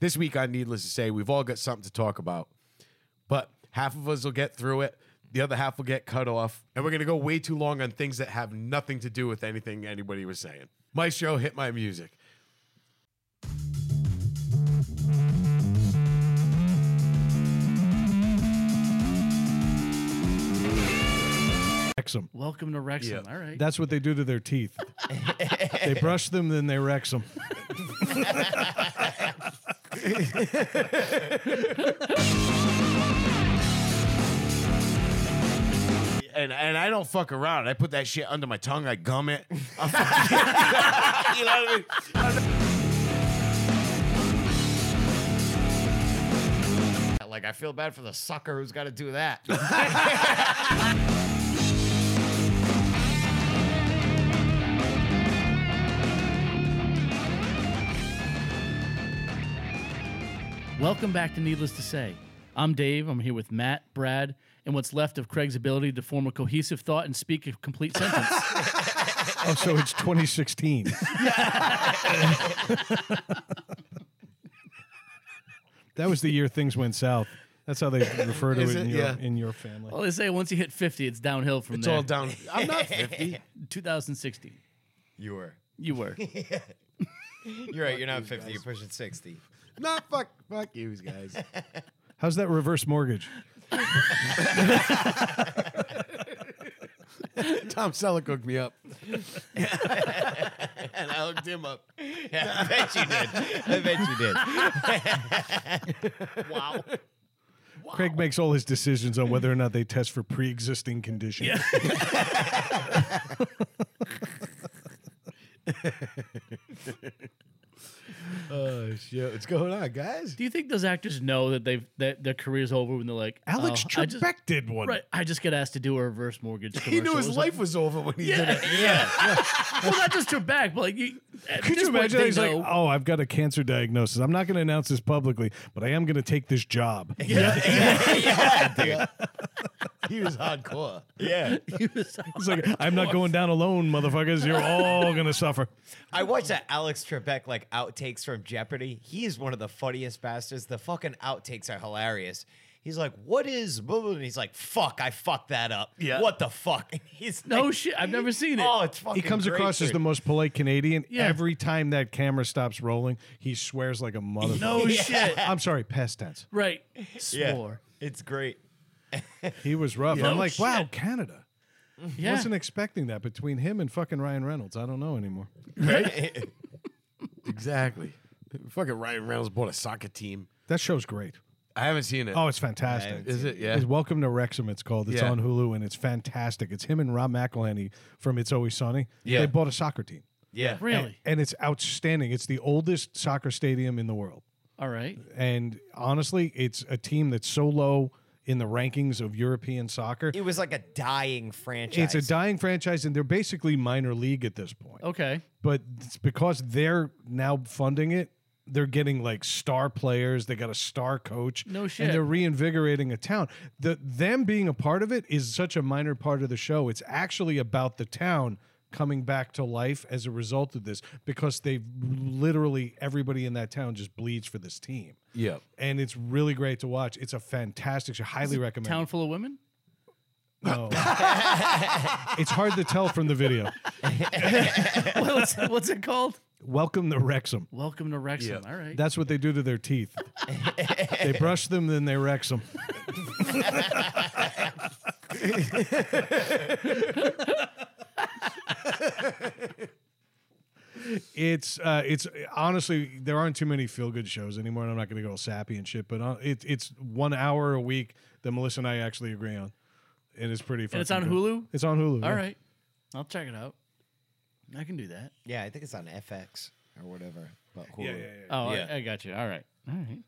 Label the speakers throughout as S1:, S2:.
S1: This week on Needless to Say, we've all got something to talk about, but half of us will get through it. The other half will get cut off, and we're gonna go way too long on things that have nothing to do with anything anybody was saying. Maestro, hit my music.
S2: Wrecks 'em.
S3: Welcome to Wrexham.
S1: Yeah.
S3: All right.
S2: That's what they do to their teeth. they brush them, then they wreck them.
S1: And and I don't fuck around. I put that shit under my tongue. I gum it. I'm fucking- you know what I mean?
S4: Like I feel bad for the sucker who's got to do that.
S3: Welcome back to Needless to Say. I'm Dave. I'm here with Matt, Brad, and what's left of Craig's ability to form a cohesive thought and speak a complete sentence.
S2: Oh, so it's 2016. that was the year things went south. That's how they refer to
S1: Is
S2: it, in,
S1: it?
S2: your,
S1: Yeah.
S2: in your family.
S3: well, they say once you hit 50, it's downhill from
S1: It's
S3: there.
S1: all down. I'm not 50.
S3: 2016.
S4: you were.
S3: You were.
S4: You're right. You're not 50. You're pushing 60.
S1: not fuck. Fuck you guys.
S2: How's that reverse mortgage?
S1: Tom Selleck hooked me up. and I hooked him up.
S4: Yeah, I bet you did. I bet you did.
S3: wow.
S2: Craig makes all his decisions on whether or not they test for pre existing conditions.
S1: Oh shit. What's going on, guys?
S3: Do you think those actors know that they've that their career's over when they're like
S2: Alex
S3: oh, I
S2: Trebek
S3: just,
S2: did one.
S3: right? I just got asked to do a reverse mortgage.
S1: He knew
S3: commercial
S1: his
S3: or something.
S1: life was over when he did
S3: Yeah,
S1: it.
S3: yeah. well, not just Trebek, but like you. at
S2: Could
S3: this
S2: you
S3: point,
S2: imagine?
S3: they
S2: He's
S3: know.
S2: like, oh, I've got a cancer diagnosis. I'm not going to announce this publicly, but I am going to take this job.
S1: He was hardcore.
S4: Yeah.
S3: He was-
S2: It's like, I'm not going down alone, motherfuckers. You're all going to suffer.
S4: I watched that Alex Trebek like outtakes from Jeopardy. He is one of the funniest bastards. The fucking outtakes are hilarious. He's like, "What is?" Blah, blah, blah," and he's like, "Fuck, I fucked that up."
S1: Yeah.
S4: What the fuck? And he's
S3: no
S4: like-
S3: shit. I've never seen it.
S4: Oh, it's fucking.
S2: He comes
S4: great,
S2: across as
S4: dude.
S2: the most polite Canadian.
S3: Yeah.
S2: Every time that camera stops rolling, he swears like a motherfucker.
S3: no shit.
S2: I'm sorry, past tense.
S3: Right.
S4: Yeah.
S3: Swore.
S4: It's great.
S2: He was rough.
S3: No
S2: I'm like, wow,
S3: shit.
S2: Canada.
S3: Yeah.
S2: Wasn't expecting that between him and fucking Ryan Reynolds. I don't know anymore.
S1: Exactly. Fucking Ryan Reynolds bought a soccer team.
S2: That show's great.
S1: I haven't seen it.
S2: Oh, it's fantastic.
S1: Is it? Yeah.
S2: It's Welcome to Wrexham, it's called. It's
S1: Yeah.
S2: on Hulu and it's fantastic. It's him and Rob McElhenney from It's Always Sunny.
S1: Yeah.
S2: They bought a soccer team.
S4: Yeah.
S3: Really?
S2: And it's outstanding. It's the oldest soccer stadium in the world.
S3: All right.
S2: And honestly, it's a team that's so low in the rankings of European soccer.
S4: It was like a dying franchise.
S2: It's a dying franchise, and they're basically minor league at this point.
S3: Okay.
S2: But it's because they're now funding it, they're getting like star players. They got a star coach.
S3: No shit.
S2: And they're reinvigorating a town. The them being a part of it is such a minor part of the show. It's actually about the town coming back to life as a result of this because they've literally everybody in that town just bleeds for this team.
S1: yeah.
S2: And it's really great to watch. It's a fantastic show. Highly recommend.
S3: Town full of women?
S2: No. it's hard to tell from the video.
S3: what's, what's it called?
S2: Welcome to Wrexham.
S3: Welcome to Wrexham. All right.
S2: That's what they do to their teeth. they brush them, then they wreck them. it's uh, it's honestly there aren't too many feel good shows anymore, and I'm not going to go all sappy and shit. But uh, it, it's one hour a week that Melissa and I actually agree on, and it's pretty.
S3: and it's on
S2: fucking good.
S3: Hulu?
S2: It's on Hulu.
S3: All
S2: yeah.
S3: right. I'll check it out. I can do that.
S4: yeah, I think it's on FX or whatever. But cool.
S2: Yeah, yeah, yeah.
S3: Oh,
S4: Yeah.
S3: I, I got you. All right. All right.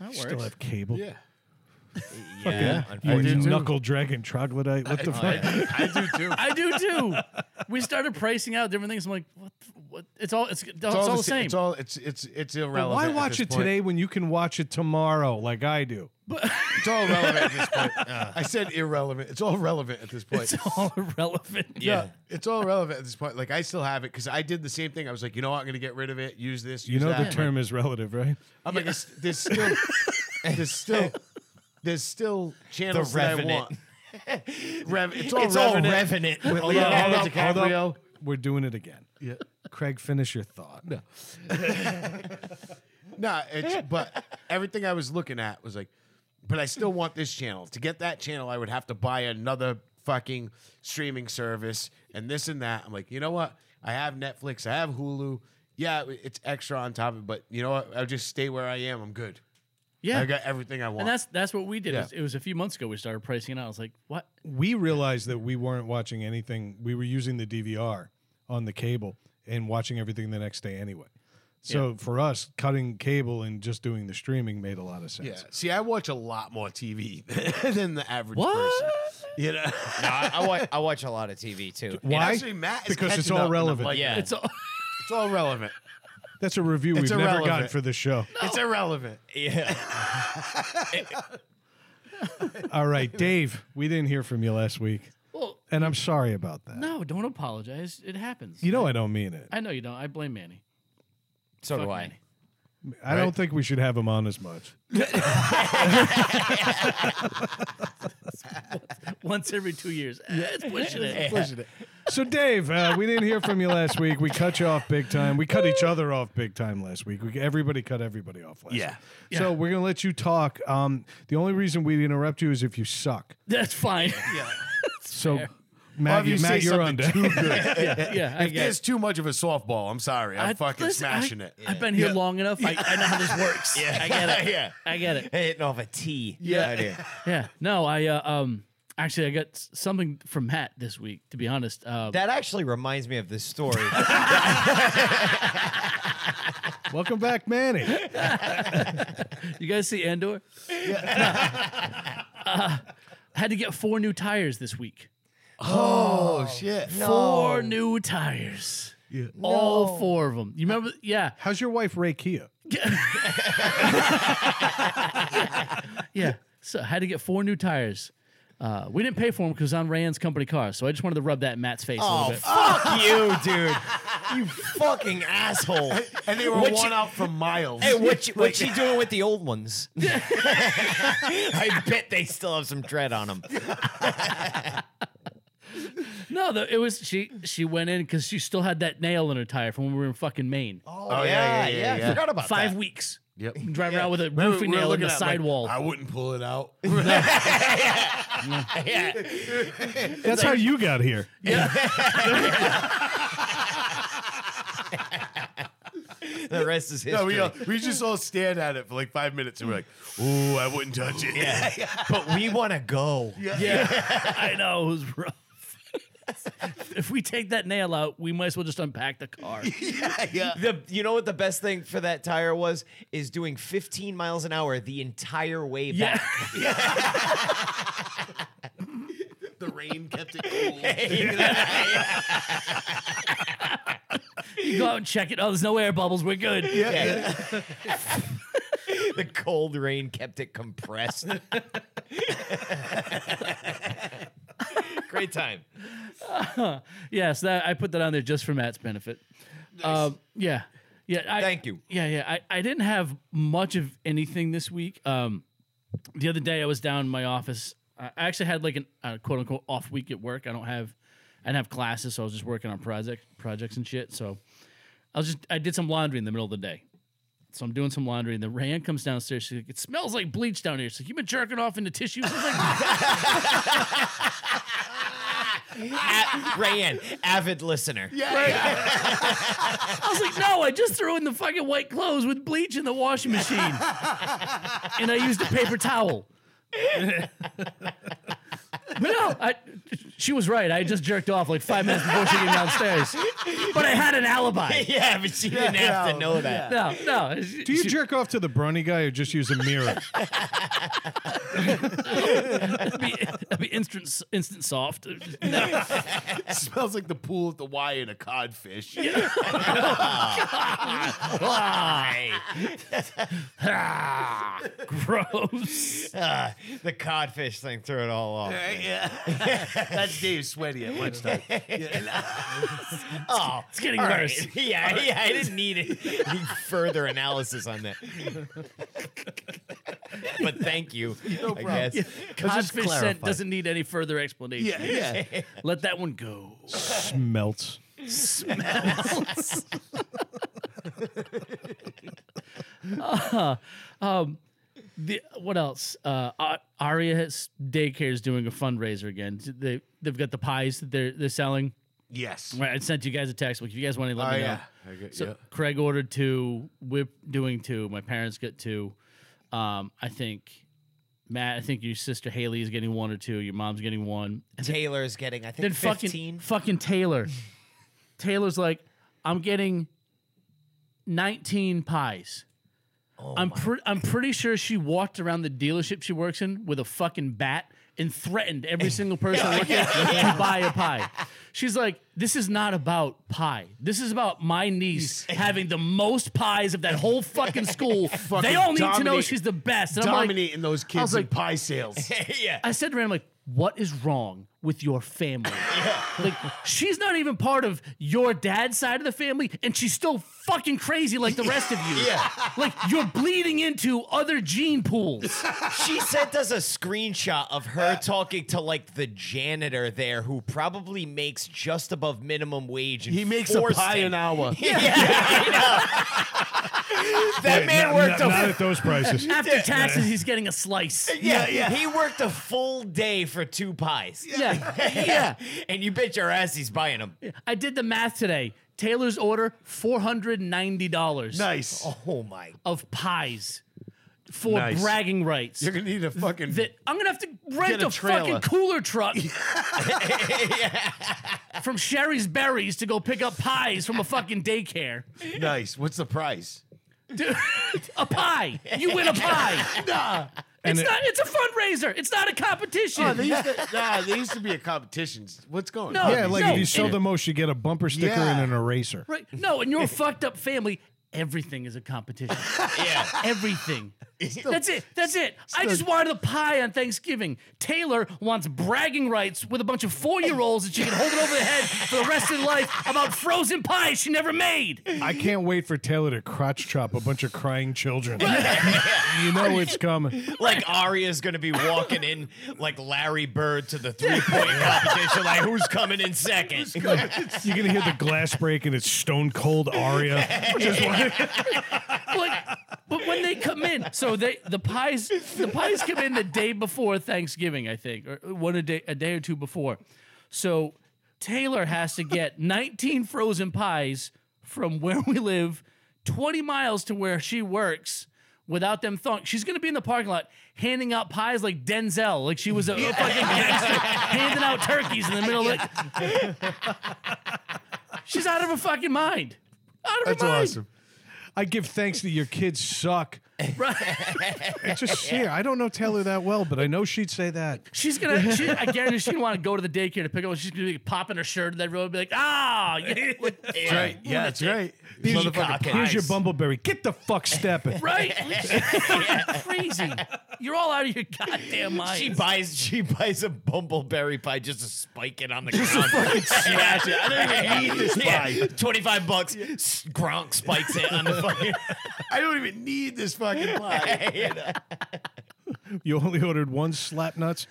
S3: That works.
S2: Still have cable.
S1: Yeah.
S2: You
S4: unfortunately.
S2: knuckle dragon troglodyte. What the fuck?
S1: I do too.
S3: I do too. we started pricing out different things. I'm like, what? the- what? It's all. It's, it's, all, the same.
S1: It's all. It's it's it's
S2: But
S1: irrelevant.
S2: why
S1: at
S2: watch
S1: this
S2: it
S1: point.
S2: today when you can watch it tomorrow like I do?
S3: But
S1: It's all relevant at this point. I said irrelevant. It's all relevant at this point.
S3: it's all irrelevant.
S1: yeah. it's all relevant at this point. Like I still have it because I did the same thing. I was like, you know what, I'm gonna get rid of it. Use this.
S2: You
S1: use
S2: know
S1: that.
S2: the term is relative, right?
S1: I'm like, it's- there's still, there's still, there's still channels that I want.
S4: Revenant.
S1: Rev, it's all
S4: It's all
S1: revenant.
S4: revenant.
S1: With Leonardo DiCaprio.
S2: We're doing it again.
S1: Yeah.
S2: Craig, finish your thought. No.
S1: No, it's but everything I was looking at was like, but I still want this channel. To get that channel, I would have to buy another fucking streaming service and this and that. I'm like, you know what? I have Netflix, I have Hulu. Yeah, it's extra on top of it, but you know what? I'll just stay where I am. I'm good.
S3: yeah.
S1: I got everything I want.
S3: and that's that's what we did. It,
S1: Yeah.
S3: was, it was a few months ago we started pricing it out. I was like, what?
S2: We realized that we weren't watching anything. We were using the DVR on the cable and watching everything the next day anyway. So for us, cutting cable and just doing the streaming made a lot of sense.
S1: yeah. See, I watch a lot more TV than the average
S3: What?
S1: person. You know,
S4: No, I, I, watch, I watch a lot of TV too.
S1: And
S2: Why?
S1: actually, Matt is
S2: Because it's
S1: catching
S2: all
S1: up, and I'm
S2: relevant.
S1: like,
S4: Yeah.
S3: It's all,
S1: it's all relevant.
S2: That's a review
S1: It's
S2: we've never
S1: irrelevant.
S2: gotten for the show.
S1: It's irrelevant.
S4: Yeah.
S2: All right, Dave, we didn't hear from you last week,
S3: well,
S2: and I'm sorry about that.
S3: no, don't apologize. It happens.
S2: You know I don't mean it.
S3: I know you don't. I blame Manny.
S4: So
S3: Fuck
S4: do I.
S3: Manny.
S2: I don't think we should have him on as much.
S3: Once every two years. Eh, It's pushing it.
S2: So, Dave, uh, we didn't hear from you last week. We cut you off big time. We cut each other off big time last week. We, everybody cut everybody off last
S1: Yeah.
S2: week. So, we're going to let you talk. Um, the only reason we interrupt you is if you suck.
S3: That's fine. Yeah.
S2: So,
S1: Or if
S2: Matt, you,
S1: you say
S2: Matt you're on
S1: something
S2: deck.
S3: yeah, I
S1: If
S3: get
S1: there's
S3: it.
S1: too much of a softball, I'm sorry. I'm
S3: I-
S1: fucking
S3: listen,
S1: smashing
S3: I,
S1: it.
S3: I've been here long enough. I, I know how this works.
S4: Yeah.
S3: I get it.
S4: Yeah.
S3: I get it.
S4: Hitting off a T.
S1: Yeah.
S4: Right here.
S3: Yeah. No, I uh, um actually I got s- something from Matt this week. To be honest, uh,
S4: That actually reminds me of this story.
S2: Welcome back, Manny.
S3: you guys see Andor? Yeah. had to get four new tires this week.
S1: Oh shit! Oh.
S3: Four new tires.
S1: Yeah.
S3: All four of them. You remember? Yeah.
S2: How's your wife, Ray Kia?
S3: Yeah. So I had to get four new tires. Uh, we didn't pay for them because on Rand's company car. So I just wanted to rub that in Matt's face a little
S4: Oh,
S3: bit.
S4: fuck you, dude. You fucking asshole.
S1: And they were
S4: What
S1: one
S4: you-
S1: out from Miles.
S4: Hey, what you, what you doing with the old ones? I bet they still have some dread on them.
S3: No, the, it was she. She went in because she still had that nail in her tire from when we were in fucking Maine.
S4: Oh,
S1: yeah, yeah, yeah, yeah.
S4: forgot about
S3: Five
S4: that.
S3: weeks.
S1: Yep.
S3: Driving around with
S1: We
S3: a
S1: were-
S3: roofing
S1: we were
S3: nail in
S1: looking
S3: the
S1: at it, like,
S3: sidewall.
S1: I wouldn't pull it out.
S2: That's how you got here.
S4: The rest is history.
S1: no, we, all, we just all stared at it for like five minutes and we're like, "Ooh, I wouldn't touch it."
S4: but we want to go.
S3: yeah, I know it was rough. if we take that nail out, we might as well just unpack the car.
S4: The you know what the best thing for that tire was is doing 15 miles an hour the entire way
S3: Yeah,
S4: back.
S1: The rain kept it cool.
S3: you go out and check it. Oh, there's no air bubbles. We're good. Yeah,
S4: Yeah. the cold rain kept it compressed. Great time.
S3: so that, I put that on there just for Matt's benefit. Um, yeah, yeah. I,
S4: Thank you.
S3: Yeah, yeah. I, I didn't have much of anything this week. Um, the other day I was down in my office. I I actually had like an uh, quote unquote off week at work. I don't have, I didn't have classes, so I was just working on project projects and shit. So I was just I did some laundry in the middle of the day. So I'm doing some laundry, and the Rand comes downstairs. She's like, "It smells like bleach down here." So you've been jerking off into tissues. I was like,
S4: A- Rayanne, avid listener.
S3: I was like, "No, I just threw in the fucking white clothes with bleach in the washing machine, and I used a paper towel." but no, I, she was right. I just jerked off like five minutes before she came downstairs, but I had an alibi.
S4: Yeah, but she didn't have to know that.
S3: No, no. she-
S2: Do you
S3: she-
S2: jerk off to the Brony guy or just use a mirror?
S3: that'd be, that'd be instant, instant soft.
S1: it smells like the pool at the Y in a codfish.
S4: Why?
S3: Gross.
S4: Ah, the codfish thing threw it all off.
S1: That's Dave sweaty at lunchtime.
S4: Oh,
S3: It's getting
S4: all right.
S3: worse.
S4: Yeah, yeah, I didn't need it- any further analysis on that. but thank you. I guess.
S3: Codfish scent
S5: clarified.
S3: doesn't need any further explanation.
S5: Yeah, yeah.
S3: Let that one go.
S2: Smelts.
S3: The, what else? Uh, A- Aria has, daycare is doing a fundraiser again. They they've got the pies that they're they're selling.
S1: yes.
S3: Right, I sent you guys a text. Like, if you guys want to let
S1: Oh
S3: me know.
S1: yeah. I get,
S3: So
S1: yeah.
S3: Craig ordered two. We're doing two. My parents get two. Um, I think Matt. I think your sister Haley is getting one or two. Your mom's getting one. And
S4: Taylor's getting, I think,
S3: then fucking
S4: 15.
S3: fucking Taylor. Taylor's like, I'm getting nineteen pies. I'm pre- I'm pretty sure she walked around the dealership she works in with a fucking bat and threatened every single person working to buy a pie. She's like, "This is not about pie. This is about my niece having the most pies of that whole fucking school. they all need to know
S1: dominate-
S3: she's the best." And I'm like,
S1: Dominating those kids
S3: was
S1: in
S3: like-
S1: pie sales.
S4: yeah.
S3: I said to her, I'm like, what is wrong with your family? Like, she's not even part of your dad's side of the family, and she's still fucking crazy like the rest of you. Yeah. Like, you're bleeding into other gene pools.
S4: she sent us a screenshot of her talking to like the janitor there who probably makes just above minimum wage. And
S5: He makes a
S4: forced
S5: pie
S4: him-
S5: an hour.
S4: Yeah, I know. that man worked
S2: not,
S4: a
S2: not at those prices.
S3: After taxes, he's getting a slice.
S4: yeah, he worked a full day for two pies.
S3: Yeah.
S4: yeah. And you bet your ass he's buying them.
S3: I did the math today. Taylor's order, $490
S1: nice.
S4: Oh my
S3: of pies for
S1: Nice.
S3: bragging rights.
S1: You're gonna need a fucking
S3: that I'm gonna have to rent
S5: Get a
S3: a,
S5: trailer.
S3: fucking cooler truck from Sherry's Berries to go pick up pies from a fucking daycare.
S1: nice. What's the price?
S3: Dude, a pie. You win a pie. Nah. It's not. It's a fundraiser. It's not a competition.
S1: Oh, they used to, nah, they used to be a competition. What's going
S3: No.
S1: on?
S2: Yeah, like
S3: No,
S2: if you
S3: it-
S2: sell the most, you get a bumper sticker
S1: Yeah.
S2: and an eraser.
S3: right. No. In your fucked up family, everything is a competition.
S4: yeah.
S3: Everything. That's it. That's it. I just wanted a pie on Thanksgiving. Taylor wants bragging rights with a bunch of four year olds that she can hold it over their head for the rest of their life about frozen pies she never made.
S2: I can't wait for Taylor to crotch chop a bunch of crying children. you know it's coming.
S4: Like Arya's gonna be walking in like Larry Bird to the three point competition. Like who's coming in second?
S2: You're gonna hear the glass break and it's stone cold aria. Just like-
S3: Like, but when they come in, so they the pies the pies come in the day before Thanksgiving, I think, or one a day a day or two before. So Taylor has to get 19 frozen pies from where we live, 20 miles to where she works. Without them thunk, she's gonna be in the parking lot handing out pies like Denzel, like she was a, a fucking gangster handing out turkeys in the middle of the. She's out of her fucking mind. Out of
S1: That's
S3: her mind.
S1: awesome.
S2: I give thanks that your kids suck.
S3: Right.
S2: It's just sheer. I don't know Taylor that well, but I know she'd say that.
S3: She's gonna. She, I guarantee she's gonna want to go to the daycare to pick up. She's gonna be popping her shirt, and everyone will be like, "Ah, yeah, like,
S1: That's right. Yeah, that's right.
S2: Here's your,
S1: Motherfucking
S2: here's your
S1: pies.
S2: bumbleberry. Get the fuck stepping.
S3: right, crazy. You're all out of your goddamn mind."
S4: She buys she buys a bumbleberry pie just to spike it on the ground. smash it. I don't even need this pie. Twenty five bucks. S- Gronk spikes it on the fucking.
S1: I don't even need this fucking pie.
S2: You only ordered one slap nuts.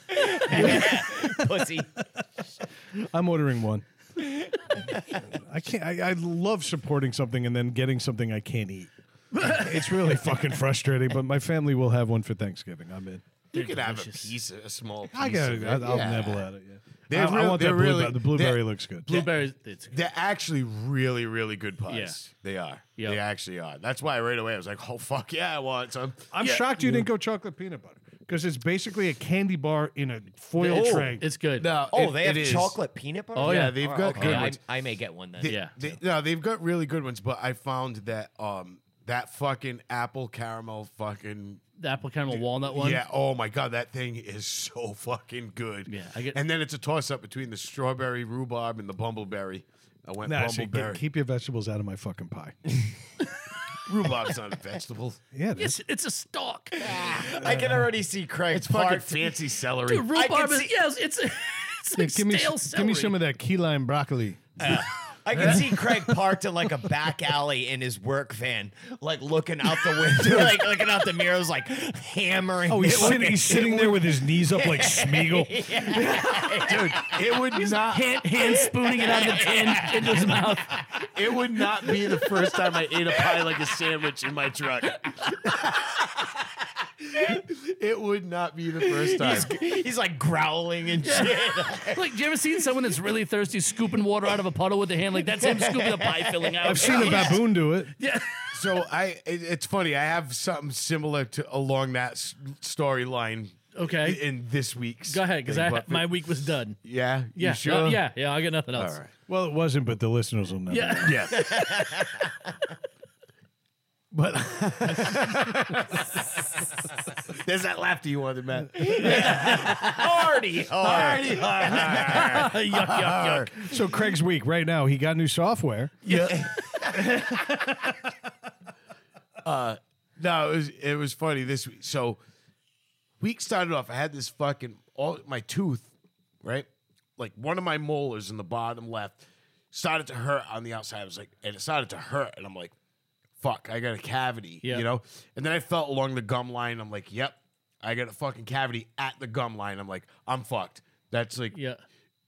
S4: Pussy.
S1: Uh,
S2: I'm ordering one. I can't. I, I love supporting something and then getting something I can't eat. It's really fucking frustrating, but my family will have one for Thanksgiving. I'm in.
S1: You could have a
S3: delicious.
S1: piece, a small piece.
S2: I got.
S1: of it.
S2: I'll
S1: Yeah.
S2: nibble at it. Yeah.
S1: They're
S2: I, I
S1: real-
S2: want that
S1: they're
S2: blueberry.
S1: really-
S2: the blueberry
S1: they're-
S2: looks good.
S3: blueberries. It's,
S1: They're actually really, really good pies. They are.
S3: Yep.
S1: They actually are. That's why right away I was like, oh fuck yeah, I want some.
S2: I'm
S3: Yeah.
S2: shocked you didn't go chocolate peanut butter because it's basically a candy bar in a foil
S3: it's,
S2: tray.
S3: Oh, it's good.
S1: No,
S4: Oh,
S1: it-
S4: they have
S1: it is.
S4: chocolate peanut butter.
S1: Oh yeah, they've
S4: Oh,
S1: got
S4: okay.
S1: good
S4: I,
S1: ones.
S4: I may get one then.
S1: They-
S3: Yeah.
S1: they- no, they've got really good ones, but I found that um that fucking apple caramel fucking
S3: the apple caramel walnut one.
S1: Yeah. Oh my god, that thing is so fucking good.
S3: Yeah, I get-
S1: And then it's a toss up between the strawberry rhubarb and the bumbleberry. I went
S2: Nah, see,
S1: bumbleberry.
S2: get- keep your vegetables out of my fucking pie.
S1: Rhubarb's not a vegetable.
S2: Yeah,
S3: It's it's a stalk.
S4: I can already see Craig
S1: It's fucking
S4: parked.
S1: fancy celery.
S3: Dude,
S4: I can
S3: rhubarb is
S4: see-
S3: yes, it's it's like
S2: give me,
S3: stale
S2: s- give me some
S3: celery.
S2: of that key lime broccoli.
S4: I can see Craig parked in like a back alley in his work van, like looking out the window, like looking out the mirrors, like hammering.
S2: Oh, he's,
S4: it.
S2: sitting, he's sitting there with his knees up like Smeagol.
S1: Dude, it would not.
S3: hand, hand spooning it out of the tin into his mouth.
S1: It would not be the first time I ate a pie like a sandwich in my truck. it would not be the first time.
S4: He's like growling and shit.
S3: Like, you ever seen someone that's really thirsty scooping water out of a puddle with their hand? Like that's him scooping a pie filling out.
S2: I've seen a baboon do it.
S3: Yeah.
S1: So I, it, it's funny. I have something similar to along that s- storyline.
S3: Okay.
S1: In this week's.
S3: Go ahead,
S1: thing,
S3: because
S1: but-
S3: my week was done.
S1: Yeah. you
S3: Yeah,
S1: sure.
S3: uh, yeah, yeah. I got nothing else.
S1: All right.
S2: Well, it wasn't, but the listeners will know.
S3: Yeah.
S1: Yeah. but there's that laughter you wanted, man.
S4: Hardy, hard.
S3: yuck, yuck, yuck.
S2: So Craig's week right now, he got new software.
S1: Yeah. uh, no, it was it was funny this week. So week started off. I had this fucking all my tooth, right? Like one of my molars in the bottom left started to hurt on the outside. I was like, and it started to hurt, and I'm like, fuck, I got a cavity,
S3: Yeah.
S1: you know. And then I felt along the gum line. I'm like, yep, I got a fucking cavity at the gum line. I'm like, I'm fucked. That's like
S3: Yeah.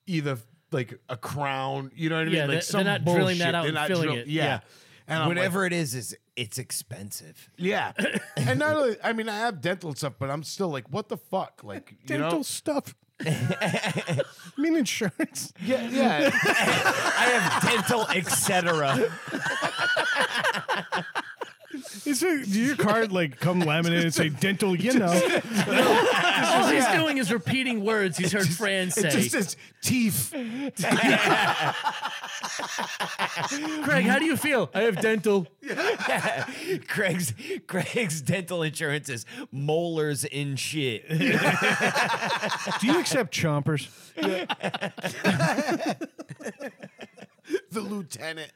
S1: either like a crown, you know what I mean?
S3: Yeah,
S1: like
S3: they're- they're not drilling that out and filling it.
S1: Yeah.
S3: Yeah.
S1: And I'm like,
S4: Whatever it is, is it's expensive.
S1: yeah. and not only, I mean, I have dental stuff, but I'm still like, what the fuck? Like, you know?
S2: stuff. I mean insurance.
S1: Yeah, yeah.
S4: I have dental, etc.
S2: Is it, did your card like come laminated and say dental? You know,
S3: All he's doing is repeating words he's heard Fran say.
S1: it just says teeth.
S3: Craig, how do you feel? I have dental.
S4: Craig's Craig's dental insurance is molars in shit.
S2: do you accept chompers?
S1: The lieutenant.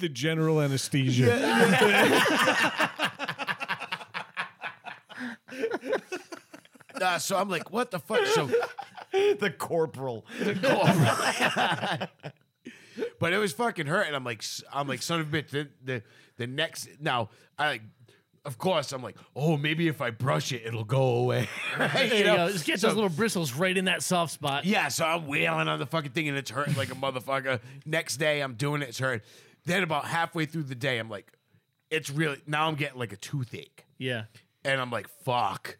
S2: The general anesthesia.
S1: Nah, so I'm like, what the fuck? So,
S4: the corporal.
S1: but it was fucking hurt. And I'm like, s- I'm like, son of a bitch. The, the, the next, now, I like, of course, I'm like, oh, maybe if I brush it, it'll go away. Right?
S3: There
S1: You
S3: you
S1: know?
S3: go. Just get
S1: So-
S3: those little bristles right in that soft spot.
S1: Yeah, so I'm wailing on the fucking thing and it's hurting like a motherfucker. Next day I'm doing it, it's hurting. Then about halfway through the day, I'm like, it's really now I'm getting like a toothache.
S3: Yeah.
S1: And I'm like, fuck.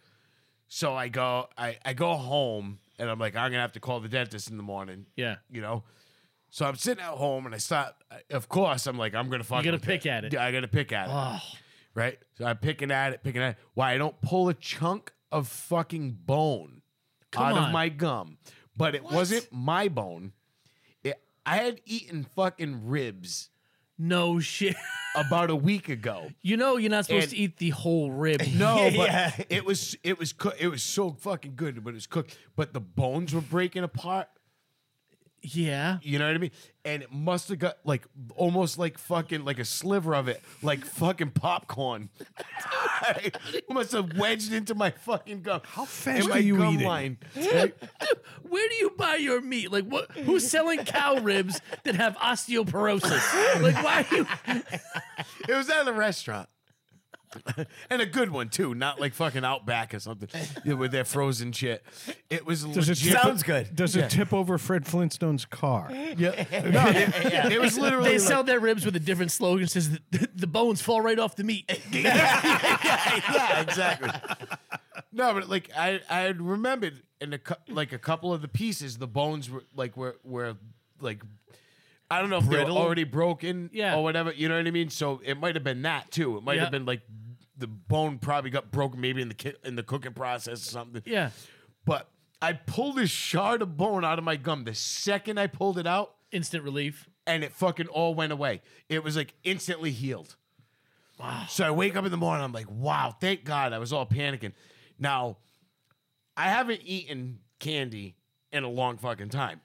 S1: So I go, I, I go home and I'm like, I'm gonna have to call the dentist in the morning.
S3: Yeah.
S1: You know? So I'm sitting at home and I start of course I'm like, I'm gonna fucking
S3: gotta pick at it.
S1: Yeah, I gotta pick at it. Right? So I'm picking at it, picking at it. Why I don't pull a chunk of fucking bone out
S3: on.
S1: of my gum. But it wasn't my bone. It, I had eaten fucking ribs
S3: No shit.
S1: about a week ago.
S3: You know you're not supposed
S1: And-
S3: to eat the whole rib.
S1: No, but
S4: Yeah.
S1: it was it was coo- it was so fucking good, but it was cooked. But the bones were breaking apart.
S3: Yeah.
S1: You know what I mean? And it must have got like almost like fucking like a sliver of it, like fucking popcorn. I must have wedged into my fucking gum. How
S2: fast are you eating?
S3: Where do you buy your meat? Like what who's selling cow ribs that have osteoporosis? Like why are you
S1: It was at a restaurant. and a good one too, not like fucking Outback or something yeah, with their frozen shit. It was
S2: Does it
S1: legit.
S2: tip-
S4: Sounds good.
S2: Does it tip over Fred Flintstone's car?
S1: Yeah. No, it, it was literally.
S3: they
S1: like-
S3: sell their ribs with a different slogan says the, the bones fall right off the meat.
S1: yeah, exactly. No, but like I, I had remembered in a cou- like a couple of the pieces, the bones were like were were like I don't know if they
S4: Brittle?
S1: were already broken
S3: Yeah.
S1: or whatever. You know what I mean? So it might have been that too. It might
S3: Yeah.
S1: have been like the bone probably got broken maybe in the ki- in the cooking process or something.
S3: Yeah.
S1: But I pulled this shard of bone out of my gum the second I pulled it out,
S3: Instant relief.
S1: and it fucking all went away. It was like instantly healed. Wow. So I wake up in the morning, I'm like, wow, thank God. I was all panicking. Now, I haven't eaten candy in a long fucking time.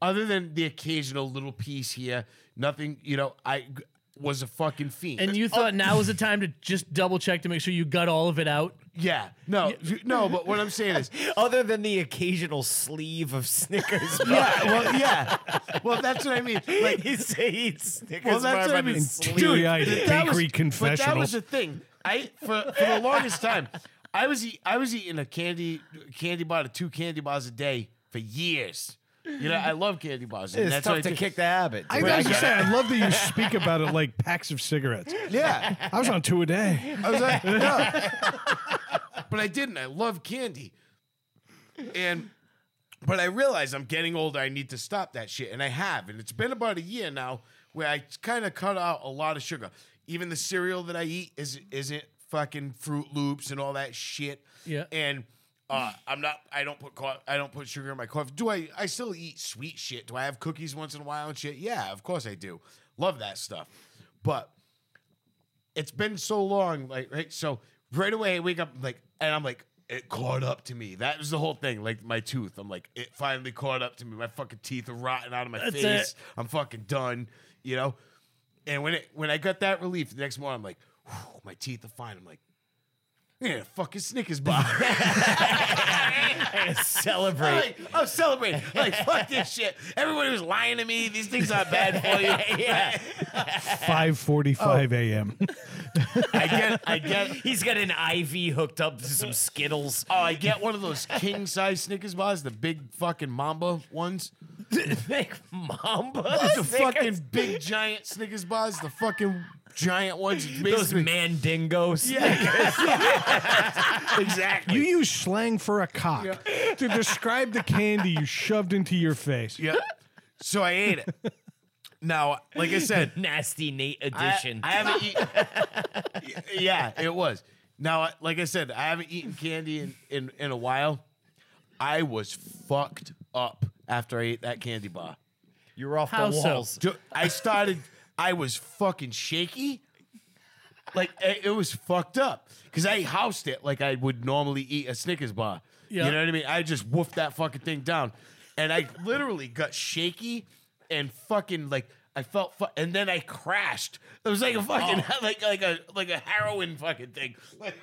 S1: other than the occasional little piece here, nothing. You know, I g- was a fucking fiend.
S3: And you thought now was the time to just double check to make sure you got all of it out.
S1: yeah, no, no. But what I'm saying is,
S4: Other than the occasional sleeve of Snickers,
S1: yeah, well, yeah, well, that's what I mean. Like,
S4: he said he'd Snickers
S1: well, that's
S4: bar
S1: what I
S4: by the
S1: mean.
S4: sleeve.
S2: teary-eyed
S1: Dude, that was-
S2: bakery
S1: But that
S2: confessional.
S1: was the thing. I for, for the longest time, I was eat, I was eating a candy candy bar to two candy bars a day for years. You know, I love candy bars. and
S4: It's
S1: that's what
S4: tough
S1: I
S4: to
S1: did.
S4: kick the habit.
S2: I
S4: dude.
S2: was just saying, I love that you speak about it like packs of cigarettes.
S1: Yeah,
S2: I was on two a day.
S1: I was like, no. but I didn't. I love candy. And but I realize I'm getting older. I need to stop that shit, and I have. And it's been about a year now where I kind of cut out a lot of sugar. Even the cereal that I eat is isn't fucking Fruit Loops and all that shit.
S3: Yeah.
S1: And uh, I'm not. I don't put co- I don't put sugar in my coffee. Do I? I still eat sweet shit. Do I have cookies once in a while and shit? Yeah, of course I do. Love that stuff. But it's been so long, like right. So right away, I wake up like, and I'm like, it caught up to me. That was the whole thing. Like my tooth, I'm like, it finally caught up to me. My fucking teeth are rotting out of my
S3: That's
S1: face.
S3: it.
S1: I'm fucking done, you know. And when it when I got that relief the next morning, I'm like, whew, my teeth are fine. I'm like, yeah, fucking Snickers bar.
S4: celebrate.
S1: Like, I'm celebrating. Like, fuck this shit. Everybody was lying to me. These things aren't bad for you.
S4: yeah,
S1: Oh.
S2: 5:45 a.m.
S1: I get, I get,
S4: he's got an IV hooked up to some Skittles.
S1: Oh, I get one of those king size Snickers bars, the big fucking Mamba ones.
S4: Like Mamba,
S1: The
S4: Snickers?
S1: fucking big giant Snickers bars, the fucking giant ones.
S4: those
S1: Basically-
S4: Mandingo
S1: Yeah. exactly.
S2: You use slang for a cock to describe the candy you shoved into your face.
S1: yeah. So I ate it. Now, like I said,
S4: Nasty Nate
S1: I-
S4: edition.
S1: I, haven't eaten. yeah, it was. Now, I- like I said, I haven't eaten candy in, in, in a while. I was fucked up after I ate that candy bar.
S4: You're off
S3: How
S4: the
S3: so?
S4: walls.
S1: Dude, I started. I was fucking shaky. Like eh, it, it was fucked up because I housed it like I would normally eat a Snickers bar.
S3: Yeah.
S1: You know what I mean? I just woofed that fucking thing down, and I literally got shaky and fucking like I felt. Fu- and then I crashed. It was like a fucking like like a like a heroin fucking thing. Like,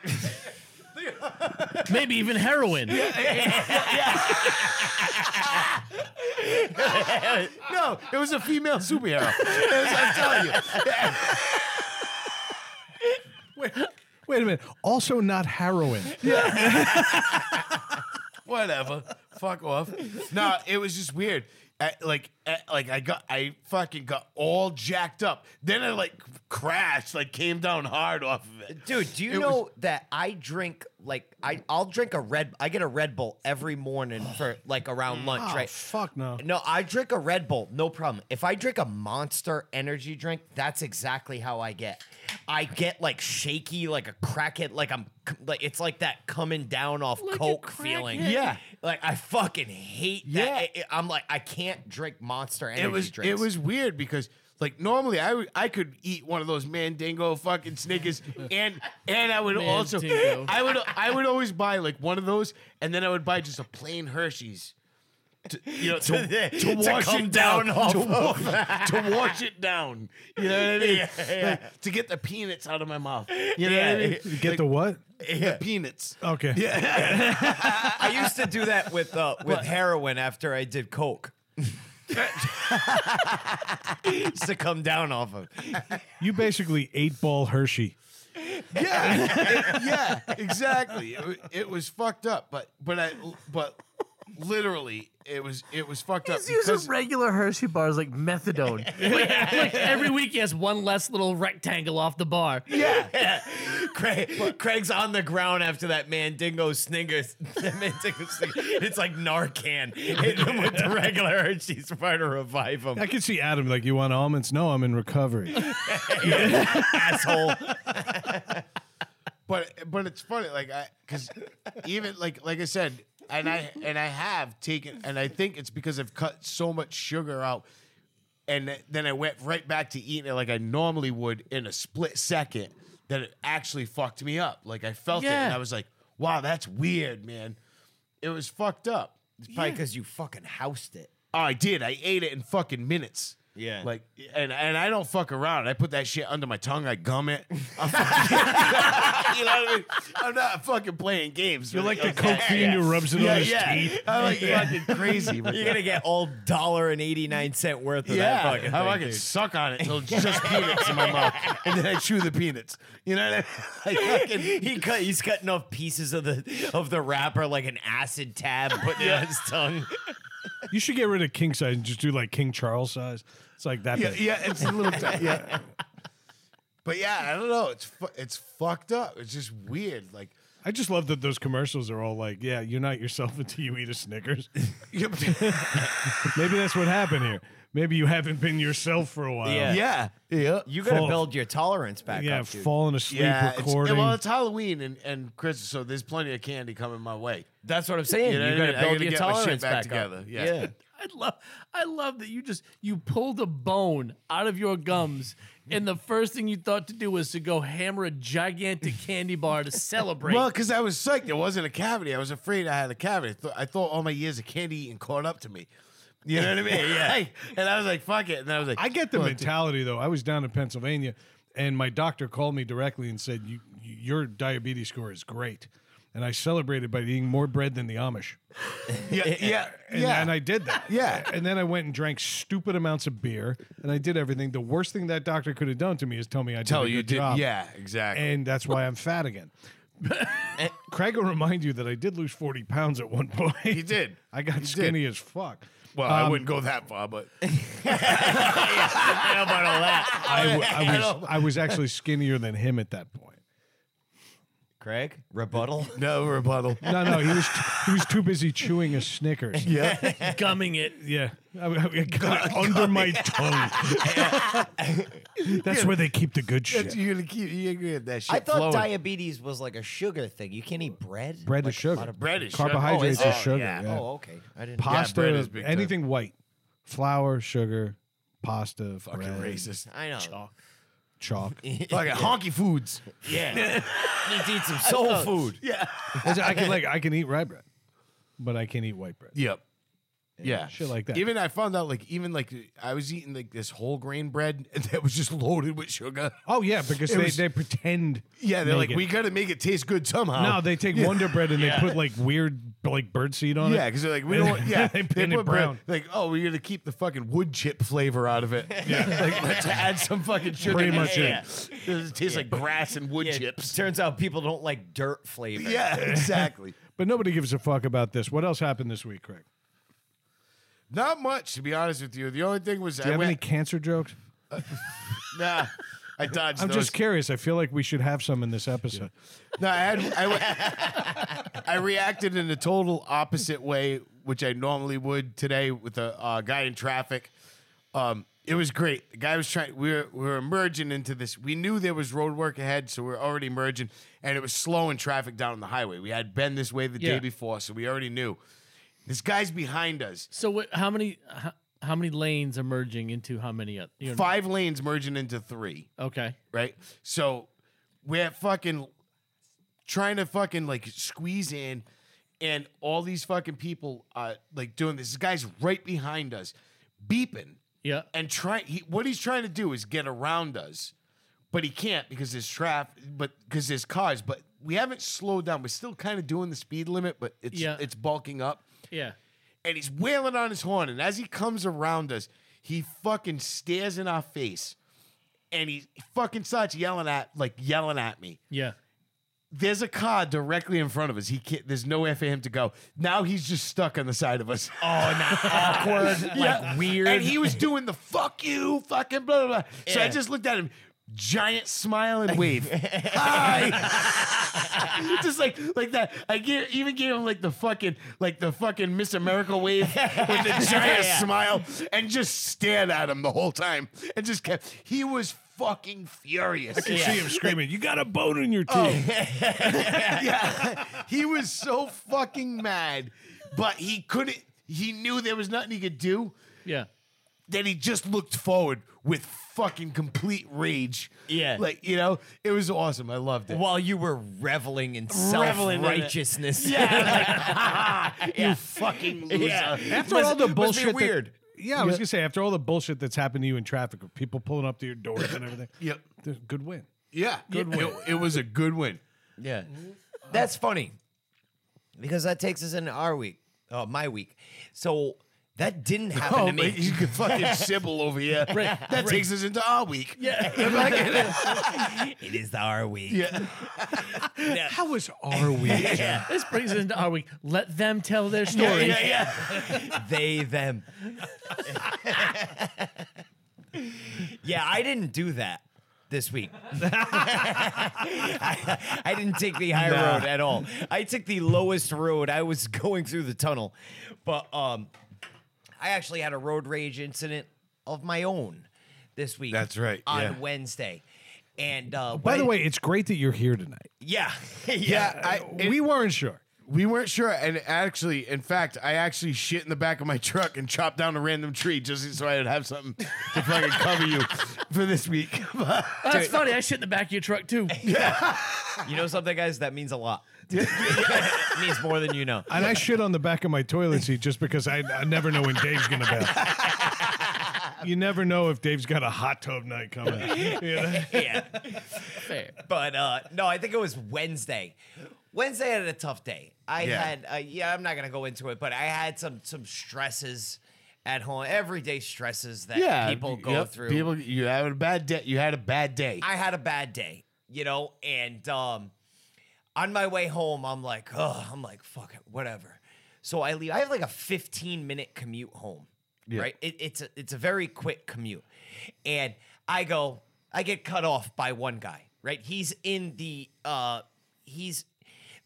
S3: Maybe even heroin.
S1: no, it was a female superhero. It was- I'm telling you.
S2: Wait a minute. Also not heroin.
S1: whatever. Fuck off. No, it was just weird. I, like, I, like I got, I fucking got all jacked up. Then I like crashed, like came down hard off of it.
S4: Dude, do you
S1: It was-
S4: know that I drink like I I'll drink a red I get a Red Bull every morning for like
S1: Mm.
S4: around lunch,
S2: Oh,
S4: right?
S2: fuck no.
S4: No, I drink a Red Bull, no problem. If I drink a Monster energy drink, that's exactly how I get. I get like shaky, like a crackhead, like I'm c- like it's like that coming down off coke feeling.
S1: crackhead. Yeah.
S4: like I fucking hate
S1: Yeah.
S4: that. I- I- I'm like I can't drink Monster energy
S1: it was, it
S4: drinks.
S1: was weird because like normally I would- I could eat one of those Mandingo fucking Snickers, and and I would also,
S3: Mandingo.
S1: I would, I would always buy like one of those, and then I would buy just a plain Hershey's. To, you know, to, to,
S4: To
S1: wash
S4: come
S1: it down,
S4: down off
S1: to, wa- to wash it down. You know what I mean? Like, to get the peanuts out of my mouth. You know what I mean?
S2: Get the what?
S1: the peanuts.
S2: Okay. Yeah.
S4: I used to do that with uh, with heroin after I did coke. Used to come down off of.
S2: You basically eight ball Hershey.
S1: Yeah, yeah, exactly. It, wa- it was fucked up, but but I but literally it was it was fucked up
S5: He's using
S1: because
S5: regular Hershey bars like methadone.
S3: like every week he has one less little rectangle off the bar.
S4: Yeah. Craig, Craig's on the ground after that Mandingo Snickers. that Mandingo Snickers. It's like Narcan. Hit him with the regular Hershey's trying to revive him.
S2: I could see Adam like, you want almonds? No, I'm in recovery.
S4: Asshole.
S1: but but it's funny like I because even like like I said and I and I have taken and I think it's because I've cut so much sugar out and then I went right back to eating it like I normally would in a split second that it actually fucked me up like I felt it and
S3: Yeah.
S1: I was like wow that's weird man it was fucked up
S4: It's probably because you fucking housed it.
S1: Oh, I did. I ate it in fucking minutes.
S4: Yeah.
S1: Like, and and I don't fuck around. I put that shit under my tongue. I gum it. I'm fucking, you know what I mean? I'm not fucking playing games.
S2: You're
S1: man.
S2: like the
S1: Okay.
S2: coke fiend who rubs it
S1: Yeah,
S2: on his
S1: yeah.
S2: teeth.
S1: I'm like fucking crazy. with
S4: You're
S1: that.
S4: gonna get all dollar and eighty nine cent worth of that
S1: Yeah,
S4: fucking
S1: how I
S4: thing,
S1: can
S4: dude.
S1: suck on it till just peanuts in my mouth, and then I chew the peanuts. You know what I mean? I fucking,
S4: he cut. He's cutting off pieces of the of the wrapper like an acid tab, putting it on his tongue.
S2: You should get rid of king size and just do like King Charles size. It's like that.
S1: yeah,
S2: big.
S1: yeah, it's a little, ti- yeah. But yeah, I don't know. It's fu- it's fucked up. It's just weird. Like,
S2: I just love that those commercials are all like, "Yeah, you're not yourself until you eat a Snickers." Maybe that's what happened here. Maybe you haven't been yourself for a while.
S4: Yeah.
S1: yeah, yeah.
S4: You gotta
S2: Full-
S4: build your tolerance back
S2: yeah,
S4: up, dude.
S2: falling asleep
S1: Yeah, it's,
S2: recording.
S1: well, it's Halloween and, and Christmas, so there's plenty of candy coming my way.
S4: That's what I'm saying.
S1: You
S4: You,
S1: know what I
S4: gotta
S1: mean? I
S4: build
S1: gotta
S4: your
S1: get my shit
S4: tolerance
S1: back
S4: back,
S1: together.
S4: Up.
S1: Yeah.
S3: I love I love that you just you pulled a bone out of your gums and the first thing you thought to do was to go hammer a gigantic candy bar to celebrate.
S1: Well, because I was psyched, it wasn't a cavity. I was afraid I had a cavity. I, thought I thought all my years of candy eating caught up to me. You know what I mean? Yeah. and I was like, "Fuck it," and then I was like,
S2: I get the
S1: "Well,
S2: mentality though. I was down in Pennsylvania, and my doctor called me directly and said, you, you- "Your diabetes score is great," and I celebrated by eating more bread than the Amish.
S1: Yeah, yeah,
S2: And,
S1: Uh, yeah."
S2: and I did that.
S1: Yeah.
S2: And then I went and drank stupid amounts of beer, and I did everything. The worst thing that doctor could have done to me is tell me I
S1: tell
S2: did a
S1: you
S2: good
S1: did.
S2: job.
S1: Yeah, exactly.
S2: and that's why I'm fat again. Craig will remind you that I did lose 40 pounds at one point.
S1: he did.
S2: I got
S1: He did.
S2: skinny as fuck.
S1: Well, I wouldn't go that far, but
S4: I don't know about all that.
S2: I, w- I was, I was actually skinnier than him at that point.
S4: Craig, rebuttal.
S1: no rebuttal.
S2: No, no, he was he was too busy chewing a Snickers. Yeah,
S3: gumming it.
S2: yeah. I, I- I got it under my tongue. That's where they keep the good shit.
S1: That's, you're gonna keep. You're gonna get that shit.
S4: I thought
S1: flowing.
S4: diabetes was like a sugar thing. You can't eat bread.
S2: Bread
S4: like
S2: is sugar.
S4: a lot of-
S1: bread is
S2: Carbohydrates
S1: sugar.
S2: are sugar.
S1: yeah.
S2: yeah.
S4: Oh, okay. I didn't.
S2: Pasta,
S1: bread is big time.
S2: anything white, flour, sugar, pasta,
S1: Fucking
S2: bread,
S1: racist.
S4: I know.
S2: chalk.
S1: Fucking honky foods.
S4: Yeah. Need to eat some soul food.
S1: Yeah.
S2: It's- I can like I can eat rye bread, but I can't eat white bread.
S1: Yep. Yeah.
S2: shit like that.
S1: Even I found out like even like I was eating like this whole grain bread that was just loaded with sugar.
S2: Oh yeah, because
S1: It
S2: they,
S1: was-
S2: they pretend.
S1: Yeah, they're like,
S2: Make it.
S1: we gotta make it taste good somehow.
S2: No, they take Wonder Bread and they put like weird like birdseed on
S1: Yeah,
S2: it.
S1: because they're like, we don't want yeah,
S2: They paint it
S1: put bread-
S2: brown.
S1: Like, oh, we're gonna keep the fucking wood chip flavor out of it. Yeah. like let's add some fucking sugar.
S2: Pretty
S1: in
S2: much
S1: it.
S4: it.
S1: It tastes like grass and wood
S4: Yeah,
S1: chips.
S4: Turns out people don't like dirt flavor.
S1: Yeah, exactly.
S2: But nobody gives a fuck about this. What else happened this week, Craig?
S1: Not much, to be honest with you. The only thing was
S2: Do you
S1: I
S2: have any
S1: went
S2: cancer jokes?
S1: nah, I dodged
S2: I'm
S1: those.
S2: just curious. I feel like we should have some in this episode.
S1: No, I had I, went- I reacted in a total opposite way, which I normally would today with a uh, guy in traffic. Um, it was great. The guy was trying. We were we were merging into this. We knew there was road work ahead, so we are already merging, and it was slowing traffic down on the highway. We had been this way the day
S3: Yeah.
S1: before, so we already knew. This guy's behind us.
S3: So what, how many how, how many lanes are merging into how many other? You know-
S1: Five lanes merging into three.
S3: Okay.
S1: right? So we're fucking trying to fucking like squeeze in, and all these fucking people uh like doing this. This guy's right behind us, beeping
S3: Yeah.
S1: and try. He, what he's trying to do is get around us, but he can't because there's traffic, but because there's cars. But we haven't slowed down. We're still kind of doing the speed limit, but it's
S3: Yeah.
S1: it's bulking up
S3: Yeah.
S1: and he's wailing on his horn. And as he comes around us, he fucking stares in our face, and he fucking starts yelling at like yelling at me.
S3: Yeah.
S1: There's a car directly in front of us. He can't, there's nowhere for him to go. Now he's just stuck on the side of us.
S4: Oh, and that awkward, like weird.
S1: And he was doing the fuck you, fucking blah blah. blah. So I
S4: Yeah.
S1: just looked at him, giant smile and wave. Hi. just like like that. I gave, even gave him like the fucking like the fucking Miss America wave with the giant
S4: Yeah.
S1: smile and just stared at him the whole time and just kept. He was fucking furious.
S2: You
S4: Yeah.
S2: see him screaming, "You got a bone in your teeth!"
S1: Oh, yeah. He was so fucking mad, but he couldn't. He knew there was nothing he could do.
S3: Yeah.
S1: that he just looked forward with fucking complete rage.
S4: Yeah.
S1: Like, you know, it was awesome. I loved it.
S4: While you were reveling in
S1: Reveling in it.
S4: self righteousness.
S1: You fucking loser.
S4: Yeah.
S2: After
S4: Must-
S2: all the
S4: must be
S2: bullshit, that-
S4: weird.
S2: yeah, I was gonna say after all the bullshit that's happened to you in traffic, with people pulling up to your doors and everything.
S1: Yep.
S2: th- good win.
S1: Yeah. Good win. It, it was a good win.
S4: Yeah. That's funny. Because that takes us into our week. Oh, my week. So that didn't happen to
S1: Oh,
S4: me.
S1: man, you can fucking Sybil over here. that takes us into our week.
S4: it is our week.
S1: Yeah.
S2: How was our week?
S3: This brings us into our week. Let them tell their story.
S4: yeah, yeah. they, them. yeah, I didn't do that this week. I, I didn't take the high road at all. I took the lowest road. I was going through the tunnel. But um I actually had a road rage incident of my own this week.
S1: That's right,
S4: On
S1: yeah.
S4: Wednesday. And uh
S2: By the
S4: when-
S2: way, it's great that you're here tonight.
S4: yeah. yeah.
S1: Yeah. I, it-
S2: we weren't sure.
S1: We weren't sure, and actually, in fact, I actually shit in the back of my truck and chopped down a random tree just so I'd have something to fucking cover you for this week.
S3: Oh, that's funny. I shit in the back of your truck too.
S4: You know something, guys? That means a lot. it means more than you know.
S2: And I shit on the back of my toilet seat just because I, I never know when Dave's gonna bail. you never know if Dave's got a hot tub night coming. You know?
S4: Yeah.
S3: Fair.
S4: but uh, no, I think it was Wednesday. Wednesday I had a tough day. I
S1: Yeah.
S4: had uh, yeah, I'm not gonna go into it, but I had some some stresses at home, everyday stresses that people go
S1: yep,
S4: through.
S1: People, you had a bad day. You had a bad day.
S4: I had a bad day, you know, and um, on my way home, I'm like, oh, I'm like, fuck it, whatever. So I leave. I have like a 15 minute commute home, right? It, it's a, it's a very quick commute, and I go, I get cut off by one guy, right? He's in the uh, he's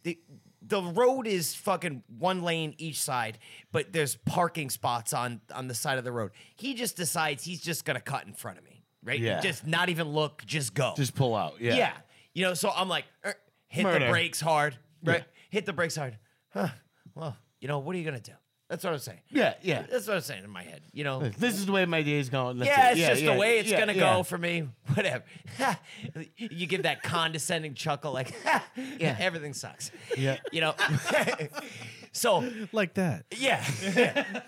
S4: the. The road is fucking one lane each side, but there's parking spots on on the side of the road. He just decides he's just gonna cut in front of me, right?
S1: Yeah.
S4: Just not even look, just go.
S1: Just pull out. Yeah.
S4: yeah. You know, so I'm like, er, hit
S1: Murder.
S4: the brakes hard. Right. Hit the brakes hard. Huh. Well, you know, what are you gonna do? That's what I'm saying.
S1: Yeah. Yeah.
S4: That's what I'm saying in my head. You know.
S1: This is the way my day's going. That's
S4: Yeah,
S1: it.
S4: it's just the way it's
S1: yeah,
S4: gonna
S1: yeah.
S4: go for me. Whatever. you give that condescending chuckle, like, yeah, everything sucks.
S1: Yeah.
S4: You know. so
S2: like that.
S4: yeah. yeah.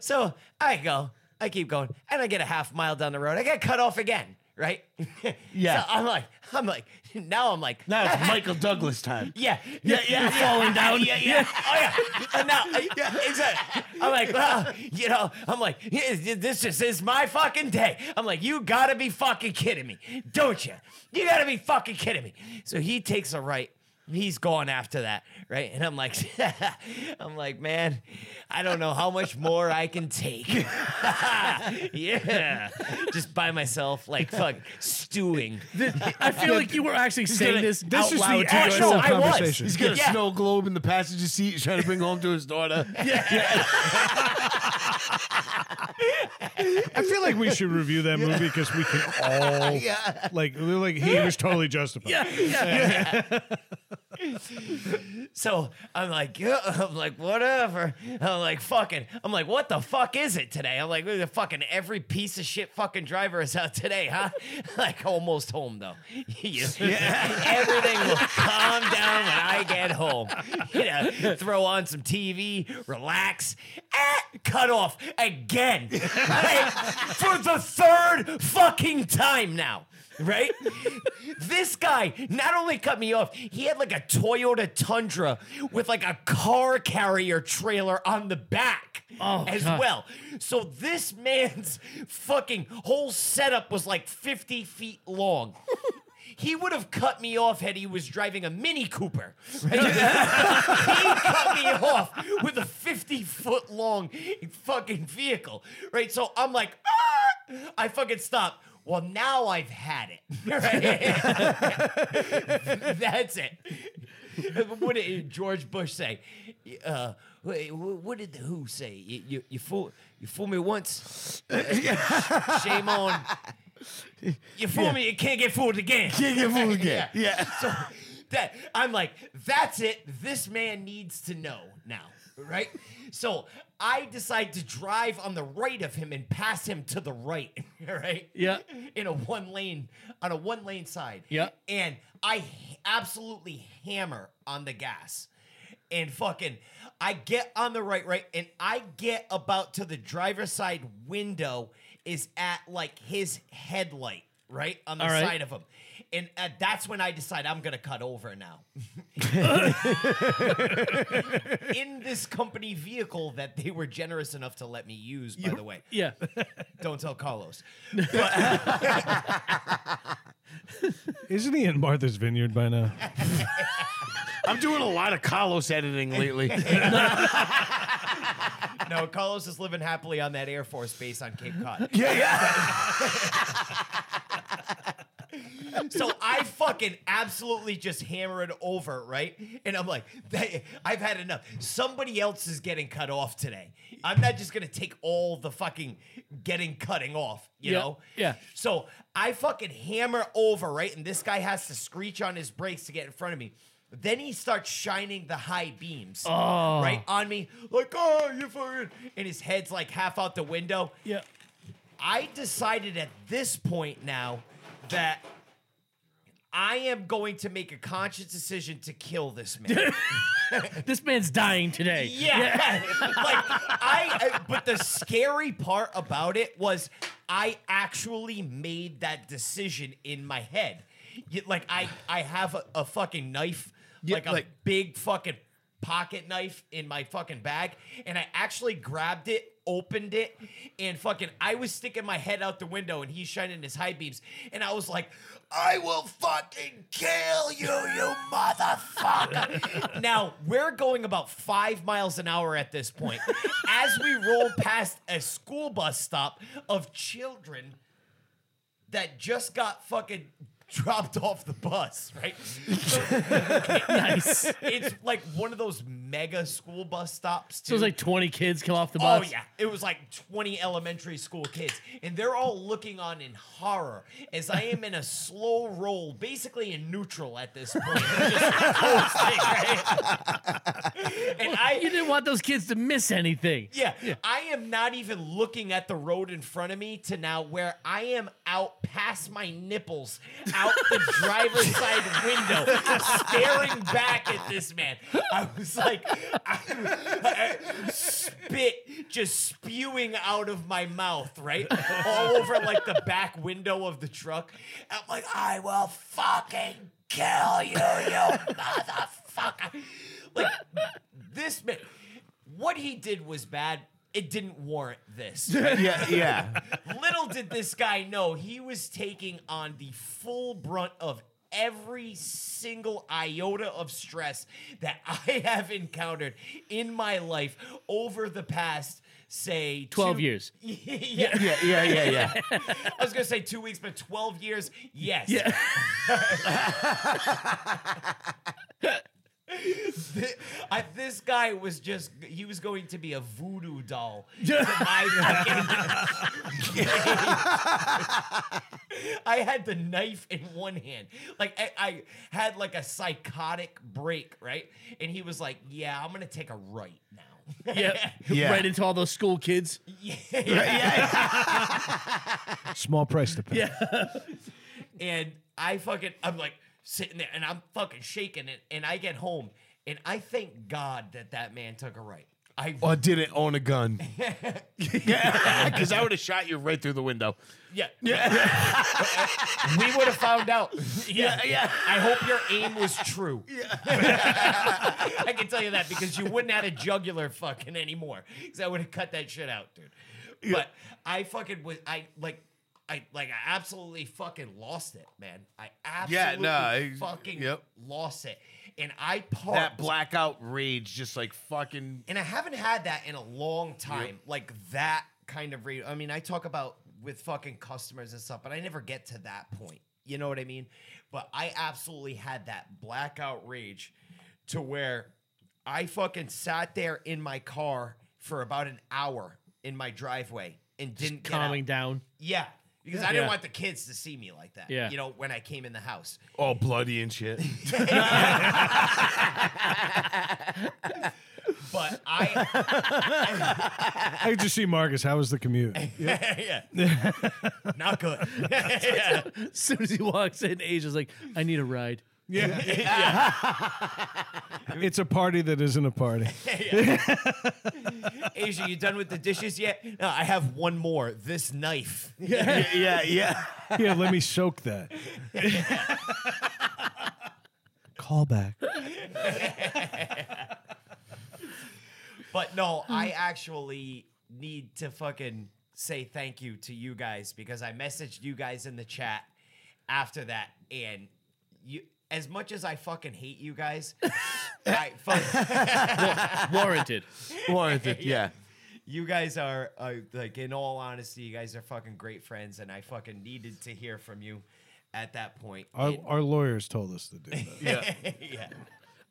S4: so I go, I keep going, and I get a half mile down the road. I get cut off again, right?
S1: Yeah.
S4: So I'm like, I'm like, now I'm like,
S1: Now it's Michael Douglas time.
S4: yeah, yeah, yeah, falling down. Yeah, yeah. Oh yeah. And now, yeah, exactly. I'm like, well, you know, I'm like, yeah, this just is my fucking day. I'm like, you gotta be fucking kidding me, don't you? You gotta be fucking kidding me. So he takes a right. He's gone after that, right? And I'm like, I'm like, man, I don't know how much more I can take. yeah, just by myself, like fuck, stewing.
S3: I feel like you were actually saying
S4: gonna-
S3: this.
S2: This
S3: out
S2: is
S3: loud
S2: the
S3: to
S2: actual
S3: yourself.
S4: I was.
S2: conversation.
S1: He's got a
S4: Yeah.
S1: snow globe in the passenger seat. He's trying to bring home to his daughter.
S2: I feel like we should review that movie because we can all like they're like he was totally justified.
S3: Yeah, yeah.
S4: So I'm like, yeah, I'm like, whatever. I'm like, fucking. I'm like, what the fuck is it today? I'm like, the fucking every piece of shit fucking driver is out today, huh? like almost home though. You- Everything will calm down when I get home. You know, throw on some TV, relax. Ah, cut off again Like, for the third fucking time now right? this guy not only cut me off, he had like a Toyota Tundra with like a car carrier trailer on the back
S3: Oh,
S4: as
S3: God.
S4: well. So this man's fucking whole setup was like 50 feet long. He would have cut me off had he was driving a Mini Cooper. right? he cut me off with a 50 foot long fucking vehicle. Right? So I'm like, "Ah!" I fucking stop. Well, now I've had it. Right? That's it. What did George Bush say? Uh, wait, wh- what did the Who say? You, you, you fool, you fool me once. Shame on. You fool me, you can't get fooled again.
S1: Can't get fooled again. Yeah.
S4: So that I'm like, that's it. This man needs to know now. right? So I decide to drive on the right of him and pass him to the right, right?
S3: Yeah.
S4: In a one lane, on a one lane side.
S3: Yeah.
S4: And I h- absolutely hammer on the gas. And fucking, I get on the right, right, and I get about to the driver's side window is at like his headlight, right? On the
S3: All right.
S4: side of him. And uh, that's when I decide I'm going to cut over now in this company vehicle that they were generous enough to let me use, by the way.
S3: Yeah.
S4: Don't tell Carlos.
S2: Isn't he in Martha's Vineyard by now?
S6: I'm doing a lot of Carlos editing lately.
S4: No, Carlos is living happily on that Air Force base on Cape Cod.
S6: yeah, yeah.
S4: So I fucking absolutely just hammer it over, right? And I'm like, "Hey, I've had enough. Somebody else is getting cut off today. I'm not just gonna take all the fucking getting cutting off, you
S3: Yeah,
S4: know?
S3: yeah.
S4: So I fucking hammer over, right? And this guy has to screech on his brakes to get in front of me. Then he starts shining the high beams, right, on me, like, oh, you fucking, and his head's like half out the window.
S3: Yeah.
S4: I decided at this point now that I am going to make a conscious decision to kill this man.
S3: This man's dying today.
S4: yeah. like I uh, but the scary part about it was I actually made that decision in my head. Y- Like I I have a, a fucking knife, like a
S1: like-
S4: big fucking pocket knife in my fucking bag and I actually grabbed it opened it and fucking I was sticking my head out the window and he's shining his high beams and I was like I will fucking kill you you motherfucker now we're going about five miles an hour at this point as we roll past a school bus stop of children that just got fucking dropped off the bus right
S3: Nice.
S4: it's like one of those mega school bus stops too.
S3: So it was like 20 kids come off the
S4: Oh
S3: bus.
S4: yeah, it was like 20 elementary school kids, and they're all looking on in horror as I am in a slow roll, basically in neutral at this point. Just coasting, right? and I,
S3: You didn't want those kids to miss anything.
S4: yeah, I am not even looking at the road in front of me to now where I am out past my nipples, out the driver's side window, staring back at this man. I was like, I- I- spit just spewing out of my mouth, right? All over like the back window of the truck. I'm like, I will fucking kill you, you motherfucker. Like, this man what he did was bad. It didn't warrant this. right?
S6: Yeah, yeah.
S4: Little did this guy know he was taking on the full brunt of every single iota of stress that I have encountered in my life over the past, say,
S3: 12
S4: two-
S3: years.
S4: yeah,
S6: Yeah, yeah, yeah, yeah.
S4: I was gonna say two weeks, but 12 years, yes.
S3: Yeah.
S4: Th- I, this guy was just, he was going to be a voodoo doll. to my fucking- I had the knife in one hand. Like, I, I had like a psychotic break, right? And he was like, yeah, I'm gonna take a right now.
S3: Yep.
S6: Yeah.
S3: Right into all those school kids.
S2: Small price to pay.
S3: Yeah.
S4: and I fucking I'm like sitting there and I'm fucking shaking it and I get home and I thank God that that man took a right. I
S1: Or didn't own a gun.
S6: Yeah, because I would have shot you right through the window.
S4: yeah yeah we would have found out. Yeah,
S6: yeah.
S4: I hope your aim was true. I can tell you that because you wouldn't have had a jugular fucking anymore because I would have cut that shit out, dude. But I fucking was I like. I like I absolutely fucking lost it, man. I
S6: Yeah,
S4: absolutely
S6: no, I-
S4: fucking
S6: yep.
S4: lost it, and I parked
S6: That blackout rage, just like fucking.
S4: and I haven't had that in a long time. Like that kind of radio. I mean, I talk about with fucking customers and stuff, but I never get to that point. You know what I mean? But I absolutely had that blackout rage to where I fucking sat there in my car for about an hour in my driveway and didn't get out.
S3: Calming down.
S4: Yeah. Because I didn't
S3: Yeah.
S4: want the kids to see me like that.
S3: Yeah.
S4: You know, when I came in the house.
S1: All bloody and shit.
S4: But I,
S2: I could just see Marcus. How was the commute?
S4: yeah, not good. Yeah.
S3: As soon as he walks in, Asia's like, I need a ride.
S2: It's a party that isn't a party.
S4: Asia, you done with the dishes yet? No, I have one more. This knife.
S6: yeah, yeah, yeah.
S2: Yeah, let me soak that. Callback.
S4: But no, I actually need to fucking say thank you to you guys because I messaged you guys in the chat after that, and you. As much as I fucking hate you guys, I fuck,
S3: Warranted.
S1: Warranted, yeah.
S4: you guys are uh, like, in all honesty, you guys are fucking great friends, and I fucking needed to hear from you at that point.
S1: Uh,
S2: Our, our lawyers told us to do that.
S4: yeah.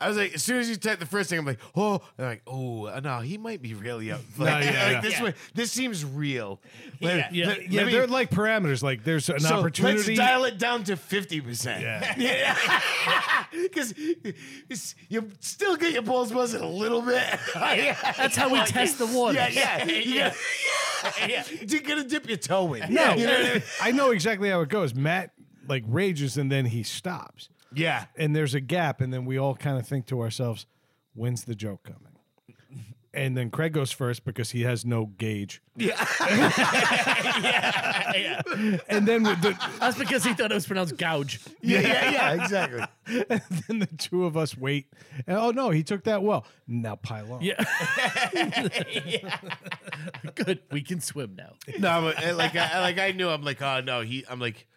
S1: I was like, as soon as you type the first thing, I'm like, oh, and I'm like, oh, no, he might be really up. Like, like,
S2: yeah, yeah.
S1: this
S4: Yeah.
S1: way, this seems real. Let-
S4: Yeah.
S3: Yeah.
S1: let-
S2: Yeah,
S1: let me-
S2: they're like parameters. Like there's an
S1: so
S2: opportunity.
S1: Let's dial it down to fifty percent.
S2: Yeah.
S1: because you still get your balls buzzing a little bit. yeah,
S3: That's how we test the water.
S1: yeah, yeah. You gotta-
S4: Yeah.
S1: You're gonna dip your toe in.
S2: no,
S1: You know what I mean?
S2: I know exactly how it goes. Matt like rages and then he stops,
S1: yeah.
S2: and there's a gap, and then we all kind of think to ourselves, "When's the joke coming?" And then Craig goes first because he has no gauge.
S4: yeah.
S2: And then with the,
S3: That's because he thought it was pronounced gouge.
S1: Yeah, yeah, yeah, exactly.
S2: then the two of us wait. And, oh no, he took that well. Now pile on.
S3: Yeah. Good. We can swim now.
S1: No, but uh, like I like I knew I'm like, oh no, he I'm like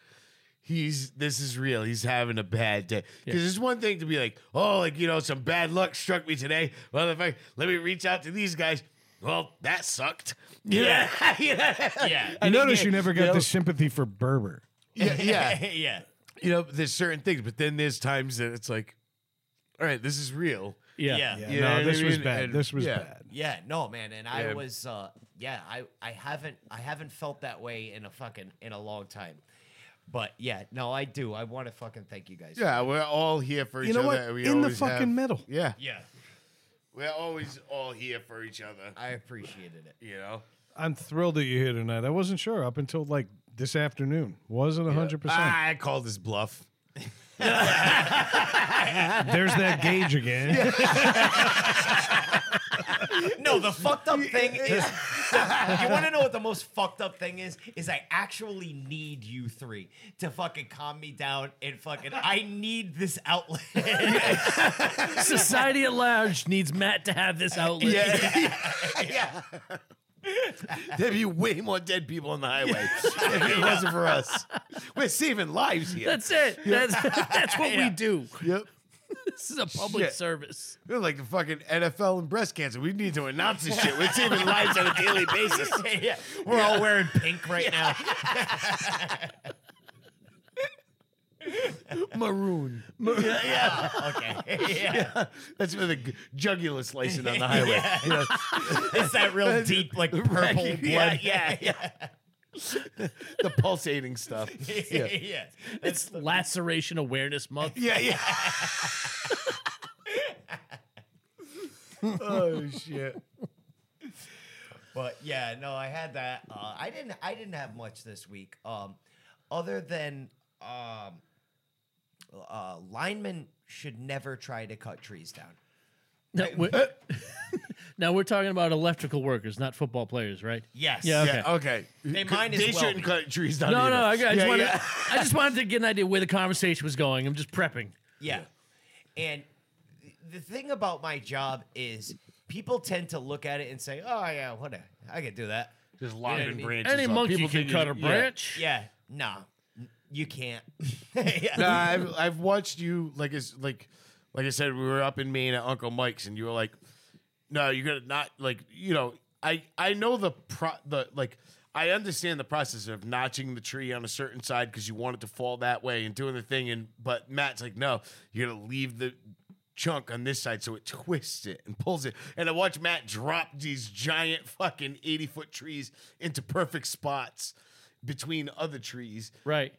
S1: he's this is real. He's having a bad day. Because it's one thing to be like, oh, like you know, some bad luck struck me today. Well, if I let me reach out to these guys, well, that sucked. Yeah. yeah.
S2: You notice you
S1: yeah,
S2: never
S1: yeah.
S2: got the sympathy for Berber.
S1: Yeah, yeah.
S4: yeah.
S1: You know, there's certain things, but then there's times that it's like, all right, this is real.
S3: Yeah.
S4: Yeah.
S1: You know
S2: no,
S1: what
S2: this
S1: I
S2: was
S1: mean?
S2: bad.
S1: And-
S2: this was
S1: yeah.
S2: bad.
S4: Yeah, no, man, and I
S1: Yeah.
S4: was, uh, yeah, I, I haven't, I haven't felt that way in a fucking in a long time, but yeah, no, I do. I want to fucking thank you guys.
S1: Yeah, we're all here for each
S2: You know
S1: other.
S2: what?
S1: We
S2: In the
S1: always have-
S2: fucking middle.
S1: Yeah.
S4: yeah,
S1: We're always all here for each other.
S4: I appreciated it.
S1: You know?
S2: I'm thrilled that you're here tonight. I wasn't sure up until like this afternoon. Wasn't 100%.
S1: I call this bluff. Ah.
S2: There's that gauge again.
S4: No, the fucked up thing is, you want to know what the most fucked up thing is? Is I actually need you three to fucking calm me down and fucking, I need this outlet.
S3: Society at large needs Matt to have this outlet.
S1: There'd be way more dead people on the highway if it wasn't for us. We're saving lives here.
S3: That's it. That's, that's what we do.
S1: yep.
S3: This is a public
S1: Shit.
S3: service.
S1: We're like the fucking NFL and breast cancer. We need to announce this shit. We're saving lives on a daily basis.
S4: yeah, we're all wearing pink right now.
S1: Maroon.
S4: Okay, yeah.
S1: That's with a g- jugular slicing on the highway. You know,
S4: It's that real deep, like purple blood.
S1: Yeah, yeah, the pulsating stuff.
S4: yeah.
S1: Yeah.
S3: It's Laceration Awareness Month.
S1: Yeah, yeah. oh shit.
S4: But yeah, no, I had that. Uh, I didn't. I didn't have much this week. Um, other than um, uh, linemen should never try to cut trees down.
S3: Now we're, now we're talking about electrical workers, not football players, right?
S4: Yes.
S3: Yeah, okay.
S1: Yeah, okay. They
S4: might as
S1: They
S4: well
S1: shouldn't
S4: be.
S1: cut trees down.
S3: No,
S1: either.
S3: no, I, I just
S1: Yeah,
S3: wanted,
S1: yeah.
S3: I just wanted to get an idea where the conversation was going. I'm just prepping.
S4: Yeah. And th- the thing about my job is people tend to look at it and say, "Oh yeah, whatever. I could do that."
S1: Just lobbing
S4: mean?
S1: branches.
S3: Any
S1: up.
S3: monkey
S1: People
S3: can
S1: think
S3: cut
S1: you-
S3: a branch.
S4: Yeah. Nah. n- You can't. yeah.
S1: Yeah. Nah, I've I've watched you like it's like like I said we were up in Maine at Uncle Mike's and you were like, no, you're gonna not like you know I I know the pro the like. I understand the process of notching the tree on a certain side because you want it to fall that way and doing the thing, and but Matt's like, no, you're gonna leave the chunk on this side so it twists it and pulls it. And I watch Matt drop these giant fucking eighty foot trees into perfect spots between other trees,
S3: Right.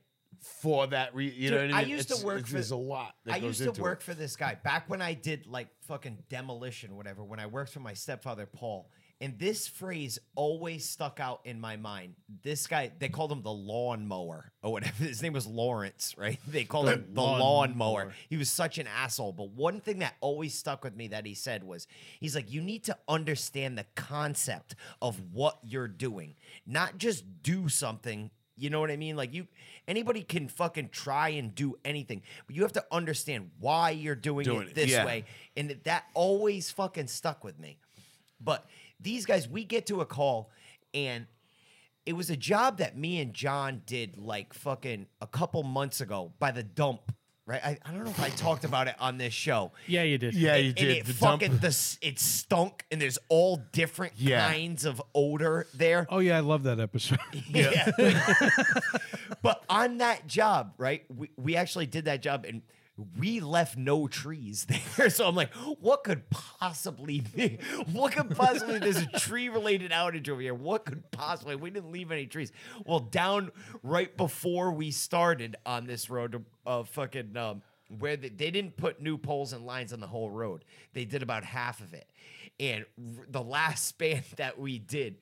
S1: for that reason. You know
S4: Dude,
S1: what I mean?
S4: I used to
S1: It's-
S4: work
S1: it's-
S4: for-
S1: There's a lot. That
S4: I
S1: goes
S4: used to
S1: into it.
S4: work for this guy back when I did like fucking demolition, whatever. When I worked for my stepfather Paul, and this phrase always stuck out in my mind. This guy, they called him the lawnmower or whatever. His name was Lawrence, right? They called him the lawnmower. He was such an asshole. But one thing that always stuck with me that he said was, he's like, you need to understand the concept of what you're doing, not just do something you know what I mean? Like you, anybody can fucking try and do anything, but you have to understand why you're doing,
S1: Doing
S4: it
S1: it,
S4: this
S1: yeah.
S4: way, and that- that always fucking stuck with me. But these guys, we get to a call, and it was a job that me and John did like fucking a couple months ago by the dump. Right? I, I don't know if I talked about it on this show.
S3: Yeah, you did.
S1: Yeah, you
S4: And
S1: did.
S4: it
S1: The dump-
S4: fucking the s it stunk, and there's all different
S1: Yeah.
S4: kinds of odor there.
S2: Oh yeah, I love that episode.
S4: Yeah. but on that job, right? We, we actually did that job and we left no trees there. So I'm like, what could possibly be? What could possibly there's a tree related outage over here? What could possibly we didn't leave any trees? Well, down right before we started on this road of fucking um where they, they didn't put new poles and lines on the whole road. They did about half of it. And r- the last span that we did,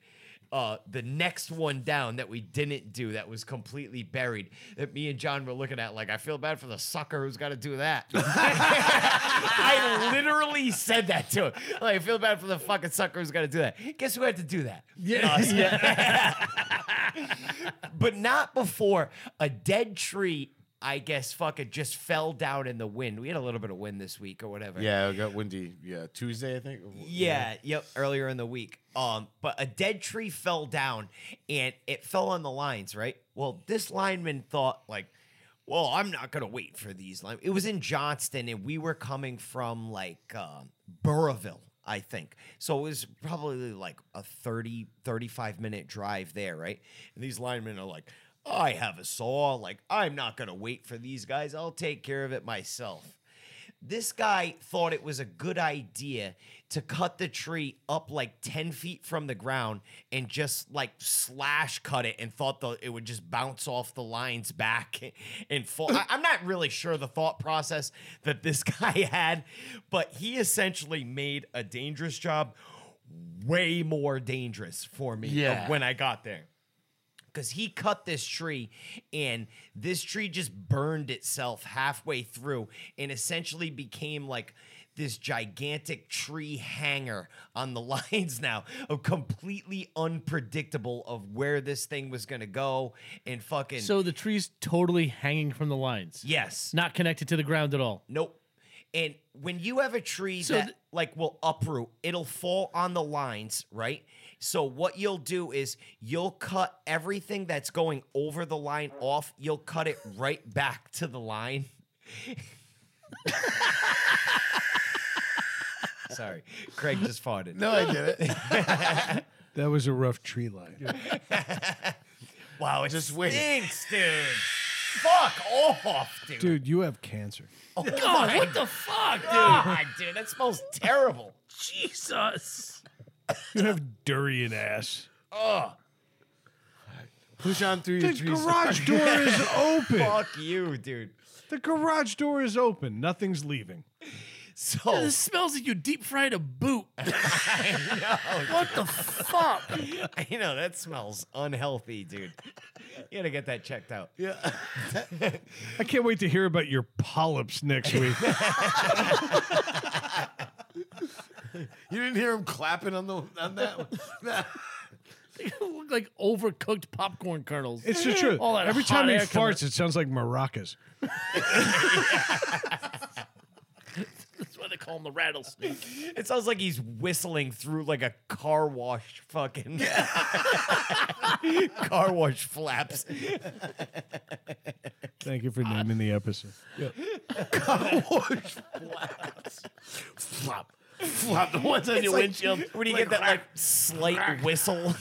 S4: uh, the next one down that we didn't do that was completely buried that me and John were looking at like I feel bad for the sucker who's got to do that. I literally said that to him. Like I feel bad for the fucking sucker who's got to do that. Guess who had to do that? Yeah. but not before a dead tree. I guess fucking just fell down in the wind. We had a little bit of wind this week or whatever.
S1: Yeah, it got windy. Yeah, Tuesday I think.
S4: Yeah, yep, earlier in the week. Um, but a dead tree fell down and it fell on the lines, right? Well, this lineman thought like, well, I'm not gonna wait for these lines. It was in Johnston and we were coming from like um Burrillville, I think. So it was probably like a 30, 35 minute drive there, right? And these linemen are like, I have a saw, like, I'm not gonna wait for these guys, I'll take care of it myself this guy thought it was a good idea to cut the tree up like 10 feet from the ground and just like slash cut it and thought the, it would just bounce off the lines back and fall. I, I'm not really sure the thought process that this guy had, but he essentially made a dangerous job way more dangerous for me
S6: Yeah.
S4: when I got there because he cut this tree and this tree just burned itself halfway through and essentially became like this gigantic tree hanger on the lines now of completely unpredictable of where this thing was gonna go and fucking
S3: So the tree's totally hanging from the lines.
S4: yes
S3: Not connected to the ground at all.
S4: Nope. And when you have a tree
S3: So
S4: that
S3: th-
S4: like will uproot, it'll fall on the lines, right? So what you'll do is you'll cut everything that's going over the line off. You'll cut it right back to the line. Sorry, Craig just farted.
S1: No, I did it.
S2: that was a rough tree line.
S4: Wow, it
S1: Just wait.
S4: stinks, dude. Fuck off, dude.
S2: Dude, you have cancer.
S4: God, what the fuck, dude? God, dude, that smells terrible.
S3: Jesus.
S2: You have durian ass.
S1: Push on through
S2: The
S1: your trees. Oh,
S2: garage door is open.
S4: Fuck you, dude.
S2: The garage door is open. Nothing's leaving.
S4: So
S3: This smells like you deep fried a boot.
S4: What the fuck? I know that smells unhealthy, dude. You gotta get that checked out.
S2: I can't wait to hear about your polyps next week.
S1: You didn't hear him clapping on the on that one.
S3: They look like overcooked popcorn kernels.
S2: It's the truth.
S3: All that
S2: Every
S3: hot
S2: time he
S3: air coming-
S2: farts, it sounds like maracas.
S3: That's why they call him the rattlesnake.
S4: It sounds like he's whistling through like a car wash fucking car wash flaps.
S2: Thank you for naming the episode.
S6: Flop. Flop. The ones on your
S4: like-
S6: windshield.
S4: When do you get that like slight whistle?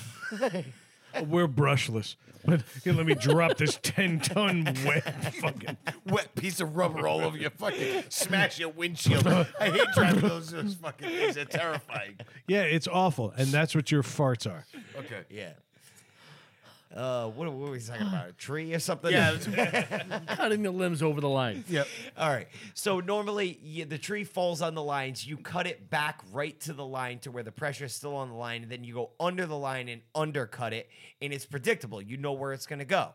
S2: We're brushless, but you let me drop this ten-ton wet fucking.
S1: Wet piece of rubber all over your fucking smash your windshield. I hate driving those, those fucking things. They're terrifying.
S2: Yeah, it's awful, and that's what your farts are.
S1: Okay.
S4: Yeah. uh, what, what were we talking about? A tree or something?
S3: cutting the limbs over the line.
S2: Yep.
S4: All right. So normally you, the tree falls on the lines. You cut it back right to the line to where the pressure is still on the line, and then you go under the line and undercut it, and it's predictable. You know where it's gonna go,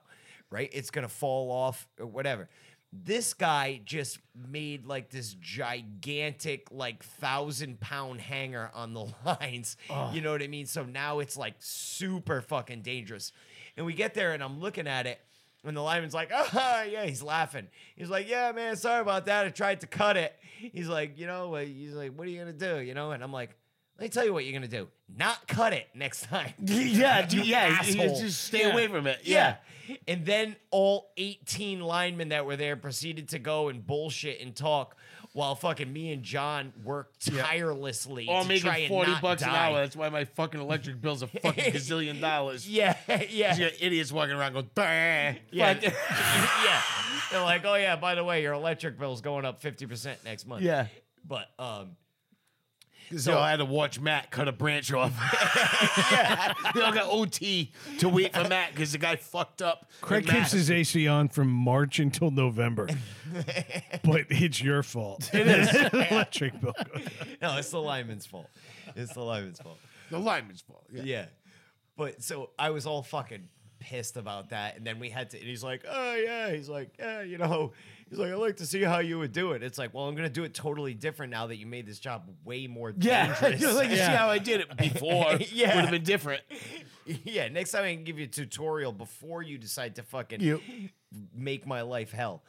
S4: right? It's gonna fall off or whatever. This guy just made like this gigantic, like thousand pound hanger on the lines. You know what I mean? So now it's like super fucking dangerous. And we get there, and I'm looking at it. And the lineman's like, oh, yeah, he's laughing. He's like, yeah, man, sorry about that. I tried to cut it. He's like, you know, uh, he's like, what are you going to do? You know, and I'm like, let me tell you what you're going to do. Not cut it next time.
S6: Yeah,
S4: You
S6: dude, yeah. you- you
S4: asshole.
S6: Just stay
S3: Yeah.
S6: away from it.
S4: Yeah. And then all 18 linemen that were there proceeded to go and bullshit and talk while fucking me and John worked tirelessly
S6: Or
S4: to try
S6: making
S4: and
S6: forty
S4: not
S6: bucks an
S4: die.
S6: hour. That's why my fucking electric bill's a fucking gazillion dollars.
S4: Yeah, yeah.
S6: You got idiots walking around going, bah.
S4: Yeah. yeah. They're like, oh yeah, by the way, your electric bill's going up fifty percent next month.
S6: Yeah.
S4: But um
S6: So I had to watch Matt cut a branch off. yeah. They all got OT to wait for Matt because the guy fucked up.
S2: Craig
S6: And Matt-
S2: keeps his AC on from March until November, but it's your fault. It is electric bill.
S4: no, it's the lineman's fault. It's the lineman's fault.
S1: The lineman's fault. Yeah.
S4: Yeah. But so I was all fucking pissed about that. And then we had to, and he's like, oh, yeah. He's like, yeah, you know, he's like, I'd like to see how you would do it. It's like, well, I'm going to do it totally different now that you made this job way more
S6: Yeah.
S4: dangerous.
S6: You're like, you see
S3: Yeah.
S6: how I did it before?
S4: Yeah.
S6: Would have been different.
S4: yeah, next time I can give you a tutorial before you decide to fucking make my life hell.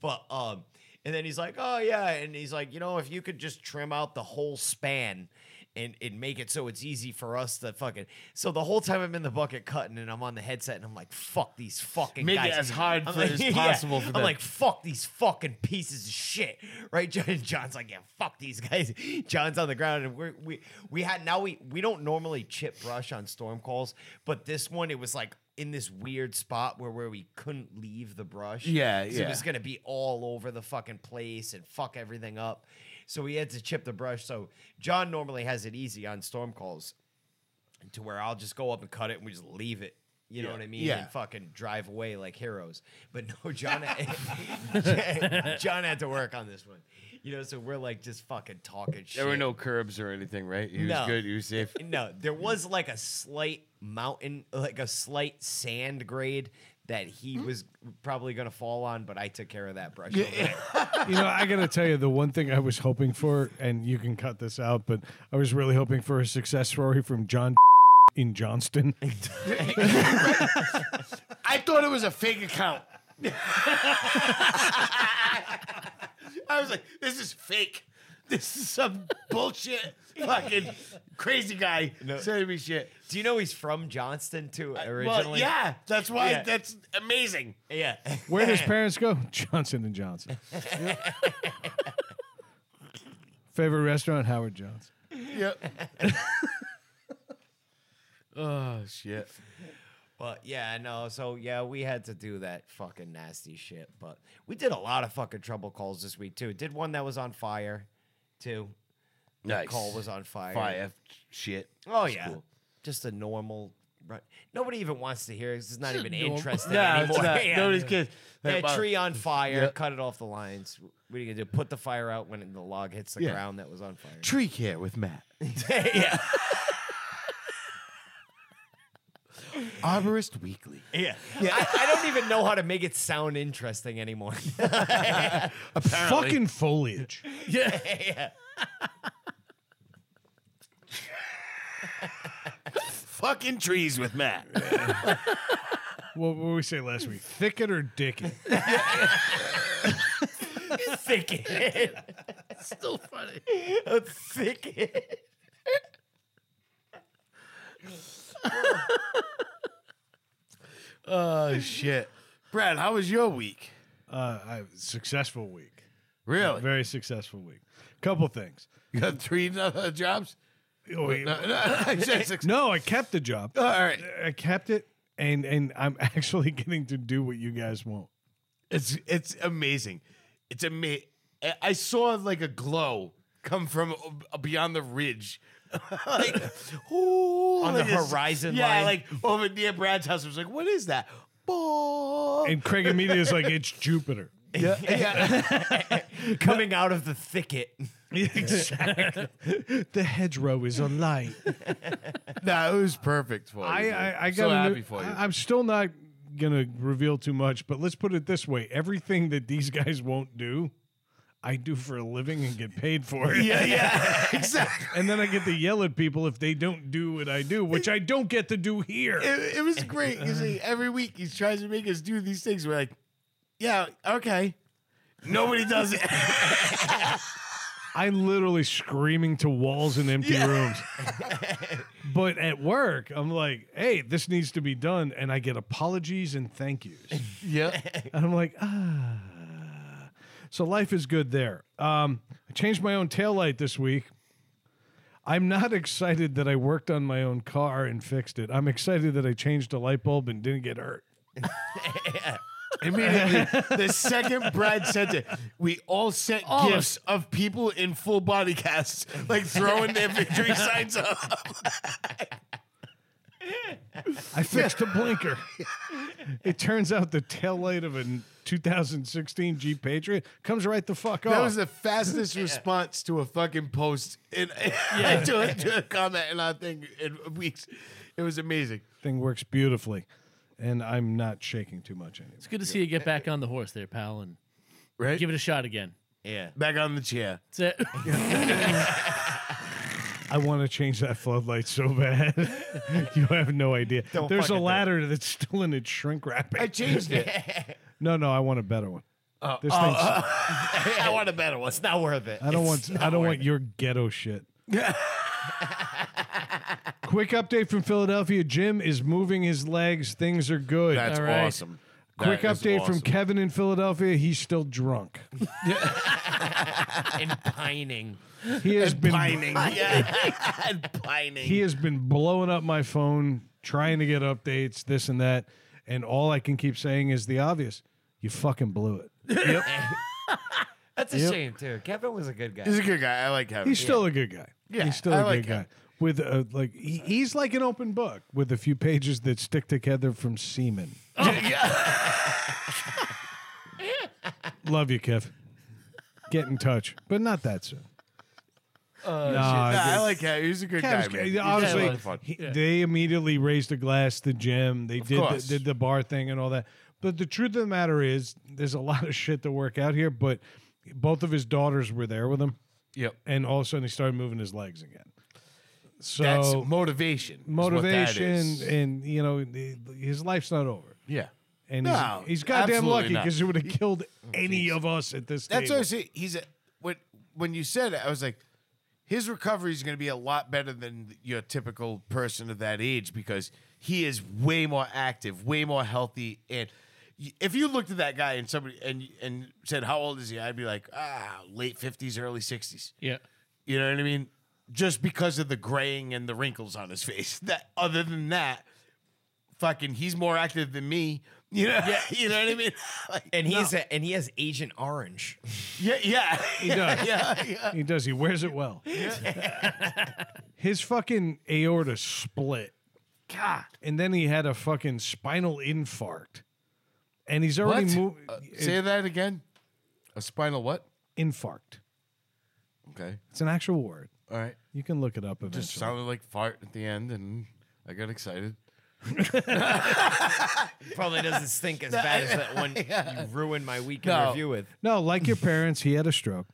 S4: But um and then he's like, "Oh yeah." And he's like, "You know, if you could just trim out the whole span and and make it so it's easy for us to fucking." So the whole time I'm in the bucket cutting and I'm on the headset and I'm like, "Fuck these fucking
S6: Make it
S4: guys."
S6: as hard
S4: I'm
S6: for- as possible for
S4: I'm
S6: them.
S4: like, "Fuck these fucking pieces of shit." Right? John- John's like, "Yeah, fuck these guys." John's on the ground and we we we had now we we don't normally chip brush on storm calls, but this one it was like in this weird spot where where we couldn't leave the brush.
S6: Yeah,
S4: So It
S6: yeah.
S4: was gonna be all over the fucking place and fuck everything up. So we had to chip the brush. So John normally has it easy on storm calls, to where I'll just go up and cut it and we just leave it. You know what I mean?
S1: Yeah.
S4: And fucking drive away like heroes. But no, John, John had to work on this one. You know, so we're like just fucking talking shit.
S6: There were no curbs or anything, right? He was
S4: No.
S6: good. He was safe.
S4: No, there was like a slight mountain, like a slight sand grade that he was probably gonna fall on, but I took care of that brush. over there.
S2: You know, I gotta tell you, the one thing I was hoping for, and you can cut this out, but I was really hoping for a success story from John in Johnston.
S6: I thought it was a fake account. I was like, this is fake. This is some bullshit fucking crazy guy sending me shit.
S4: Do you know he's from Johnston too originally?
S6: Well, yeah, that's why
S4: Yeah.
S6: that's amazing.
S4: yeah.
S2: Where does parents go? Johnson and Johnson. Favorite restaurant? Howard Johnson.
S6: Oh shit.
S4: But yeah, no. So yeah, we had to do that fucking nasty shit. But we did a lot of fucking trouble calls this week too. Did one that was on fire, too.
S6: Nice.
S4: Call was on fire.
S6: fire shit.
S4: Oh
S6: That's
S4: yeah,
S6: cool.
S4: just a normal. Run. Nobody even wants to hear. it. It's not even
S3: normal.
S4: interesting
S6: No, it's
S4: anymore.
S6: not. Nobody's kidding.
S4: Yeah,
S6: Like,
S4: tree on fire.
S6: Yeah.
S4: Cut it off the lines. What are you gonna do? Put the fire out when the log hits the
S1: Yeah.
S4: ground that was on fire.
S6: Tree care with Matt.
S4: yeah,
S1: Arborist Weekly.
S4: yeah. I, I don't even know how to make it sound interesting anymore.
S2: Fucking foliage.
S3: Yeah.
S4: yeah.
S6: Fucking trees with Matt.
S2: What what did we say last week? Thicket or dicket?
S4: Thicket.
S3: Still funny.
S4: A thicket.
S6: oh shit. Brad, how was your week?
S2: Uh, I, successful week.
S6: Really?
S2: Very successful week. Couple things.
S6: You got three other jobs?
S2: Oh, wait.
S6: No, no, I said six.
S2: No, I kept the job. Uh,
S6: All right.
S2: I kept it, and and I'm actually getting to do what you guys want.
S1: It's it's amazing.
S6: uh,
S1: It's amazing. I saw like a glow come from beyond the ridge
S6: like, ooh,
S4: On the
S6: like this-
S4: horizon
S6: yeah,
S4: line.
S6: like over near Brad's house. I was like, what is that? Ball.
S2: And Craig immediately is like, it's Jupiter.
S4: coming out of the thicket.
S2: The hedgerow is on light.
S1: That was perfect for you.
S2: I,
S1: dude.
S2: I, I
S1: I'm
S2: got
S1: so happy for you.
S2: I, am still not gonna reveal too much, but let's put it this way: everything that these guys won't do, I do for a living and get paid for it. Yeah, yeah, exactly. and then I get to yell at people if they don't do what I do, which I don't get to do here.
S6: it, it was great. You see, every week he tries to make us do these things. We're like, yeah, okay. Nobody does it.
S2: I'm literally screaming to walls in empty rooms. but at work, I'm like, hey, this needs to be done. And I get apologies and thank yous.
S1: yeah.
S2: And I'm like, ah. So life is good there. Um, I changed my own taillight this week. I'm not excited that I worked on my own car and fixed it. I'm excited that I changed a light bulb and didn't get hurt.
S6: Immediately, the second Brad sent it, we all sent
S1: Oh.
S3: of
S6: gifts of people in full body casts, like throwing their victory signs up.
S2: I fixed a blinker. it turns out the taillight of a 2016 Jeep Patriot comes right the fuck off.
S1: That was the fastest response to a fucking post in to, a, to a comment in our thing in weeks. It was amazing.
S2: thing works beautifully, and I'm not shaking too much anymore.
S7: It's good to see you get back on the horse there, pal, and
S1: Right?
S7: give it a shot again.
S4: Yeah.
S1: Back on the chair.
S7: That's it.
S2: I want to change that floodlight so bad. you have no idea. There's a ladder that's still in its shrink wrapping.
S1: I Uh, changed it.
S2: no, no, I want a better one. this thing's,
S4: I want a better one. It's not worth it.
S2: I don't
S4: It's
S2: want. I
S4: not
S2: don't
S4: worth
S2: want
S4: it.
S2: your ghetto shit. Quick update from Philadelphia. Jim is moving his legs. Things are good.
S1: That's
S7: All right.
S1: awesome.
S2: Quick
S1: That is
S2: update from
S1: awesome.
S2: Kevin in Philadelphia. He's still drunk.
S4: and pining.
S2: He has been
S4: Yeah. and pining.
S2: he has been blowing up my phone trying to get updates, this and that, and all I can keep saying is the obvious. You fucking blew it.
S4: That's a shame too. Kevin was a good guy.
S1: He's a good guy. I like Kevin.
S2: He's still a good guy. Yeah, he's still
S1: I
S2: a
S1: like
S2: good
S1: him.
S2: guy. With a, like he, he's like an open book with a few pages that stick together from semen. Love you, Kev. Get in touch, but not that soon. Nah,
S1: Uh, Nah,
S2: dude.
S1: I like Kevin. He's a good
S2: Cavs-
S1: guy, man. He's
S2: Honestly,
S1: a lot of fun.
S2: he- they immediately raised the glass, the gym. They did the,
S1: course.
S2: did the bar thing and all that. But the truth of the matter is, there's a lot of shit to work out here. But both of his daughters were there with him,
S1: Yep.
S2: and all of a sudden he started moving his legs again. So
S1: That's motivation. is what that
S2: motivation,
S1: is.
S2: and you know, the- his life's not over.
S1: yeah.
S2: And
S1: No,
S2: he's, he's goddamn
S1: absolutely
S2: lucky
S1: not.
S2: because it would have killed any of us at this.
S1: That's what I
S2: table.
S1: say. He's a, when when you said it, I was like, his recovery is going to be a lot better than your typical person of that age because he is way more active, way more healthy, and y- if you looked at that guy and somebody and and said how old is he, I'd be like, ah, late fifties, early sixties.
S7: Yeah.
S1: You know what I mean? Just because of the graying and the wrinkles on his face. That other than that, fucking, he's more active than me. You know, you know what I mean? Like,
S4: and he's a, and he has Agent Orange.
S1: yeah, yeah,
S2: he does.
S1: yeah, yeah.
S2: He does. He wears it well. His fucking aorta split. God. And then he had a fucking spinal infarct. And he's already
S1: What?
S2: moved.
S1: Uh, say that again. A spinal what?
S2: infarct.
S1: Okay.
S2: It's an actual word.
S1: All right.
S2: You can look it up eventually.
S1: Just sounded like fart at the end, and I got excited.
S4: Probably doesn't stink as bad as that one you ruined my weekend
S1: No.
S4: review with.
S2: no, like your parents, he had a stroke.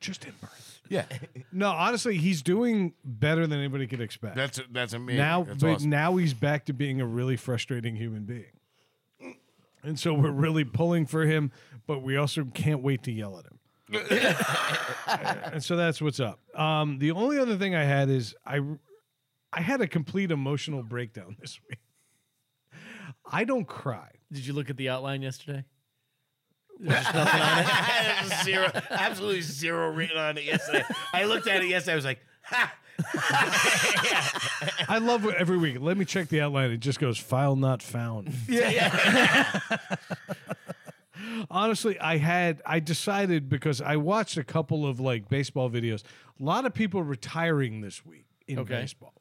S2: Just in birth.
S1: Yeah,
S2: No, honestly, he's doing better than anybody could expect.
S1: that's that's amazing.
S2: now
S1: that's
S2: but
S1: awesome.
S2: now he's back to being a really frustrating human being and so we're really pulling for him but we also can't wait to yell at him and so that's what's up um, the only other thing i had is i i had a complete emotional breakdown this week i don't cry
S7: Did you look at the outline yesterday?
S6: zero, absolutely zero written on it yesterday. I looked at it yesterday. I was like,
S2: i love what- every week let me check the outline it just goes file not found honestly, I had I decided because I watched a couple of like baseball videos. A lot of people retiring this week in
S3: Okay.
S2: baseball.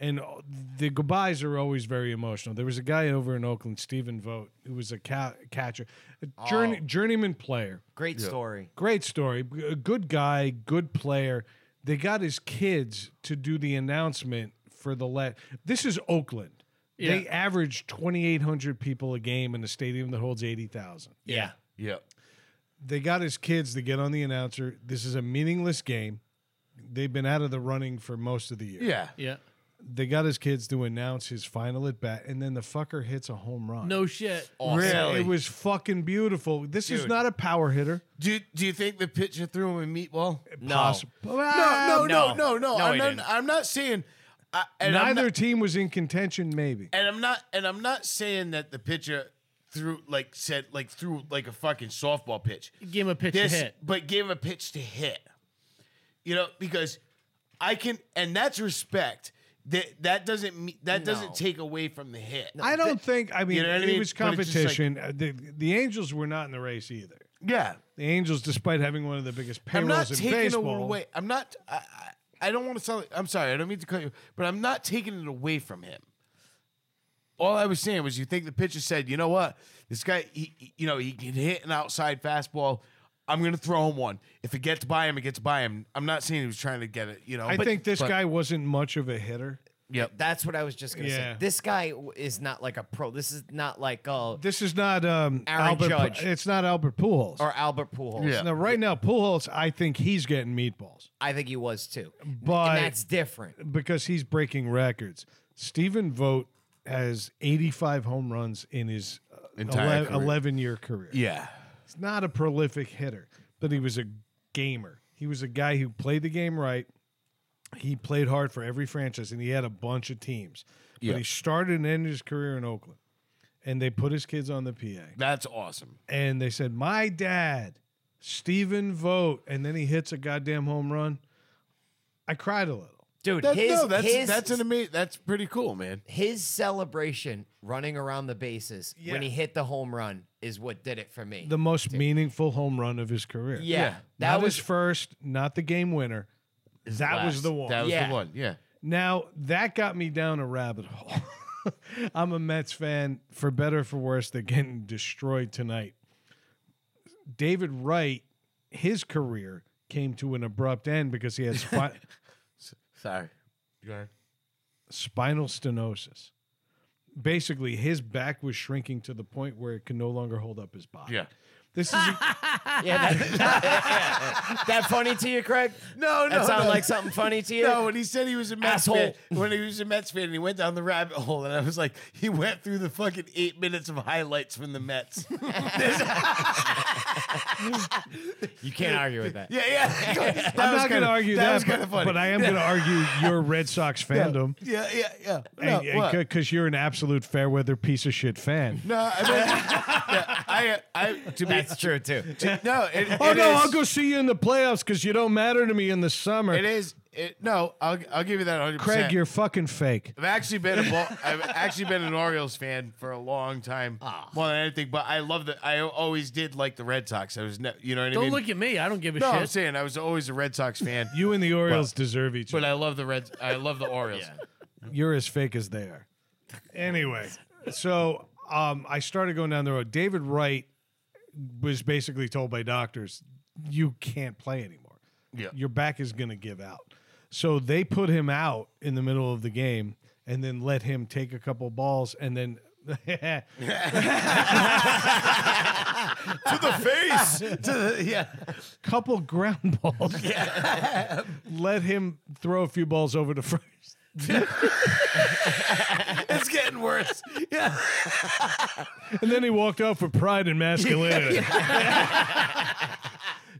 S2: And uh, the goodbyes are always very emotional. There was a guy over in Oakland, Stephen Vogt, who was a ca- catcher, a journey, journeyman player
S4: Great story.
S2: great story. A good guy, good player. They got his kids to do the announcement for the let. This is Oakland. They
S3: Yeah.
S2: average 2,800 people a game in a stadium that holds 80,000.
S4: Yeah.
S1: Yeah.
S2: They got his kids to get on the announcer. This is a meaningless game. They've been out of the running for most of the year.
S1: Yeah.
S3: Yeah.
S2: They got his kids to announce his final at bat, and then the fucker hits a home run.
S3: No shit.
S1: Really?
S2: It was fucking beautiful. This is not a power hitter.
S1: Do Do you think the pitcher threw him a meatball?
S4: No.
S2: Uh,
S1: No, no, no,
S2: No,
S4: No.
S1: no, no.
S4: No,
S1: I'm,
S4: he
S1: not,
S4: didn't.
S1: I'm not saying. I, and I'm
S2: Neither
S1: not,
S2: team was in contention, maybe.
S1: and I'm not. And I'm not saying that the pitcher threw like said like threw like a fucking softball pitch.
S3: Give him a pitch to
S1: This,
S3: hit.
S1: but gave him a pitch to hit. You know, because I can, and that's respect. That that doesn't me- that doesn't take away from the hit.
S2: I don't think. I mean,
S1: know what I
S2: it
S1: mean?
S2: was
S1: But it's just like-
S2: competition. Uh, the, the Angels were not in the race either.
S1: yeah,
S2: The Angels, despite having one of the biggest
S1: I'm not
S2: payrolls in
S1: taking
S2: baseball,
S1: it away. I'm not. I, I, I don't want to sound. Like, I'm sorry. I don't mean to cut you, but I'm not taking it away from him. All I was saying was, you think the pitcher said, you know what, this guy, he, he- you know, he can hit an outside fastball. I'm going to throw him one. If it gets by him, it gets by him. I'm not saying he was trying to get it. You know,
S2: I
S1: but-
S2: think this
S1: but-
S2: guy wasn't much of a hitter.
S1: Yep.
S4: That's what I was just gonna
S2: Yeah.
S4: say. This guy w- is not like a pro. This is not like oh
S2: This is not um,
S4: Aaron
S2: Albert.
S4: Judge.
S2: Pu- It's not Albert Pujols.
S4: or Albert Pujols.
S1: Yeah.
S2: Now, right now, Pujols, I think he's getting meatballs
S4: I think he was too.
S2: But-
S4: and that's different.
S2: because he's breaking records. Steven Vogt has 85 home runs in his uh,
S1: Entire career.
S2: 11 year career.
S1: Yeah.
S2: He's not a prolific hitter, but he was a gamer. He was a guy who played the game right. He played hard for every franchise, and he had a bunch of teams.
S1: Yeah.
S2: But he started and ended his career in Oakland, and they put his kids on the PA,
S1: That's awesome.
S2: and they said, "My dad, Steven Vogt," and then he hits a goddamn home run. I cried a little.
S4: Dude,
S1: That,
S4: his,
S1: no, that's
S4: his,
S1: that's an amazing. That's pretty cool, man.
S4: his celebration running around the bases when he hit the home run is what did it for me.
S2: The most meaningful home run of his career.
S4: yeah,
S2: that
S4: that
S2: was
S4: was
S2: first, not the game winner. That was the one.
S1: That was
S4: Yeah.
S1: the one. Yeah.
S2: Now that got me down a rabbit hole. I'm a Mets fan, for better or for worse. They're getting destroyed tonight. David Wright, his career came to an abrupt end because he had spi-
S1: Sorry. Go ahead.
S2: spinal stenosis. Basically, his back was shrinking to the point where it could no longer hold up his body.
S1: Yeah.
S2: This is a-
S4: yeah, that, that funny to you, Craig?
S1: No, no.
S4: That sound
S1: no.
S4: like something funny to you?
S1: No, when he said he was a Mets
S4: Asshole.
S1: fan, when he was a Mets fan, he went down the rabbit hole, and I was like, he went through the fucking eight minutes of highlights from the Mets.
S4: You can't argue with that.
S1: yeah, yeah. That
S2: I'm
S1: was
S2: not going
S1: kinda-
S2: to argue
S1: That
S2: that,
S1: was kind
S2: but,
S1: of funny.
S2: but I am going to argue your Red Sox fandom
S1: Yeah, yeah, yeah. No, what?
S2: because you're an absolute fair weather piece of shit fan.
S1: no I mean, yeah, I, I, to be,
S4: That's true too.
S1: to, no, it,
S2: Oh
S1: it
S2: no,
S1: is-
S2: I'll go see you in the playoffs because you don't matter to me in the summer.
S1: It is. It, no, I'll, I'll give you that 100.
S2: Craig, you're fucking fake.
S1: I've actually been a ball, I've actually been an Orioles fan for a long time, more than anything. But I love that. I always did like the Red Sox. I was, ne- you know what
S3: Don't
S1: I mean?
S3: look at me. I don't give a
S1: no, I'm
S3: shit.
S1: saying I was always a Red Sox fan.
S2: You and the Orioles deserve each
S1: But
S2: other.
S1: I love the Reds. I love the Orioles.
S2: You're as fake as they are. Anyway, so um, I started going down the road. David Wright was basically told by doctors, "You can't play anymore.
S1: Yeah.
S2: Your back is going to give out." So they put him out in the middle of the game and then let him take a couple balls and then.
S1: to the face. to the, yeah.
S2: couple ground balls. Let him throw a few balls over to first.
S1: It's getting worse. Yeah.
S2: And then he walked off with pride and masculinity.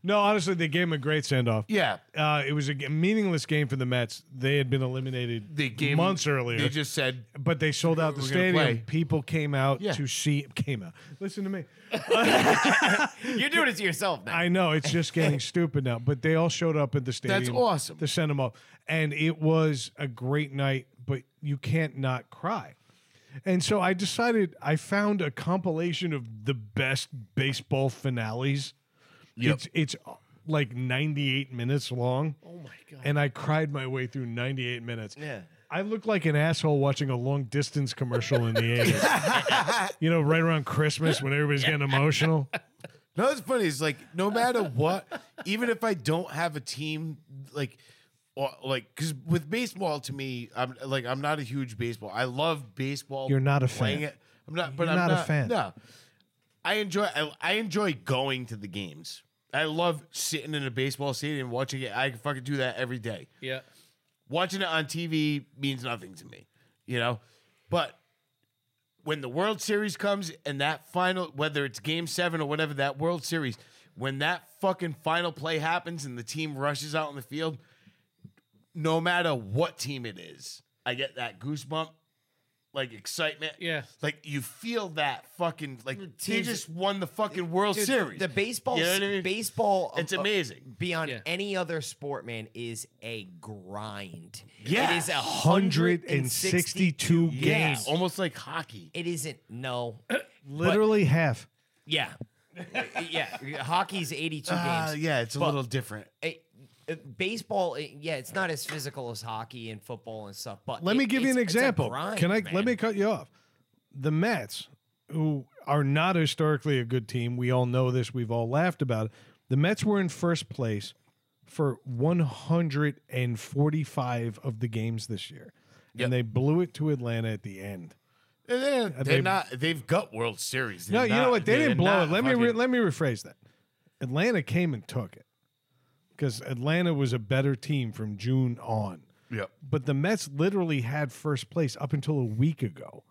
S2: no, honestly, they gave him a great send off.
S1: Yeah.
S2: Uh, it was a g- meaningless game for the Mets. They had been eliminated
S1: The game
S2: months earlier,
S1: They just said
S2: but they sold out the
S1: We're gonna
S2: stadium.
S1: play.
S2: People came out
S1: Yeah.
S2: to see. Came out. Listen to me.
S4: You're doing it to yourself now.
S2: I know it's just getting stupid now, but they all showed up at the stadium.
S1: awesome.
S2: To send them off, and it was a great night. But you can't not cry. And so I decided I found a compilation of the best baseball finales. It's it's uh, like 98 minutes long. Oh my god. And I cried my way through 98 minutes.
S4: Yeah.
S2: I look like an asshole watching a long distance commercial in the 80s. you know, right around Christmas when everybody's getting emotional.
S1: No, it's funny. It's like no matter what, even if I don't have a team, like, or like, because with baseball, to me, I'm like, I'm not a huge baseball. I love baseball.
S2: You're not a
S1: playing
S2: fan.
S1: it. I'm not, but
S2: You're
S1: I'm
S2: not
S1: not,
S2: a fan.
S1: No, I enjoy. I, I enjoy going to the games. I love sitting in a baseball stadium watching it. I can fucking do that every day.
S3: Yeah.
S1: Watching it on TV means nothing to me, you know. But when the World Series comes and that final, whether it's game seven or whatever, that World Series, when that fucking final play happens and the team rushes out on the field, no matter what team it is, I get that goosebump, like excitement.
S3: Yeah.
S1: Like you feel that fucking, like they
S4: teams-
S1: just won the fucking World
S4: Dude,
S1: Series.
S4: The baseball,
S1: You know what I mean?
S4: baseball, uh,
S1: It's amazing.
S4: Beyond
S3: Yeah.
S4: any other sport, man, is a grind.
S1: Yeah.
S4: it is a hundred and sixty.
S2: 162
S1: yeah,
S2: games.
S1: almost like hockey.
S4: It isn't no.
S2: Literally half.
S4: Yeah, yeah. Hockey's eighty-two
S1: Uh,
S4: games.
S1: yeah, it's a
S4: But-
S1: little different.
S4: It- it- baseball, it- yeah, it's not as physical as hockey and football and stuff. But
S2: Let
S4: it-
S2: me give you an
S4: it's- it's a
S2: example.
S4: grind,
S2: Can I
S4: man.
S2: let me cut you off? The Mets, who are not historically a good team, we all know this, we've all laughed about it. The Mets were in first place for 145 of the games this year. And they blew it to Atlanta at the end.
S1: And They're, they're
S2: they-
S1: not. They've got World Series.
S2: No,
S1: They're
S2: you know
S1: not-
S2: what? They
S1: they're
S2: didn't blow
S1: not
S2: it. Let me
S1: fucking-
S2: re- let me rephrase that. Atlanta came and took it because Atlanta was a better team from June on.
S1: Yep.
S2: But the Mets literally had first place up until a week ago,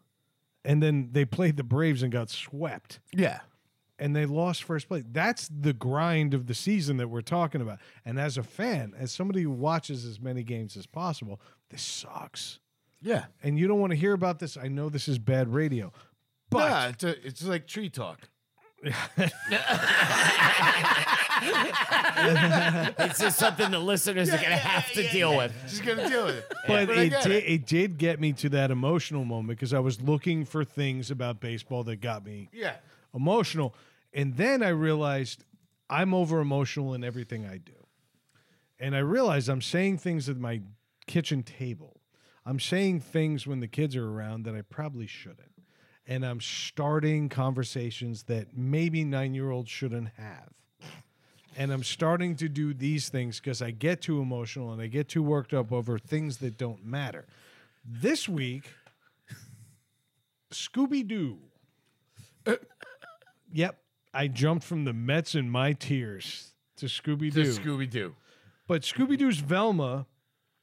S2: and then they played the Braves and got swept,
S1: Yeah.
S2: and they lost first place. That's the grind of the season that we're talking about. And as a fan, as somebody who watches as many games as possible, this sucks.
S1: Yeah.
S2: And you don't want to hear about this. I know this is bad radio, but
S1: Nah, it's, a, it's like tree talk.
S4: It's just something the listeners are gonna have to deal with.
S1: She's gonna deal with it.
S2: but
S1: I
S2: it
S1: get
S2: did, it did get me to that emotional moment because I was looking for things about baseball that got me
S1: Yeah.
S2: emotional. And then I realized I'm over emotional in everything I do. And I realized I'm saying things at my kitchen table. I'm saying things when the kids are around that I probably shouldn't. And I'm starting conversations that maybe nine year olds shouldn't have. And I'm starting to do these things because I get too emotional and I get too worked up over things that don't matter. This week, Scooby Doo. Yep. I jumped from the Mets in my tears to Scooby Doo.
S1: Scooby Doo.
S2: but Scooby Doo's Velma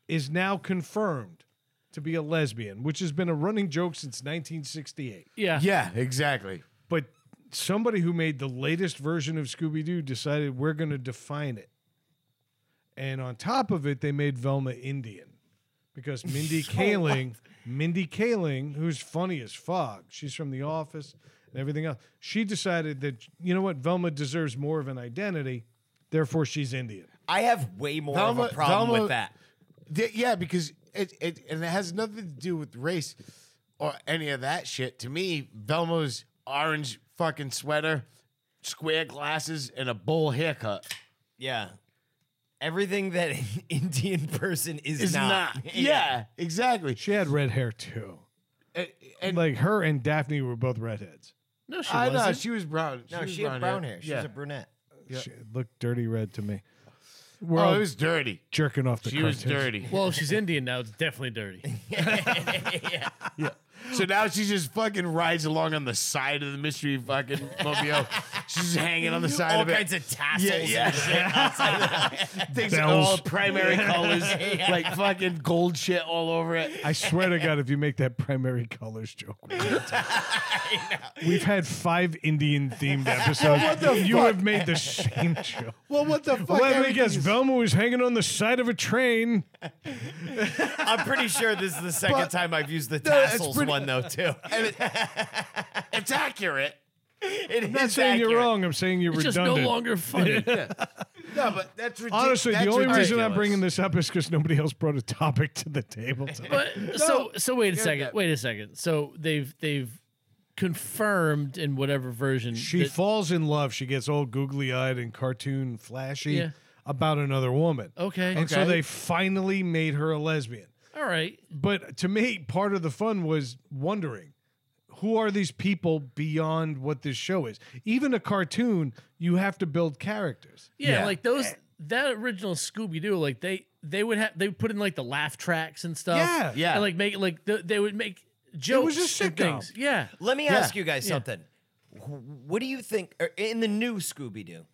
S2: is now confirmed to be a lesbian, which has been a running joke since 1968.
S3: Yeah.
S1: Yeah, exactly.
S2: But somebody who made the latest version of Scooby Doo decided we're going to define it. And on top of it, they made Velma Indian because Mindy Kaling, Mindy Kaling, who's funny as fuck, she's from The Office and everything else, she decided that, you know what, Velma deserves more of an identity. Therefore, she's Indian.
S4: I have way more
S1: Velma-
S4: of a problem
S1: Velma-
S4: with that.
S1: Th- yeah, because it, it and it has nothing to do with race or any of that shit. To me, Velma's orange fucking sweater, square glasses, and a bowl haircut.
S4: Yeah. Everything that an Indian person is,
S1: It's not. Yeah, exactly.
S2: She had red hair too.
S1: And, and
S2: like her and Daphne were both redheads.
S7: No, she
S1: I know
S7: wasn't.
S1: she was brown.
S4: No,
S1: was
S4: she had brown hair. She's
S1: Yeah.
S4: a brunette.
S2: She looked dirty red to me. We're
S1: Oh,
S2: all
S1: it was dirty.
S2: jerking off the
S1: She was
S2: cartoons.
S1: dirty.
S7: well, she's Indian now. It's definitely dirty.
S1: So now she just fucking rides along on the side of the mystery fucking mobile. She's just hanging on the side
S4: All
S1: of it.
S4: kinds of tassels.
S1: yeah, yeah.
S4: And shit.
S1: Things are
S2: Bells.
S1: all primary colors, like fucking gold shit all over it.
S2: I swear to God, if you make that primary colors joke, we're gonna die. we've had five Indian themed episodes. you have made the same joke.
S1: Well, what the fuck?
S2: Let me guess, Velma was hanging on the side of a train.
S4: I'm pretty sure this is the second
S1: But-
S4: time I've used the
S1: it's
S4: tassels
S1: pretty-
S4: one though too.
S1: it's accurate.
S4: It
S2: I'm not
S4: is
S2: saying you're
S4: accurate.
S2: wrong. I'm saying you're
S3: It's just
S2: redundant.
S3: no longer funny.
S1: No, but that's ridiculous.
S2: Honestly,
S1: that's
S2: the only reason I'm
S1: ridiculous.
S2: bringing this up is because nobody else brought a topic to the table. tonight.
S8: But
S3: so so wait a second.
S1: that-
S3: Wait a second. So they've they've confirmed in whatever version
S2: she
S3: that-
S2: falls in love. She gets all googly eyed and cartoon flashy
S3: Yeah. Oh,
S2: about another woman.
S3: okay.
S2: And so they finally made her a lesbian.
S3: All right.
S2: But to me, part of the fun was wondering who are these people beyond what this show is? Even a cartoon, you have to build characters.
S3: Yeah, like those that original Scooby Doo, like they they would have they would put in like the laugh tracks and stuff.
S2: Yeah.
S4: Yeah.
S3: And like make like th- they would make jokes.
S2: a sitcom.
S3: and things. Yeah.
S4: Let me ask you guys
S3: Yeah.
S4: something. Wh- What do you think or in the new Scooby Doo?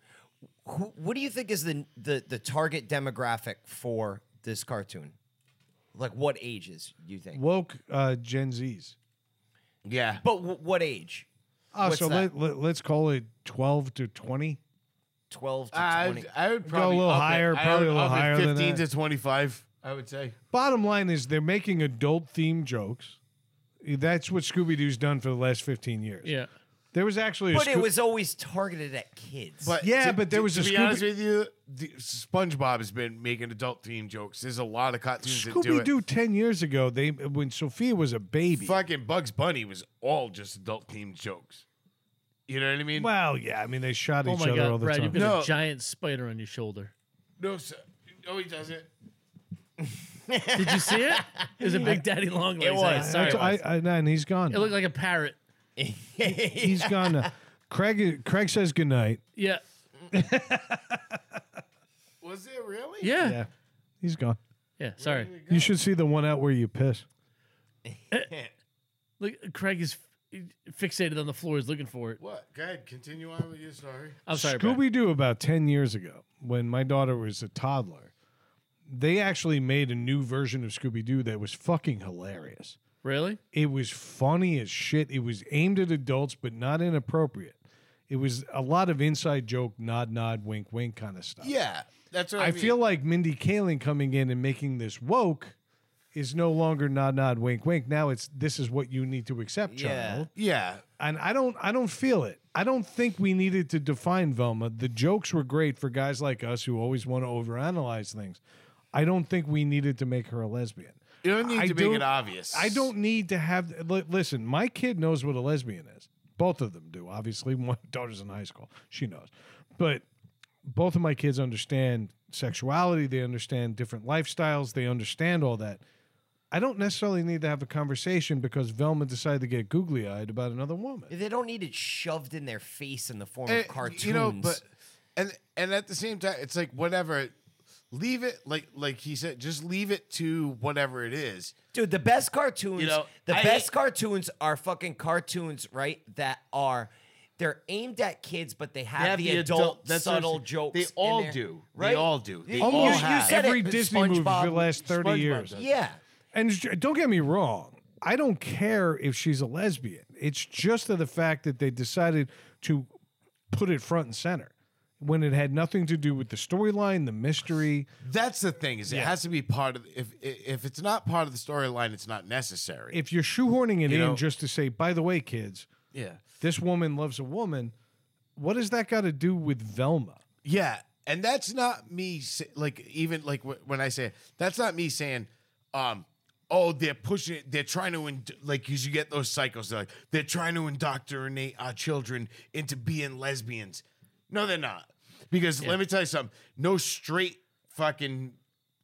S4: What do you think is the, the the target demographic for this cartoon? Like what ages you think?
S2: Woke uh, Gen Zs.
S1: Yeah.
S4: But w- what age?
S2: Oh,
S4: What's
S2: so
S4: that?
S2: let, let, let's call it 12 to 20.
S4: Twelve to
S1: I
S4: twenty.
S1: would, I would
S2: a
S1: probably
S2: little
S1: up it.
S2: higher,
S1: I
S2: probably a
S1: would
S2: little
S1: up it
S2: higher than
S1: 15
S2: that.
S1: to 25, I would say.
S2: Bottom line is they're making adult themed jokes. That's what Scooby Doo's done for the last 15 years.
S3: Yeah.
S2: There was actually a
S4: but it
S2: Scoo-
S4: was always targeted at kids.
S1: But
S2: Yeah,
S1: to-
S2: but there
S1: to-
S2: was
S1: to
S2: a
S1: be
S2: Scooby-
S1: honest with you, the, SpongeBob has been making adult theme jokes. There's a lot of cartoons
S2: Scooby
S1: that do
S2: Doo
S1: it.
S2: 10 years ago, They when Sophia was a baby.
S1: Fucking Bugs Bunny was all just adult themed jokes. You know what I mean?
S2: Well, yeah, I mean they shot
S3: Oh
S2: each
S3: my
S2: other all
S3: god,
S2: the
S3: Brad,
S2: time.
S3: you've got
S1: No.
S3: a giant spider on your shoulder.
S1: no, sir. no, he doesn't.
S3: Did you see it? It was a big daddy long legs. It
S4: was.
S3: Sorry.
S2: That's- I, I, and he's gone.
S3: it looked like a parrot.
S2: He's gone. Now. Craig Craig says goodnight.
S3: Yeah.
S1: Was it really?
S3: Yeah. Yeah.
S2: Yeah, he's gone.
S3: sorry.
S2: You should see the one out where you piss.
S3: Look, Craig is f- fixated on the floor. Is looking for it.
S1: What? Go ahead. Continue on with your story.
S3: I'm Oh, sorry, Brad.
S2: Scooby Doo about ten years ago, when my daughter was a toddler, they actually made a new version of Scooby Doo that was fucking hilarious.
S3: Really?
S2: It was funny as shit. It was aimed at adults, but not inappropriate. It was a lot of inside joke, nod, nod, wink, wink kind of stuff.
S1: Yeah. That's what I,
S2: I
S1: mean.
S2: feel like Mindy Kaling coming in and making this woke is no longer nod nod wink wink. Now it's this is what you need to accept,
S4: Yeah.
S2: child.
S1: Yeah.
S2: And I don't I don't feel it. I don't think we needed to define Velma. The jokes were great for guys like us who always want to overanalyze things. I don't think we needed to make her a lesbian.
S1: You don't need
S2: I
S1: to make
S2: don't-
S1: it obvious.
S2: I don't need to have. li- listen, my kid knows what a lesbian is. Both of them do. Obviously, my daughter's in high school. She knows. But both of my kids understand sexuality. They understand different lifestyles. They understand all that. I don't necessarily need to have a conversation because Velma decided to get googly eyed about another woman.
S4: they don't need it shoved in their face in the form
S1: And,
S4: of cartoons.
S1: eh, You know, but and and at the same time, it's like whatever. Leave it like like he said. Just leave it to whatever it is.
S4: Dude, the best cartoons,
S1: You know,
S4: the
S1: I-
S4: best cartoons are fucking cartoons, right? That are they're aimed at kids, but they have, the, adult,
S1: that's what I'm
S4: subtle
S1: saying.
S4: jokes.
S1: They
S4: in
S1: all
S4: there,
S1: do.
S4: Right?
S1: They all do. They
S4: You-
S1: all
S4: you- you
S1: have.
S4: said
S2: Every
S4: it,
S2: Disney movie
S4: SpongeBob-
S2: for the last 30
S1: SpongeBob
S2: years.
S1: does.
S4: Yeah.
S2: And j- don't get me wrong, I don't care if she's a lesbian. It's just of the fact that they decided to put it front and center when it had nothing to do with the storyline, the mystery.
S1: That's the thing is it has to be part of if if it's not part of the storyline, it's not necessary.
S2: If you're shoehorning it
S1: You
S2: in
S1: know-
S2: just to say, by the way, kids,
S1: yeah,
S2: this woman loves a woman, what does that got to do with Velma?
S1: yeah, and that's not me. sa- Like even like wh- when I say it, that's not me saying, um, oh, they're pushing it. They're trying to ind- like because you get those cycles. They're like they're trying to indoctrinate our children into being lesbians. No, they're not. Because let me tell you something. No straight fucking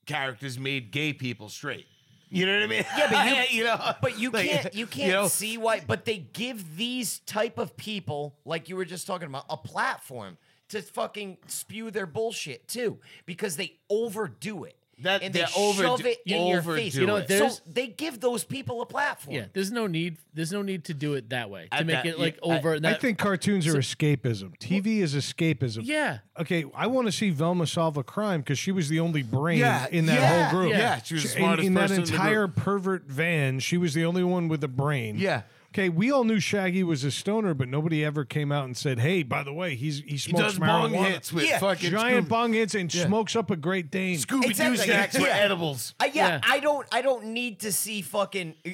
S1: characters made gay people straight. You know what I mean?
S4: Yeah, but you,
S1: you know,
S4: but you
S1: like,
S4: can't you can't
S1: know?
S4: see why. But they give these type of people, like you were just talking about, a platform to fucking spew their bullshit too, because they overdo it.
S1: That-
S4: and they
S1: they're overdo-
S4: shove it in your face.
S1: overdo You know,
S3: it.
S4: so
S3: there's-
S4: they give those people a platform.
S3: Yeah. There's no need. There's no need to do it that way to
S1: At
S3: make
S1: that-
S3: it like
S1: yeah, I-
S3: over.
S2: I think cartoons are escapism. TV is escapism.
S3: Yeah.
S2: Okay, I want to see Velma solve a crime because she was the only brain
S1: Yeah,
S2: in that
S1: yeah,
S2: whole group.
S1: yeah. Yeah, she was the
S2: In-
S1: smartest
S2: in,
S1: person in
S2: that
S1: the
S2: entire pervert van. She was the only one with a brain.
S1: Yeah.
S2: Okay, we all knew Shaggy was a stoner, but nobody ever came out and said, "Hey, by the way, he's he
S1: He
S2: smokes
S1: does bong
S2: marijuana,
S1: hits with
S4: Yeah,
S1: fucking
S2: giant
S1: Scooby-
S2: bong hits, and smokes up a Great Dane."
S1: Scooby Doo
S4: Exactly,
S1: snacks
S4: yeah.
S1: were
S4: Yeah.
S1: edibles.
S4: Uh, yeah,
S3: Yeah.
S4: I don't I don't need to see fucking uh,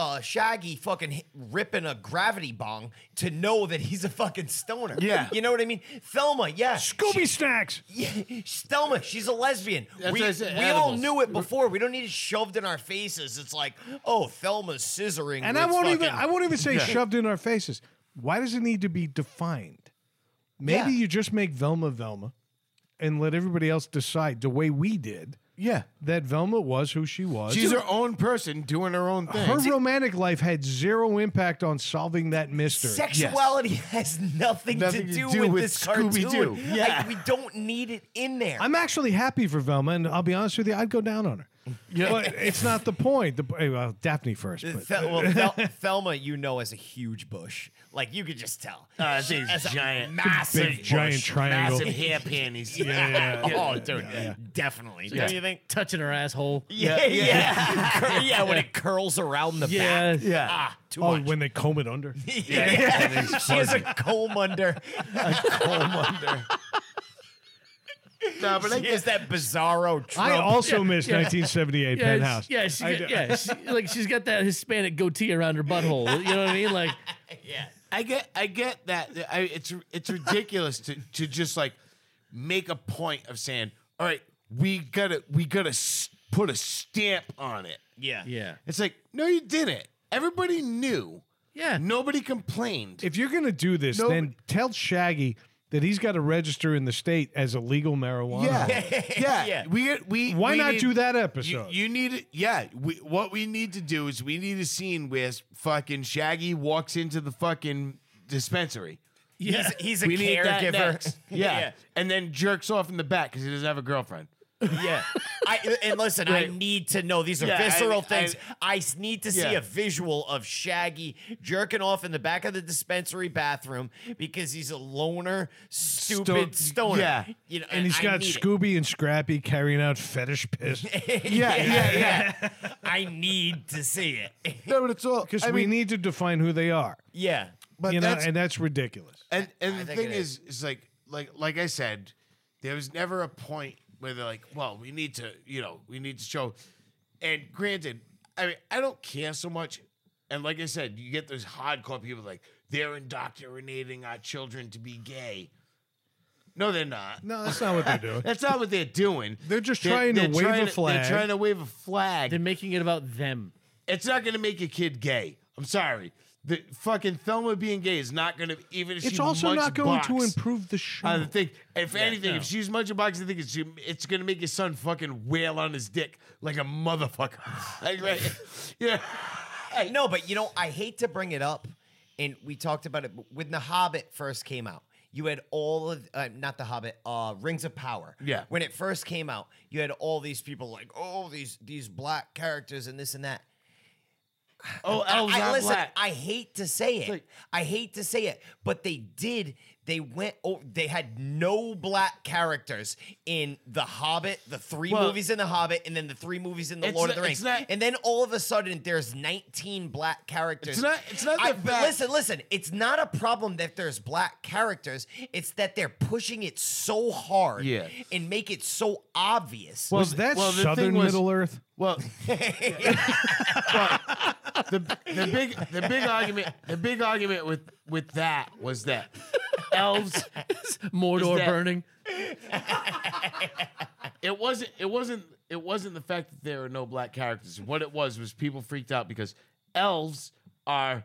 S4: uh, Shaggy fucking hi- ripping a gravity bong to know that he's a fucking stoner.
S1: Yeah.
S4: you know what I mean. Thelma, yeah,
S2: Scooby snacks.
S4: yeah, Thelma, she's a lesbian. we
S1: what I said,
S4: we all
S1: animals.
S4: knew it before. We don't need it shoved in our faces. It's like, oh, Thelma's scissoring.
S2: And
S4: with
S2: I won't even
S4: fucking-
S2: I won't even say shoved in our faces. Why does it need to be defined? Maybe
S4: Yeah.
S2: you just make Velma Velma and let everybody else decide the way we did
S1: Yeah.
S2: that Velma was who she was.
S1: She's her own person doing her own thing.
S2: her romantic life had zero impact on solving that mystery.
S4: Sexuality has nothing,
S1: Nothing
S4: to, do with this
S1: Scooby-Doo.
S4: cartoon.
S1: Yeah.
S4: Like, we don't need it in there.
S2: I'm actually happy for Velma, and I'll be honest with you, I'd go down on her. But it's not the point. The, eh, well, Daphne first.
S4: Uh,
S2: But,
S4: Thel- well, Thel- Thelma, you know, as a huge bush. Like you could just tell.
S9: Uh,
S4: She-
S9: these
S4: as a
S9: giant-
S4: massive,
S2: Big giant
S4: bush.
S2: triangle.
S4: massive hair panties. yeah, yeah, Oh, dude, definitely. Don't you think?
S3: touching her asshole.
S4: Yeah, yeah, yeah. when it curls around the
S3: Yeah.
S4: back.
S3: Yeah.
S4: Ah, too
S2: oh,
S4: much.
S2: when they comb it under.
S4: yeah, she has a comb under. A comb under.
S1: No, but I
S4: She has that bizarro trope.
S2: I also missed 1978
S3: Yeah,
S2: Penthouse.
S3: it's- yeah, she, got- yeah, she- like she's got that Hispanic goatee around her butthole. You know what I mean? Like,
S1: I get I get that. I, it's it's ridiculous to to just like make a point of saying, all right, we gotta we gotta s- put a stamp on it.
S4: yeah.
S3: yeah,
S1: It's like no, you didn't. Everybody knew.
S3: yeah,
S1: Nobody complained.
S2: If you're gonna do this,
S1: No,
S2: then tell Shaggy that he's got to register in the state as illegal marijuana.
S1: yeah, yeah,
S4: Yeah.
S1: We we
S2: Why
S1: we
S2: not
S1: need-
S2: do that
S1: You,
S2: episode?
S1: you need yeah. We, what we need to do is we need a scene where fucking Shaggy walks into the fucking dispensary.
S3: yeah.
S4: He's a
S1: We need that
S4: caregiver.
S1: next. Yeah. and then jerks off in the back because he doesn't have a girlfriend.
S4: Yeah. I, and listen, I need to know these are
S1: Yeah, I-
S4: visceral
S1: I-
S4: things. I, s- need to see
S1: Yeah.
S4: a visual of Shaggy jerking off in the back of the dispensary bathroom because he's a loner, stupid
S1: Sto-
S4: stoner.
S1: yeah.
S4: You know,
S2: and he's
S4: I
S2: got
S4: need it.
S2: Scooby and Scrappy carrying out fetish piss
S1: Yeah, yeah, yeah.
S4: I need to see it.
S1: No, but it's all
S2: because
S1: I
S2: we
S1: mean,
S2: need to define who they are.
S4: yeah.
S1: But
S2: you know,
S1: that's-
S2: and that's ridiculous.
S1: and and
S4: I
S1: the
S4: think
S1: thing
S4: it
S1: is, is like like like I said, there was never a point where they're like, well, we need to, you know, we need to show. And granted, I mean, I don't care so much. And like I said, you get those hardcore people like they're indoctrinating our children to be gay. No, they're not.
S2: No, that's not what they're doing.
S1: That's not what they're doing.
S2: They're just trying to wave a flag.
S1: They're trying to wave a flag.
S10: They're making it about them.
S1: It's not going to make a kid gay. I'm sorry. The fucking Thelma being gay is not going to even if
S2: It's
S1: she
S2: also
S1: munches
S2: not going to
S1: box,
S2: improve the show.
S4: Uh,
S1: I think if anything, if she's munching box, I think it's it's going to make his son fucking wail on his dick like a motherfucker. like, like, yeah,
S4: No, but you know, I hate to bring it up, and we talked about it but when The Hobbit first came out. You had all of uh, not The Hobbit, uh, Rings of Power.
S1: Yeah.
S4: When it first came out, you had all these people like, oh, these these black characters and this and that.
S1: Oh,
S4: I-
S1: elves
S4: I,
S1: are
S4: listen,
S1: black.
S4: I hate to say it.
S1: like-
S4: I hate to say it, but they did. They went. Oh, they had no black characters in The Hobbit, the three
S1: Well-
S4: movies in The Hobbit, and then the three movies in The
S1: It's
S4: Lord of
S1: not-
S4: the
S1: it's
S4: Rings.
S1: not-
S4: and then all of a sudden, there's 19 black characters.
S1: It's not- it's not
S4: I-
S1: the
S4: but
S1: fact-
S4: Listen, listen. It's not a problem that there's black characters. It's that they're pushing it so hard
S1: Yeah.
S4: and make it so obvious.
S2: was that
S1: well, the thing
S2: Southern
S1: was-
S2: Middle Earth?
S1: Well, well, the the big the big argument the big argument with with that was that elves
S3: Mordor
S1: Is that-
S3: burning.
S1: it wasn't it wasn't it wasn't the fact that there were no black characters. What it was was people freaked out because elves are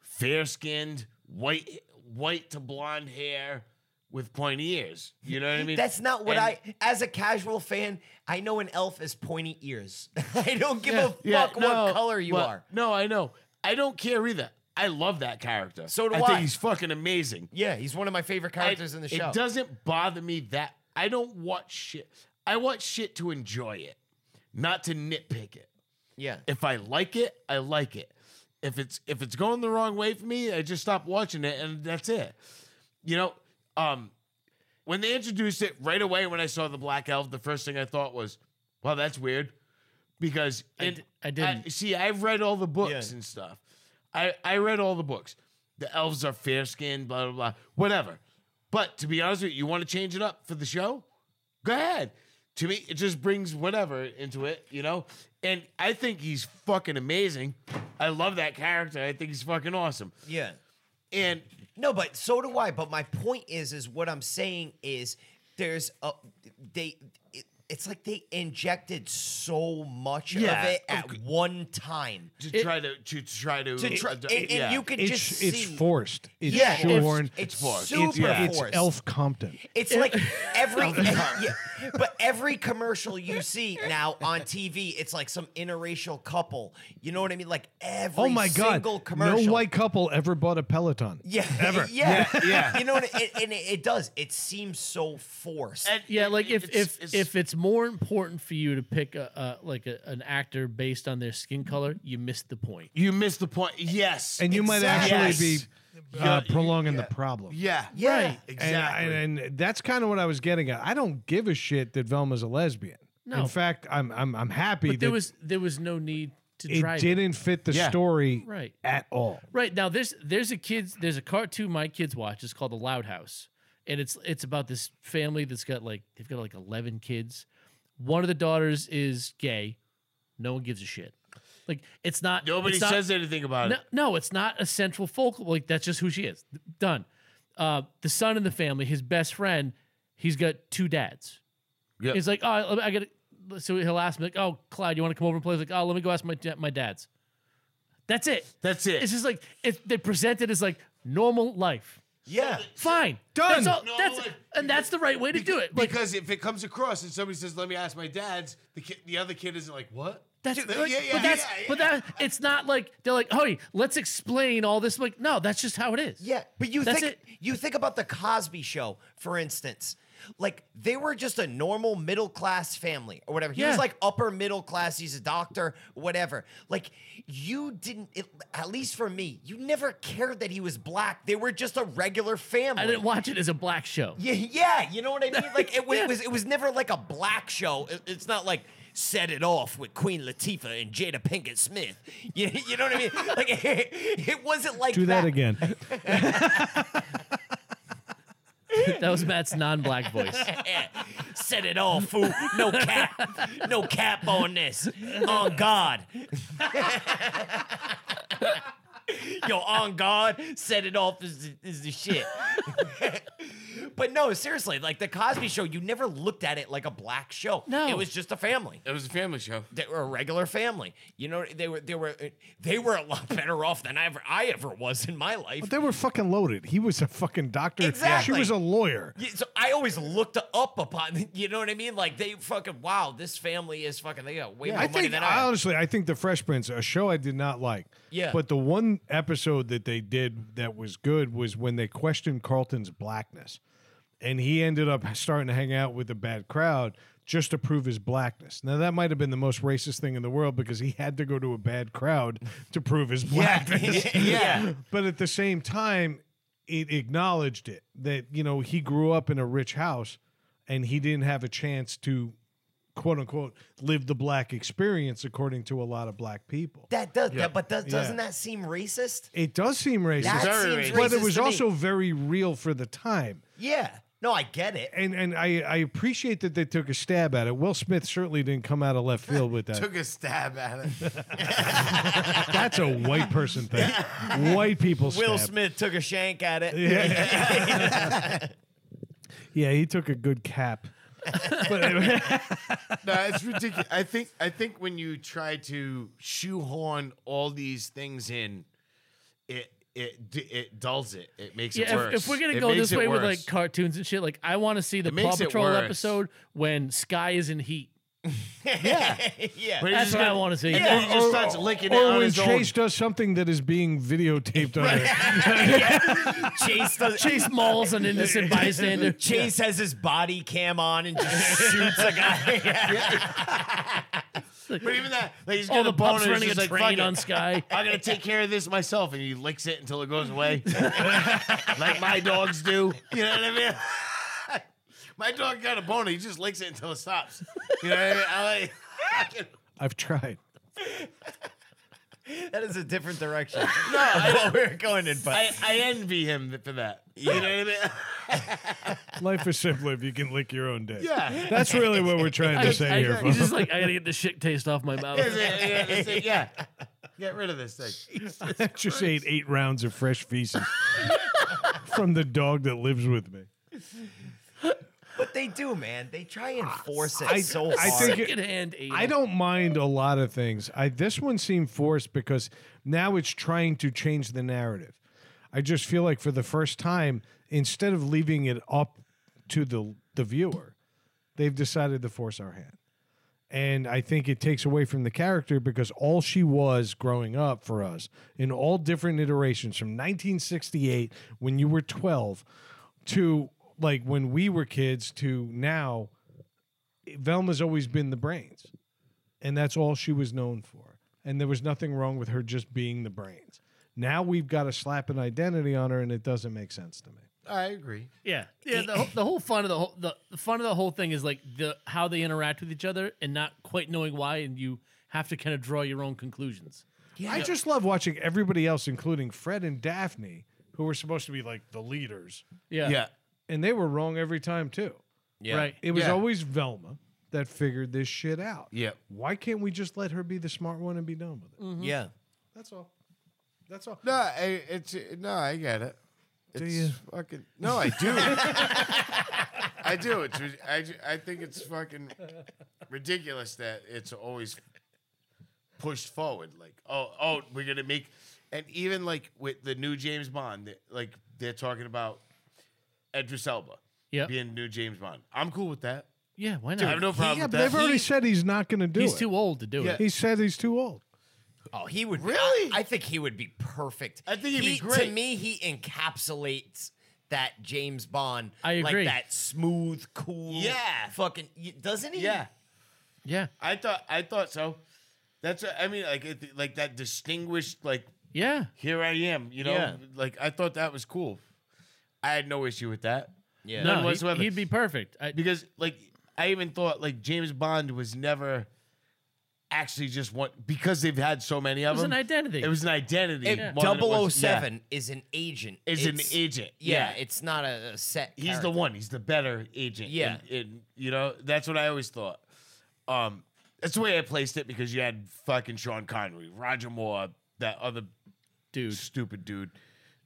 S1: fair skinned, white white to blonde hair with pointy ears. You know what I mean?
S4: That's not what
S1: And-
S4: I, as a casual fan, I know an elf is pointy ears. I don't give a fuck
S1: Yeah, no,
S4: what color you
S1: well,
S4: are.
S1: No, I know. I don't care either. I love that character.
S4: So do
S1: I think
S4: I.
S1: he's fucking amazing.
S4: Yeah, he's one of my favorite characters
S1: I-
S4: in the show.
S1: It doesn't bother me that I don't watch shit. I watch shit to enjoy it, not to nitpick it.
S4: yeah.
S1: If I like it, I like it. If it's if it's going the wrong way for me, I just stop watching it and that's it. You know, um when they introduced it right away when I saw the black elf, the first thing I thought was, "Wow, that's weird." Because in-
S3: d- I didn't.
S1: see, I've read all the books
S4: Yeah.
S1: and stuff. I I read all the books. The elves are fair skinned, blah blah blah, whatever. But to be honest with you, you want to change it up for the show? Go ahead. To me, it just brings whatever into it, you know. And I think he's fucking amazing. I love that character. I think he's fucking awesome.
S4: Yeah.
S1: And
S4: No, but so do I. But my point is, is what I'm saying is there's a they. It, it's like they injected so much
S1: Yeah,
S4: of it
S1: of
S4: at one time.
S1: to try to to try to,
S4: To try,
S1: to-
S4: and, and
S1: yeah.
S4: you could
S2: It's
S4: just
S2: it's
S4: see.
S2: forced. It's
S4: Yeah, it's-
S2: shoehorned.
S4: it's
S1: forced.
S4: super
S2: it's, yeah, it's
S4: forced.
S2: Elf Compton.
S4: It's like every, e-, yeah, but every commercial you see now on TV, it's like some interracial couple. You know what I mean? Like every
S2: oh my god!
S4: single commercial.
S2: No white couple ever bought a Peloton.
S4: Yeah, ever. Yeah, yeah. You know, what it, and it, it does. It seems so forced.
S1: and-
S3: Yeah,
S1: and
S3: like if
S1: it's-
S3: if
S1: it's-
S3: if it's more important for you to pick a, a like a, an actor based on their skin color, you missed the point.
S1: you missed the point. Yes,
S2: and you might
S4: Exactly.
S2: actually be
S1: Yeah,
S2: uh, prolonging the problem.
S1: yeah,
S4: Yeah.
S3: Right.
S2: And,
S1: exactly.
S2: and, and that's kind of what I was getting at. I don't give a shit that Velma's a lesbian.
S3: No.
S2: In fact, I'm I'm I'm happy
S3: But
S2: that
S3: there was there was no need to
S2: it
S3: drive it.
S2: didn't fit the
S1: Yeah.
S2: story
S3: Right.
S2: at all.
S3: Right now, there's there's a kids there's a cartoon my kids watch. It's called The Loud House, and it's it's about this family that's got like they've got like eleven kids. One of the daughters is gay. No one gives a shit. Like it's not.
S1: nobody
S3: it's not-
S1: says anything about
S3: No,
S1: it.
S3: no, it's not a central focal. Like that's just who she is. Done. Uh, the son in the family, his best friend, he's got two dads.
S1: Yep.
S3: He's like, oh, I, I got. So he'll ask me like, oh, Clyde, you want to come over and play? He's like, oh, let me go ask my da- my dad's. That's it.
S1: That's it.
S3: It's just like it, they present it as like normal life.
S4: yeah.
S3: Fine,
S2: Done.
S3: That's all,
S1: Normal
S3: that's
S1: life.
S3: and that's the right way to do it. Like
S1: because if it comes across and somebody says, "Let me ask my dad's," the kid, the other kid isn't like, "What?"
S3: that's
S1: Yeah,
S3: like,
S1: yeah, yeah,
S3: but that's
S1: yeah,
S3: but
S1: yeah.
S3: that it's not like they're like, hey, let's explain all this. Like, no, that's just how it is.
S4: Yeah, but you
S3: That's
S4: think
S3: it.
S4: you think about the Cosby Show, for instance. Like they were just a normal middle class family or whatever. He was
S3: Yeah.
S4: like upper middle class. He's a doctor, whatever. Like you didn't, it, at least for me, you never cared that he was black. They were just a regular family.
S3: I didn't watch it as a black show.
S4: Yeah, yeah, you know what I mean. Like it, wa-
S3: Yeah.
S4: it was, it was never like a black show. It- it's not like set it off with Queen Latifah and Jada Pinkett Smith. You, you know what I mean? Like it, wasn't like
S2: Do that again.
S3: That was Matt's non-black voice.
S4: Set it off, fool. No cap, no cap on this. On God. Yo, on God, set it off is the, is the shit. but no, seriously, like the Cosby Show, you never looked at it like a black show.
S3: No.
S4: it was just a family.
S1: It was a family show.
S4: They were a regular family. You know, they were they were they were a lot better off than I ever I ever was in my life.
S2: They were fucking loaded. He was a fucking doctor.
S4: Exactly.
S2: She was a lawyer.
S4: Yeah, so I always looked up upon, you know what I mean? Like they fucking wow, this family is fucking they got way more
S2: I
S4: money
S2: think
S4: than I.
S2: I
S4: have.
S2: honestly, I think the Fresh Prince, a show I did not like.
S4: Yeah.
S2: But the one episode that they did that was good was when they questioned Carlton's blackness, and he ended up starting to hang out with a bad crowd just to prove his blackness. Now that might have been the most racist thing in the world because he had to go to a bad crowd to prove his blackness.
S4: yeah.
S2: but at the same time, it acknowledged it that you know he grew up in a rich house and he didn't have a chance to quote unquote live the black experience according to a lot of black people.
S4: That does that, but does, doesn't
S2: Yeah.
S4: that seem racist?
S2: It does seem racist,
S4: That
S1: Very
S4: seems racist.
S1: racist.
S2: but it was
S4: to me.
S2: also very real for the time.
S4: yeah. No, I get it.
S2: And and I, I appreciate that they took a stab at it. Will Smith certainly didn't come out of left field with that.
S1: Took a stab at it.
S2: That's a white person thing. White people stab.
S4: Will Smith took a shank at it.
S2: Yeah, he took a good cap.
S1: no, it's ridiculous. I think I think when you try to shoehorn all these things in, it it d- it dulls it. It makes it
S3: Yeah,
S1: worse.
S3: if, if we're gonna
S1: It
S3: go
S1: makes
S3: this
S1: it
S3: way with
S1: worse.
S3: like cartoons and shit, like I want to see the
S1: It
S3: Paw
S1: makes it
S3: Patrol
S1: worse.
S3: episode when Sky is in heat.
S4: yeah.
S1: But it
S3: That's
S1: just
S3: what I
S1: got-
S3: want to see.
S1: And then he just starts licking it
S2: Or
S1: on
S2: when
S1: his
S2: Chase
S1: own.
S2: does something that is being videotaped on it.
S4: Chase does
S3: Chase mauls an innocent bystander.
S4: Chase has his body cam on and just shoots a guy.
S1: But even that, like he's
S3: All
S1: got
S3: the
S1: a boner,
S3: pups
S1: he's
S3: running a
S1: just like, "Fuck
S3: train
S1: it.
S3: on Sky.
S1: I'm gonna take care of this myself, and he licks it until it goes away, like my dogs do. You know what I mean? my dog got a boner. He just licks it until it stops. You know what I mean? I like,
S2: I've tried.
S4: that is a different direction.
S1: no, I,
S4: We're going in, but
S1: I, I envy him for that. You know what I mean?
S2: Life is simple if you can lick your own dick.
S1: Yeah.
S2: That's really what we're trying
S3: I,
S2: to say
S3: I-
S2: here,
S3: he's
S2: folks.
S3: just like, I gotta get the shit taste off my mouth.
S1: Is it- yeah, that's it, yeah. Get rid of this thing.
S2: I just ate eight rounds of fresh feces from the dog that lives with me.
S4: But they do, man. They try and force it
S2: I-
S4: so
S2: I
S4: hard.
S2: think it-
S3: Secondhand anal.
S2: I don't mind a lot of things. I this one seemed forced because now it's trying to change the narrative. I just feel like for the first time, instead of leaving it up to the the viewer, they've decided to force our hand. And I think it takes away from the character because all she was growing up for us in all different iterations from 1968 when you were 12 to like when we were kids to now, Velma's always been the brains. And that's all she was known for. And there was nothing wrong with her just being the brains. Now we've got to slap an identity on her and it doesn't make sense to me.
S1: I agree.
S3: Yeah, yeah. The, whole- the whole fun of the whole the, the fun of the whole thing is like the how they interact with each other and not quite knowing why, and you have to kind of draw your own conclusions.
S2: I just love watching everybody else, including Fred and Daphne, who were supposed to be like the leaders.
S3: Yeah,
S1: Yeah.
S2: And they were wrong every time too.
S4: yeah.
S3: right.
S2: It was
S1: Yeah.
S2: always Velma that figured this shit out.
S1: Yep.
S2: Why can't we just let her be the smart one and be done with it?
S4: Mm-hmm. Yeah.
S2: That's all. That's all.
S1: No, I, it's no, I get it. It's
S2: you?
S1: fucking no, I do. I do. It's ri- I, ju- I think it's fucking ridiculous that it's always pushed forward. Like oh oh, we're gonna make, and even like with the new James Bond, they- like they're talking about Edris Elba
S3: Yep.
S1: being the new James Bond. I'm cool with that.
S3: Yeah, why
S1: I have
S3: not?
S1: no problem
S2: Yeah,
S1: with
S2: but
S1: that.
S2: they've already
S1: He-
S2: said he's not going to do
S3: He's
S2: it.
S3: too old to do
S1: Yeah.
S3: it.
S2: he said he's too old.
S4: Oh, he would
S1: Really?
S4: I, I think he would be perfect.
S1: I think he'd be
S4: He-
S1: great.
S4: To me, he encapsulates that James Bond.
S3: I agree.
S4: Like that smooth, cool.
S1: Yeah.
S4: Fucking y- doesn't he?
S1: yeah.
S3: Yeah,
S1: I thought I thought so. That's what, I mean like it, like that distinguished like
S3: yeah.
S1: here I am, you know?
S4: Yeah.
S1: Like I thought that was cool. I had no issue with that.
S4: Yeah.
S1: None
S3: No,
S1: whatsoever.
S3: he, would be perfect. I,
S1: because like I even thought like James Bond was never actually just one because they've had so many of
S3: was
S1: them.
S3: an identity.
S1: It was an identity.
S4: It-
S1: more than it was-
S4: 007 is an agent.
S1: yeah, is an
S4: It's-
S1: agent.
S4: Yeah, it's not a, a set.
S1: He's the
S4: character.
S1: one. He's the better agent.
S4: Yeah.
S1: and, and, you know that's what I always thought. Um, that's the way I placed it because you had fucking Sean Connery, Roger Moore, that other
S3: dude.
S1: stupid dude,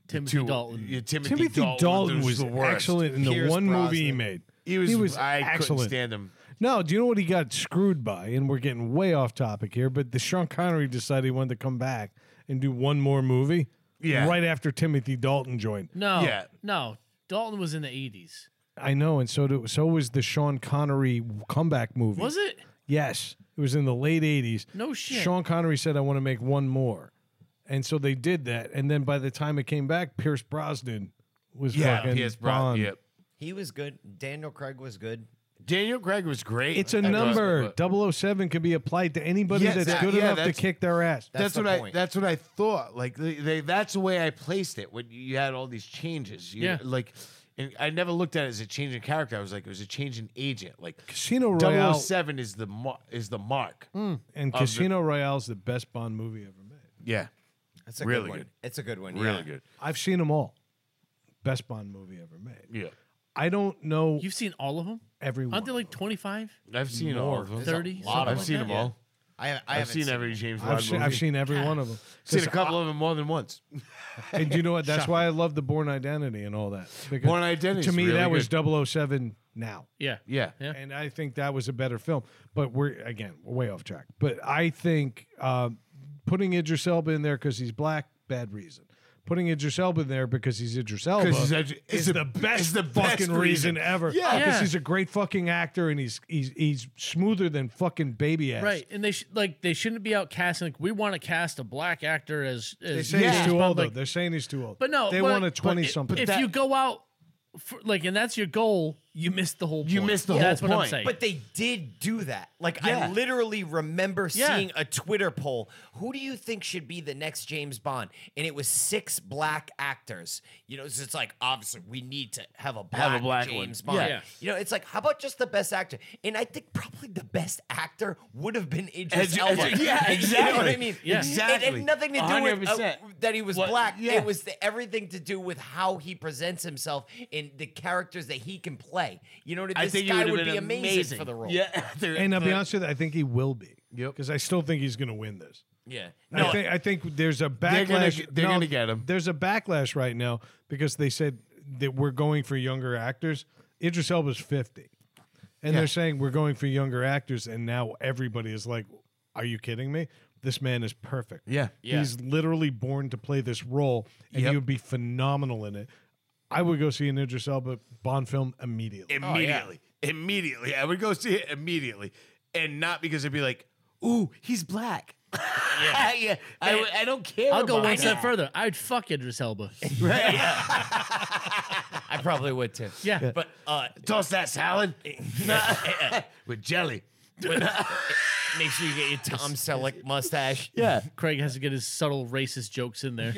S1: The
S3: Timothy Dalton.
S1: yeah, Timothy,
S2: Timothy Dalton, was,
S1: the worst.
S2: excellent in the
S1: Pierce
S2: one movie he
S1: Brosnan.
S2: made.
S1: He was. I couldn't
S2: excellent.
S1: stand him.
S2: No, do you know what he got screwed by? And we're getting way off topic here, but the Sean Connery decided he wanted to come back and do one more movie.
S1: Yeah.
S2: Right after Timothy Dalton joined.
S3: No,
S1: Yeah.
S3: no. Dalton was in the eighties.
S2: I know, and so do, so was the Sean Connery comeback movie.
S3: Was it?
S2: Yes, it was in the late '80s.
S3: No shit.
S2: Sean Connery said, "I want to make one more," and so they did that. And then by the time it came back, Pierce Brosnan was
S1: Yeah,
S2: fucking
S1: Pierce
S2: Bond.
S1: Brosnan. Yep.
S4: He was good. Daniel Craig was good.
S1: Daniel Craig was great.
S2: It's a
S1: That was-
S2: number.
S1: but-
S2: 007 can be applied to anybody
S1: Yes,
S2: that's
S1: that-
S2: good
S1: yeah,
S2: enough to
S1: that's-
S2: kick their ass.
S1: That's,
S4: That's the
S1: what I.
S4: point.
S1: That's what I thought. Like they, they, that's the way I placed it when you had all these changes. You-
S3: Yeah.
S1: Like, and I never looked at it as a change in character. I was like, it was a change in agent. Like,
S2: Casino Royale
S1: 007 is the mar- is the mark.
S2: and Casino Royale is the best Bond movie ever made.
S1: Yeah.
S4: That's a
S1: Really
S4: good one.
S1: good.
S4: It's a good one.
S1: Really
S4: yeah.
S1: good.
S2: I've seen them all. Best Bond movie ever made.
S1: Yeah.
S2: I don't know
S3: You've seen all of them?
S2: everyone.
S3: Aren't they like twenty five?
S1: I've seen all of them.
S3: 30,
S4: lot of
S1: I've
S4: them.
S1: seen them all.
S4: I, I
S1: I've
S4: haven't
S1: seen every James Bond
S2: I've,
S1: movie.
S2: seen, I've seen every one of them.
S1: seen a couple of them more than once.
S2: And you know what? That's why I love the Born Identity and all that. Because
S1: Born Identity.
S2: to me, that was 007 now.
S3: Yeah.
S1: Yeah.
S3: Yeah.
S2: And I think that was a better film. But we're, again, we're way off track. But I think um, putting Idris Elba in there because he's black, bad reason. Putting Idris Elba in there because he's Idris Elba
S1: he's Idris- it's
S2: is
S1: the-
S2: the, best
S1: it's the best
S2: fucking reason.
S1: reason.
S2: ever.
S1: Yeah.
S2: Because
S3: Yeah.
S2: he's a great fucking actor and he's he's he's smoother than fucking baby ass.
S3: Right, and they sh- like they shouldn't be out casting. Like we want to cast a black actor as, as
S2: They say
S3: James
S2: he's too
S3: Bond,
S2: old,
S3: like-
S2: though. They're saying he's too old.
S3: But no,
S2: They
S3: but-
S2: want a
S3: but
S2: 20 something.
S3: If
S1: that-
S3: you go out, for, like, and that's your goal, you missed the whole. Point.
S1: You missed the
S3: that's
S1: whole
S3: what
S1: point.
S3: I'm saying.
S4: But they did do that. Like
S1: Yeah.
S4: I literally remember
S3: Yeah.
S4: seeing a Twitter poll. Who do you think should be the next James Bond? And it was six black actors. You know, so it's like obviously we need to have a black,
S1: Have a black one.
S4: James Bond.
S3: Yeah.
S4: You know, it's like how about just the best actor? And I think probably the best actor would have been Idris
S1: As-
S4: Elba.
S1: as- yeah,
S4: You know what
S1: exactly.
S4: I mean?
S3: Yeah.
S4: It
S1: Exactly.
S4: had nothing to do with uh,
S1: 100%.
S4: that he was
S1: What-
S4: black.
S1: yeah.
S4: It was the, everything to do with how he presents himself and the characters that he can play. You know what I mean?
S1: I
S4: this
S1: think he
S4: guy
S1: would've
S4: would
S1: been
S4: be amazing, for the role.
S1: Yeah.
S2: And I'll be honest with you, I think he will be. Because I still think he's going to win this.
S4: Yeah.
S2: I,
S4: No,
S2: think, I think there's a backlash.
S1: gonna get- they're
S2: no,
S1: gonna get 'em.
S2: There's a backlash right now because they said that we're going for younger actors. Idris Elba's 50. And they're saying we're going for younger actors. And now everybody is like, are you kidding me? This man is perfect.
S1: Yeah.
S4: Yeah.
S2: He's literally born to play this role and
S1: Yep.
S2: he would be phenomenal in it. I would go see an Idris Elba Bond film immediately.
S1: immediately. Immediately. I would go see it immediately. And not because it'd be like, ooh, he's black. Yeah. yeah. I, w- I don't care.
S3: I'll go
S1: about
S3: one
S1: that.
S3: step further. I'd fuck Idris Elba.
S4: I probably would too.
S3: Yeah.
S4: But uh,
S1: Toss that salad with jelly.
S4: make sure you get your Tom Selleck mustache.
S1: Yeah.
S3: Craig has to get his subtle racist jokes in there.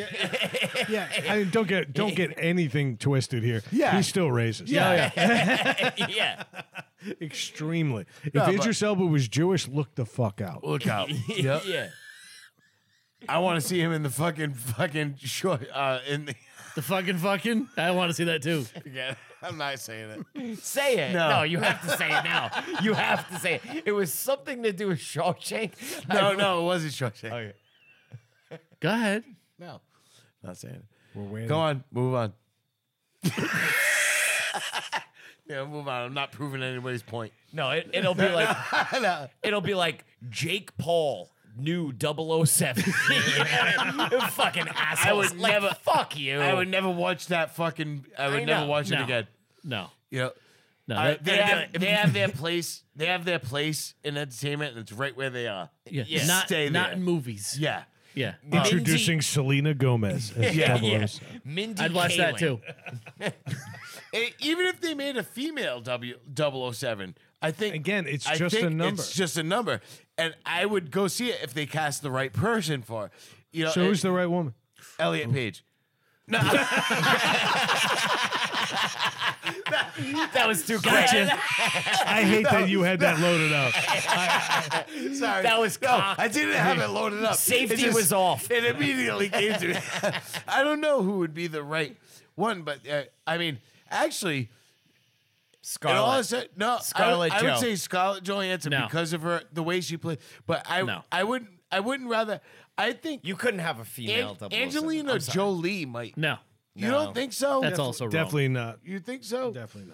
S2: Yeah. I mean, don't get don't get anything twisted here.
S1: Yeah.
S2: He's still racist. Yeah.
S4: yeah.
S2: Extremely. If
S1: but-
S2: Idris Elba was Jewish, look the fuck out.
S1: Look out. Yep.
S4: Yeah.
S1: I want to see him in the fucking fucking short uh in the
S3: The fucking fucking. I want to see that too.
S1: Forget it. I'm not saying it.
S4: Say it.
S1: No.
S4: No. you have to say it now. You have to say it. It was something to do with Shawshank.
S1: No, no, it wasn't Shawshank.
S3: Go ahead.
S1: No. Not saying it.
S2: We're waiting.
S1: Go on, move on. yeah, move on. I'm not proving anybody's point.
S4: No, it, it'll be like it'll be like Jake Paul. New 007. fucking assholes. I would like, never. Fuck you.
S1: I would never watch that fucking I would
S4: I
S1: never
S4: know.
S1: watch it
S3: No.
S1: again.
S3: No.
S1: You know,
S3: No.
S1: I-
S3: that-
S1: they,
S4: yeah,
S1: have, they have their place. They have their place in entertainment, and it's right where they are.
S3: yeah.
S4: yeah.
S3: Not,
S1: Stay
S3: not
S1: there.
S3: in movies.
S1: Yeah,
S3: Yeah.
S2: Introducing Selena Gomez as
S4: Yeah,
S2: 007.
S4: yeah. Mindy
S3: I'd watch that too.
S4: Kaling.
S1: E- even if they made a female W 007, I think
S2: Again, it's
S1: I
S2: just
S1: think
S2: a number.
S1: It's just a number, and I would go see it if they cast the right person for. it. You know,
S2: So
S1: and-
S2: who's the right woman?
S1: Elliot Page?
S4: That was too gotcha.
S2: I hate that you had that loaded up.
S1: Sorry,
S4: That was
S1: no,
S4: cocked.
S1: I didn't have it loaded up.
S4: Safety
S1: It just-
S4: was off.
S1: It immediately came to me. I don't know who would be the right one, but uh, I mean, actually. And all I
S4: Scarlett.
S1: said, no,
S4: Scarlett
S1: I, would, I would
S4: Jo.
S1: say Scarlett Johansson
S3: No.
S1: because of her the way she played. But I
S3: No.
S1: I wouldn't I wouldn't rather I think
S4: You couldn't have a
S1: An-
S4: female 007.
S1: Angelina
S4: I'm sorry.
S1: Jolie might.
S3: No.
S1: You don't think so?
S3: That's also wrong.
S2: Definitely not.
S1: You think so?
S2: Definitely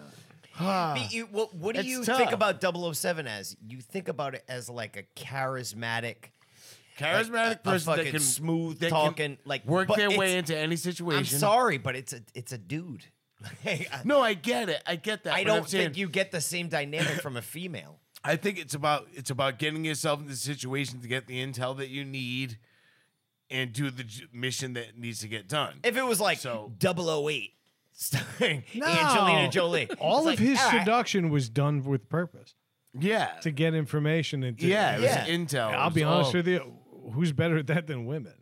S2: not.
S4: Be- you- what, what do
S1: It's
S4: you
S1: tough.
S4: think about 007 as? You think about it as like a charismatic,
S1: Charismatic
S4: like, a
S1: person that
S4: fucking
S1: can
S4: smooth
S1: that can
S4: talking, like,
S1: work
S4: but
S1: their
S4: it's-
S1: way into any
S4: I'm
S1: situation.
S4: sorry, but it's a it's a dude. Hey, I,
S1: No, I get it. I get that.
S4: I
S1: but I'm
S4: don't
S1: saying-
S4: think you get the same dynamic from a female.
S1: I think it's about it's about getting yourself in the situation to get the intel that you need, and do the j- mission that needs to get done.
S4: If it was like
S1: So-
S4: 008 starring Angelina Jolie,
S2: All
S4: it's
S2: of
S4: like,
S2: his
S4: all right,
S2: seduction was done with purpose
S1: yeah,
S2: to get information and to,
S1: yeah, it was
S4: Yeah.
S1: intel.
S2: I'll be honest with you, who's better at that than women?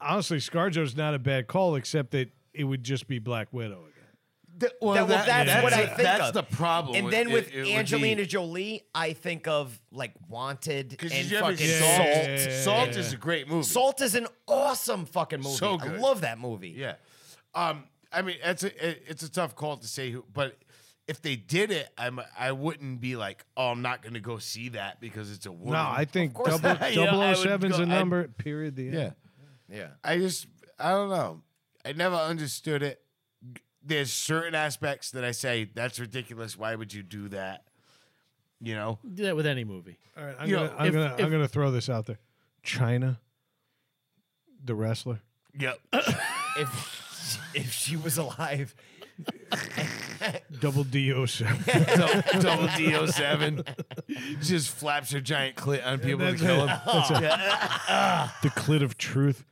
S2: Honestly, ScarJo's not a bad call, except that it would just be Black Widow again.
S1: well,
S4: that- well, that's what I think
S1: That's
S4: of.
S1: the problem.
S4: And then
S1: it-
S4: with
S1: it would be-
S4: Angelina Jolie, I think of like Wanted
S1: 'Cause
S4: and
S1: you ever
S4: fucking
S1: see
S4: Salt.
S1: Salt.
S2: yeah, yeah,
S1: Salt
S2: yeah.
S1: is a great movie.
S4: Salt is an awesome fucking movie.
S1: So
S4: I
S1: good.
S4: love that movie.
S1: Yeah. Um, I mean, it's a it- it's a tough call to say who, but if they did it, I'm I wouldn't be like, oh, I'm not going to go see that because it's a woman.
S2: No, I think
S4: course
S2: double,
S1: not. Yeah, I would
S2: 007's
S1: go-
S2: a
S1: I'd-
S2: number, period. The end.
S1: yeah,
S4: Yeah.
S1: I just I don't know. I never understood it. There's certain aspects that I say that's ridiculous. Why would you do that? You know,
S3: Do that with any movie.
S2: All right, I'm
S1: You
S2: gonna,
S1: know,
S2: I'm,
S3: if-
S2: gonna, I'm
S3: if-
S2: gonna throw this out there. China, the wrestler.
S1: yep.
S4: If if she was alive,
S2: Double D07.
S1: Double, double D07 just flaps her giant clit on people to
S2: That's
S1: kill
S2: it.
S1: them.
S2: That's it. the clit of truth.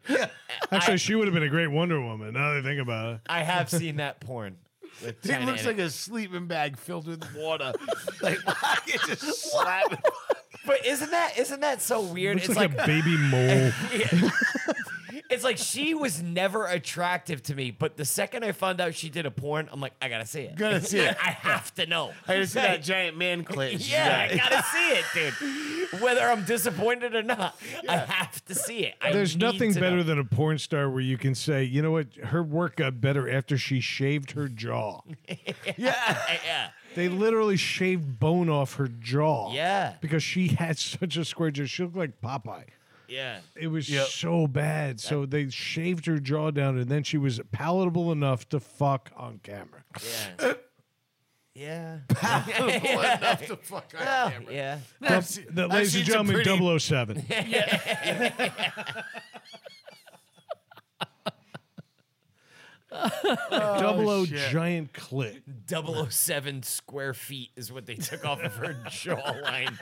S2: Actually, she would have been a great Wonder Woman. Now that I think about it,
S4: I have seen that porn. With
S1: It
S4: China
S1: looks
S4: in
S1: like a sleeping bag filled with water. like, it's just slapping.
S4: but isn't that isn't that so weird?
S2: looks
S4: It's
S2: like,
S4: like,
S2: a baby mole.
S4: it's like she was never attractive to me, but the second I found out she did a porn, I'm like, I gotta see it.
S1: Gotta see it.
S4: I have to know.
S1: I just see that giant man clit.
S4: Yeah, I gotta see it, dude. Whether I'm disappointed or not, I have to see it. I
S2: There's
S4: need
S2: nothing
S4: to
S2: better
S4: know.
S2: than a porn star where you can say, you know what, her work got better after she shaved her jaw.
S4: Eh, yeah.
S2: They literally shaved bone off her jaw.
S4: Yeah.
S2: Because she had such a square jaw. She looked like Popeye.
S4: Yeah.
S2: It was so bad. So they shaved her jaw down, and then she was palatable enough to fuck on camera.
S4: Yeah. Yeah.
S11: enough to fuck on
S4: Oh,
S11: camera.
S4: yeah.
S2: That, ladies and
S11: seen some
S2: gentlemen,
S11: pretty-
S2: 007. Double O giant clit.
S4: 007 square feet is what they took off of her jawline.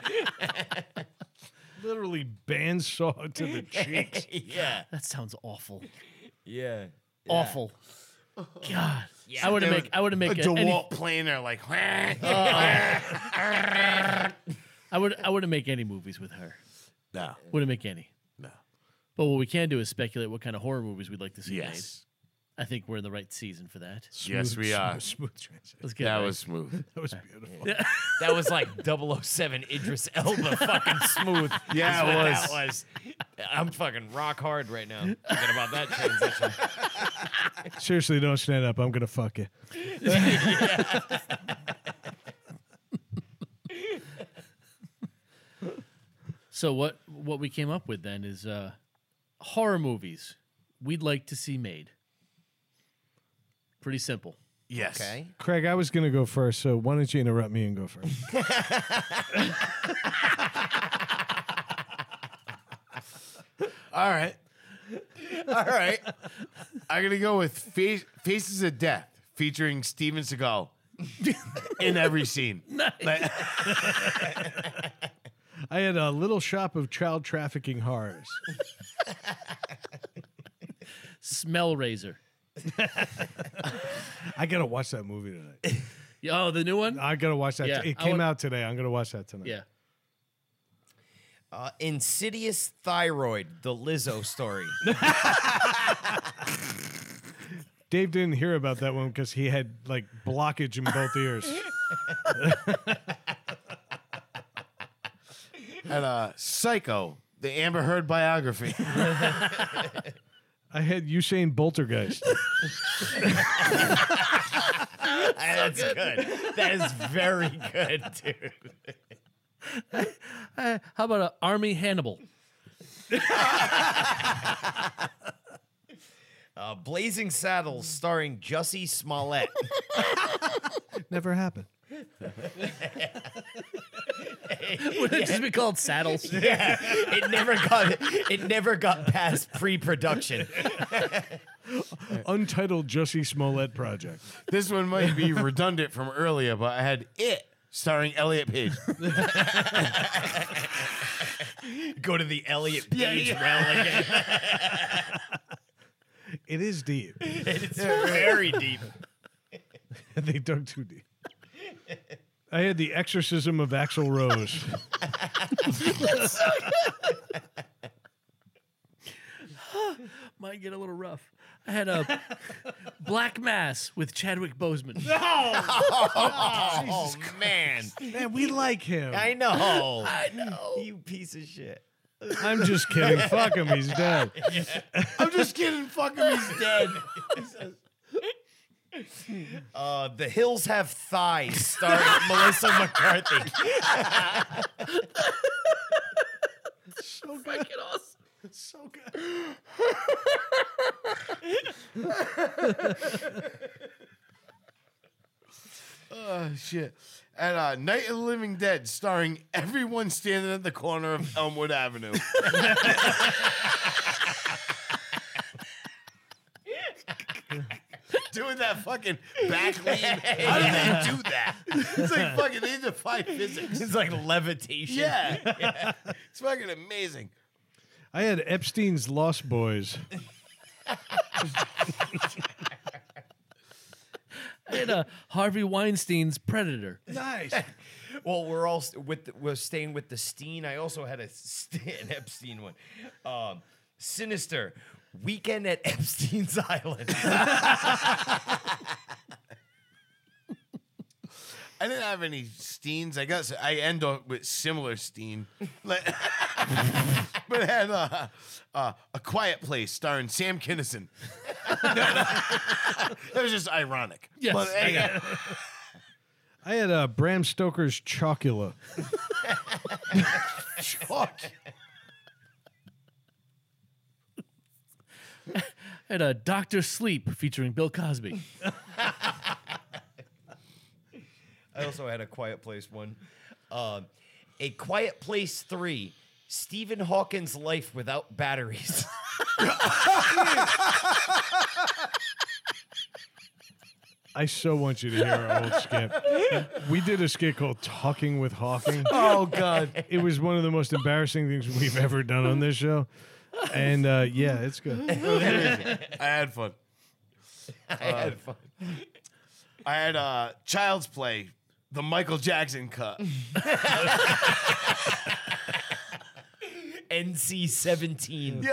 S2: Literally bandsaw to the cheeks.
S4: yeah.
S3: That sounds awful.
S4: Yeah.
S3: Awful. God.
S4: Yeah.
S3: I wouldn't make. I wouldn't
S1: A
S3: make. a- any,
S1: DeWalt planer, like,
S3: I would. I wouldn't make any movies with her.
S11: No.
S3: Wouldn't make any.
S11: No.
S3: But what we can do is speculate what kind of horror movies we'd like to see.
S11: Yes.
S3: made. I think we're in the right season for that.
S11: Yes, we are.
S2: Smooth transition.
S3: Let's get
S11: That
S3: it.
S11: was smooth.
S2: That was beautiful.
S4: That was like 007 Idris Elba fucking smooth.
S11: Yeah, it
S4: That was. I'm fucking rock hard right now thinking about that transition.
S2: Seriously, don't stand up. I'm going to fuck you.
S3: So what what we came up with then is uh, horror movies we'd like to see made. Pretty simple.
S11: Yes.
S4: Okay.
S2: Craig, I was going to go first, so why don't you interrupt me and go first?
S11: All right.
S1: all right. I'm gonna go with Fa- Faces of Death featuring Steven Seagal in every scene.
S2: I had a little shop of child trafficking horrors.
S3: Smell razor.
S2: I got to watch that movie tonight.
S3: Yeah, Oh, the new one.
S2: I got to watch that.
S3: Yeah,
S2: it
S3: I
S2: came
S3: would-
S2: out today. I'm going to watch that tonight.
S3: Yeah.
S4: Uh, insidious thyroid, the Lizzo story.
S2: Dave didn't hear about that one because he had like blockage in both ears.
S1: And uh, Psycho, the Amber Heard biography.
S2: I had Usain Boltergeist.
S4: That's good. That is very good, dude.
S3: Uh, how about a Army Hannibal?
S4: Uh, Blazing Saddles, starring Jussie Smollett.
S2: Never happened.
S3: Would it just be called Saddles?
S4: yeah, it never got it never got past pre-production.
S2: Untitled Jussie Smollett project.
S1: this one might be redundant from earlier, but I had It starring Elliot Page.
S4: Go to the Elliot Page relic.
S2: It is deep.
S4: It's very deep.
S2: they dug too deep. I had the exorcism of Axl Rose.
S3: Might get a little rough. I had a Black Mass with Chadwick Boseman.
S4: Oh man,
S2: Man, we like him.
S4: I know. I
S3: know.
S4: You piece of shit.
S2: I'm just kidding. Fuck him. He's dead.
S1: I'm just kidding. Fuck him. He's dead.
S4: Uh, the Hills Have Thighs, starring Melissa McCarthy.
S1: Oh shit. And uh, Night of the Living Dead, starring everyone standing at the corner of Elmwood Avenue. Doing that fucking back lean. How did they do that? It's like fucking they defy physics.
S4: It's like levitation.
S1: Yeah. It's fucking amazing.
S2: I had Epstein's Lost Boys.
S3: I had a Harvey Weinstein's Predator.
S2: Nice.
S4: Well, we're all st- with the, we're staying with the Steen. I also had a St- an Epstein one. Um, Sinister Weekend at Epstein's Island.
S1: I didn't have any steens. I guess I end up with similar steen. Like- but I had uh, uh, a quiet place starring Sam Kinison. that was just ironic.
S3: Yes,
S1: But,
S3: I
S1: yeah.
S2: I had uh, Bram Stoker's Chocula.
S1: Fuck.
S3: and uh, Doctor Sleep featuring Bill Cosby.
S4: I also had a Quiet Place one. Um, a Quiet Place three. Stephen Hawkins' life without batteries.
S2: I so want you to hear our old skit. We did a skit called Talking with Hawking.
S12: Oh God.
S2: It was one of the most embarrassing things we've ever done on this show. And uh, yeah, it's good.
S1: I had fun.
S4: I had fun.
S1: I had uh, Child's Play, the Michael Jackson cut.
S4: NC seventeen.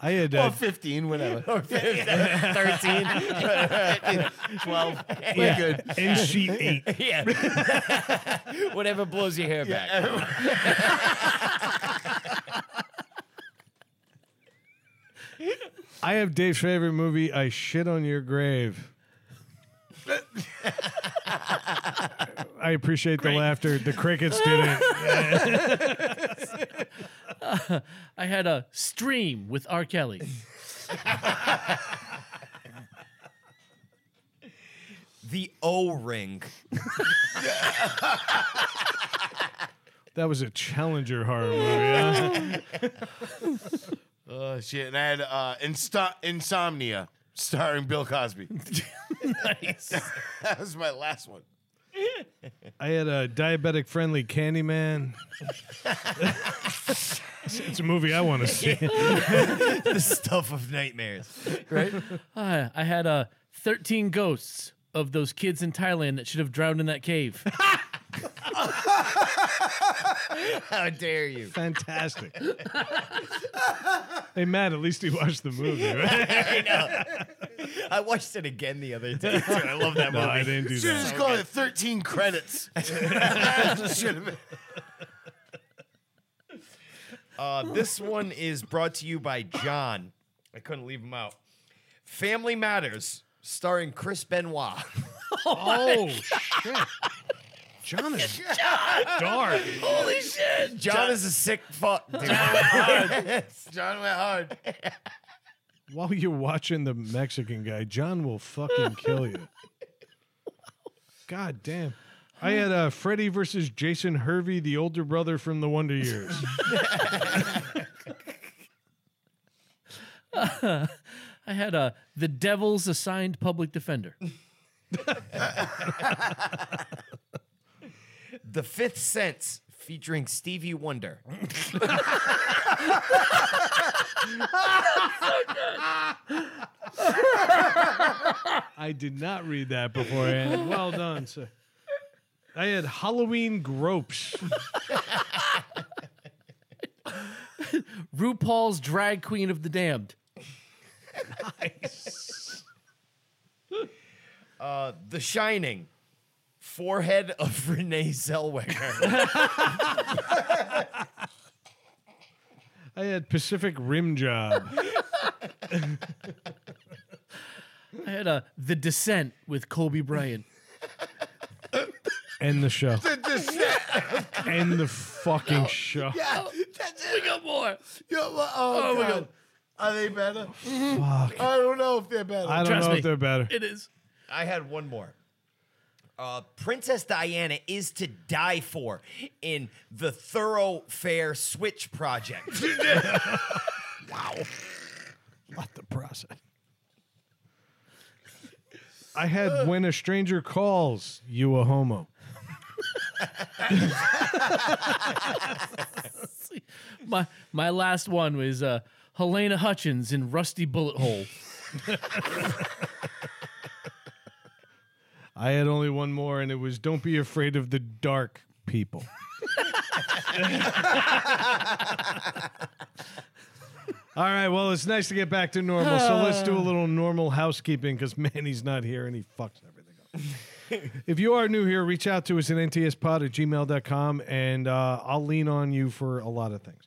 S2: I had
S1: Or
S2: uh,
S1: 15, whatever.
S4: 13.
S1: 12.
S2: yeah, E. and she ate.
S4: yeah. Whatever blows your hair back.
S2: I have Dave's favorite movie, I Shit on Your Grave. I appreciate the laughter. The crickets did it.
S3: I had a stream with R. Kelly.
S4: The O ring.
S2: That was a challenger horror movie. huh?
S1: Oh, shit. And I had uh, Insta- Insomnia, starring Bill Cosby. that was my last one.
S2: I had a diabetic friendly Candyman. it's a movie I want to see.
S4: the stuff of nightmares.
S3: Uh, I had uh, 13 ghosts of those kids in Thailand that should have drowned in that cave.
S4: How dare you?
S2: Fantastic. hey, Matt, at least he watched the movie, right?
S4: I watched it again the other day. too. I love that
S2: No,
S4: movie.
S2: I didn't do
S1: Should
S2: that.
S1: have just called it 13 credits. Should have been.
S4: Uh, this one is brought to you by John. I couldn't leave him out. Family Matters, starring Chris Benoit.
S2: Oh, shit. John is dark.
S4: John is a sick fuck, dude.
S1: John went hard.
S2: While you're watching the Mexican guy, John will fucking kill you. God damn. I had uh, Freddy versus Jason Hervey, the older brother from the Wonder Years.
S3: I had uh, the devil's assigned public defender.
S4: the Fifth Sense, featuring Stevie Wonder.
S2: I did not read that beforehand. Well done, sir. I had Halloween gropes.
S3: RuPaul's drag queen of the damned.
S4: Uh, the Shining, forehead of Renee Zellweger.
S2: I had Pacific Rim Job.
S3: I had uh, the descent with Kobe Bryant.
S2: End the show. End the fucking show.
S3: we got more.
S1: Yo, oh, oh
S3: my
S1: God.
S3: God.
S1: Are they better?
S2: Fuck.
S1: I don't know if they're better.
S2: I don't
S3: Trust
S2: know
S3: me.
S2: if they're better.
S3: It is.
S4: I had one more. Uh, Princess Diana is to die for in the Thoroughfare Switch Project.
S2: Not the process. I had when a stranger calls you a homo.
S3: My my last one was uh, Helena Hutchins in Rusty Bullet Hole.
S2: I had only one more, and it was don't be afraid of the dark people. All right, well, it's nice to get back to normal. So let's do a little normal housekeeping because Manny's not here and he fucks everything up. if you are new here, reach out to us at ntspod at gmail.com and uh, I'll lean on you for a lot of things.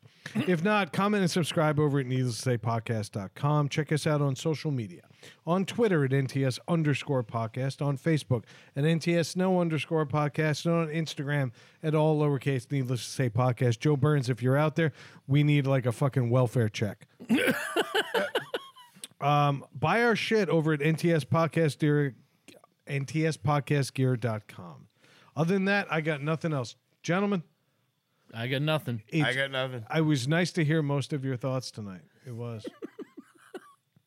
S2: If not, comment and subscribe over at needless to say podcast.com. Check us out on social media on Twitter at NTS underscore podcast, on Facebook at NTS no underscore podcast, and on Instagram at all lowercase needless to say podcast. Joe Burns, if you're out there, we need like a fucking welfare check. Um, buy our shit over at NTS Podcast Gear, NTSPodcastGear.com. Other than that, I got nothing else. Gentlemen,
S7: I got nothing.
S2: it's,
S6: I got nothing.
S2: I was nice to hear most of your thoughts tonight. It was.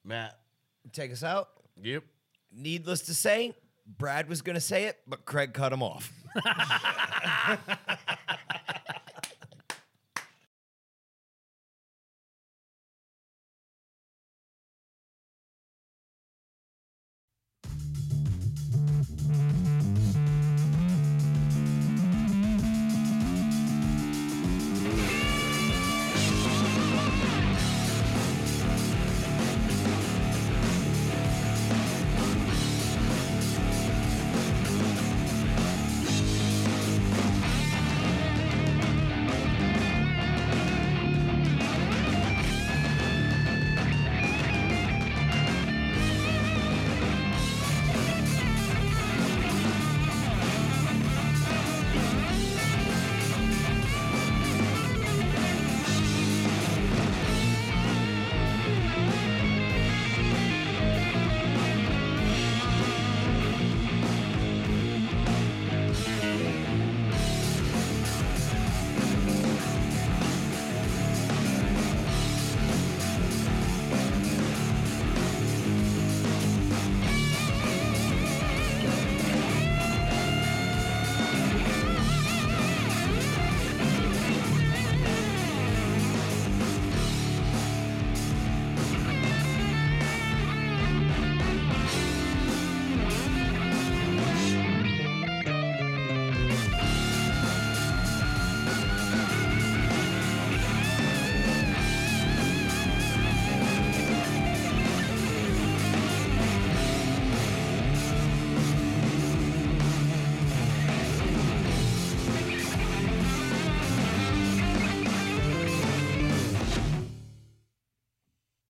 S6: Matt.
S4: Take us out.
S6: Yep.
S4: Needless to say, Brad was going to say it, but Craig cut him off.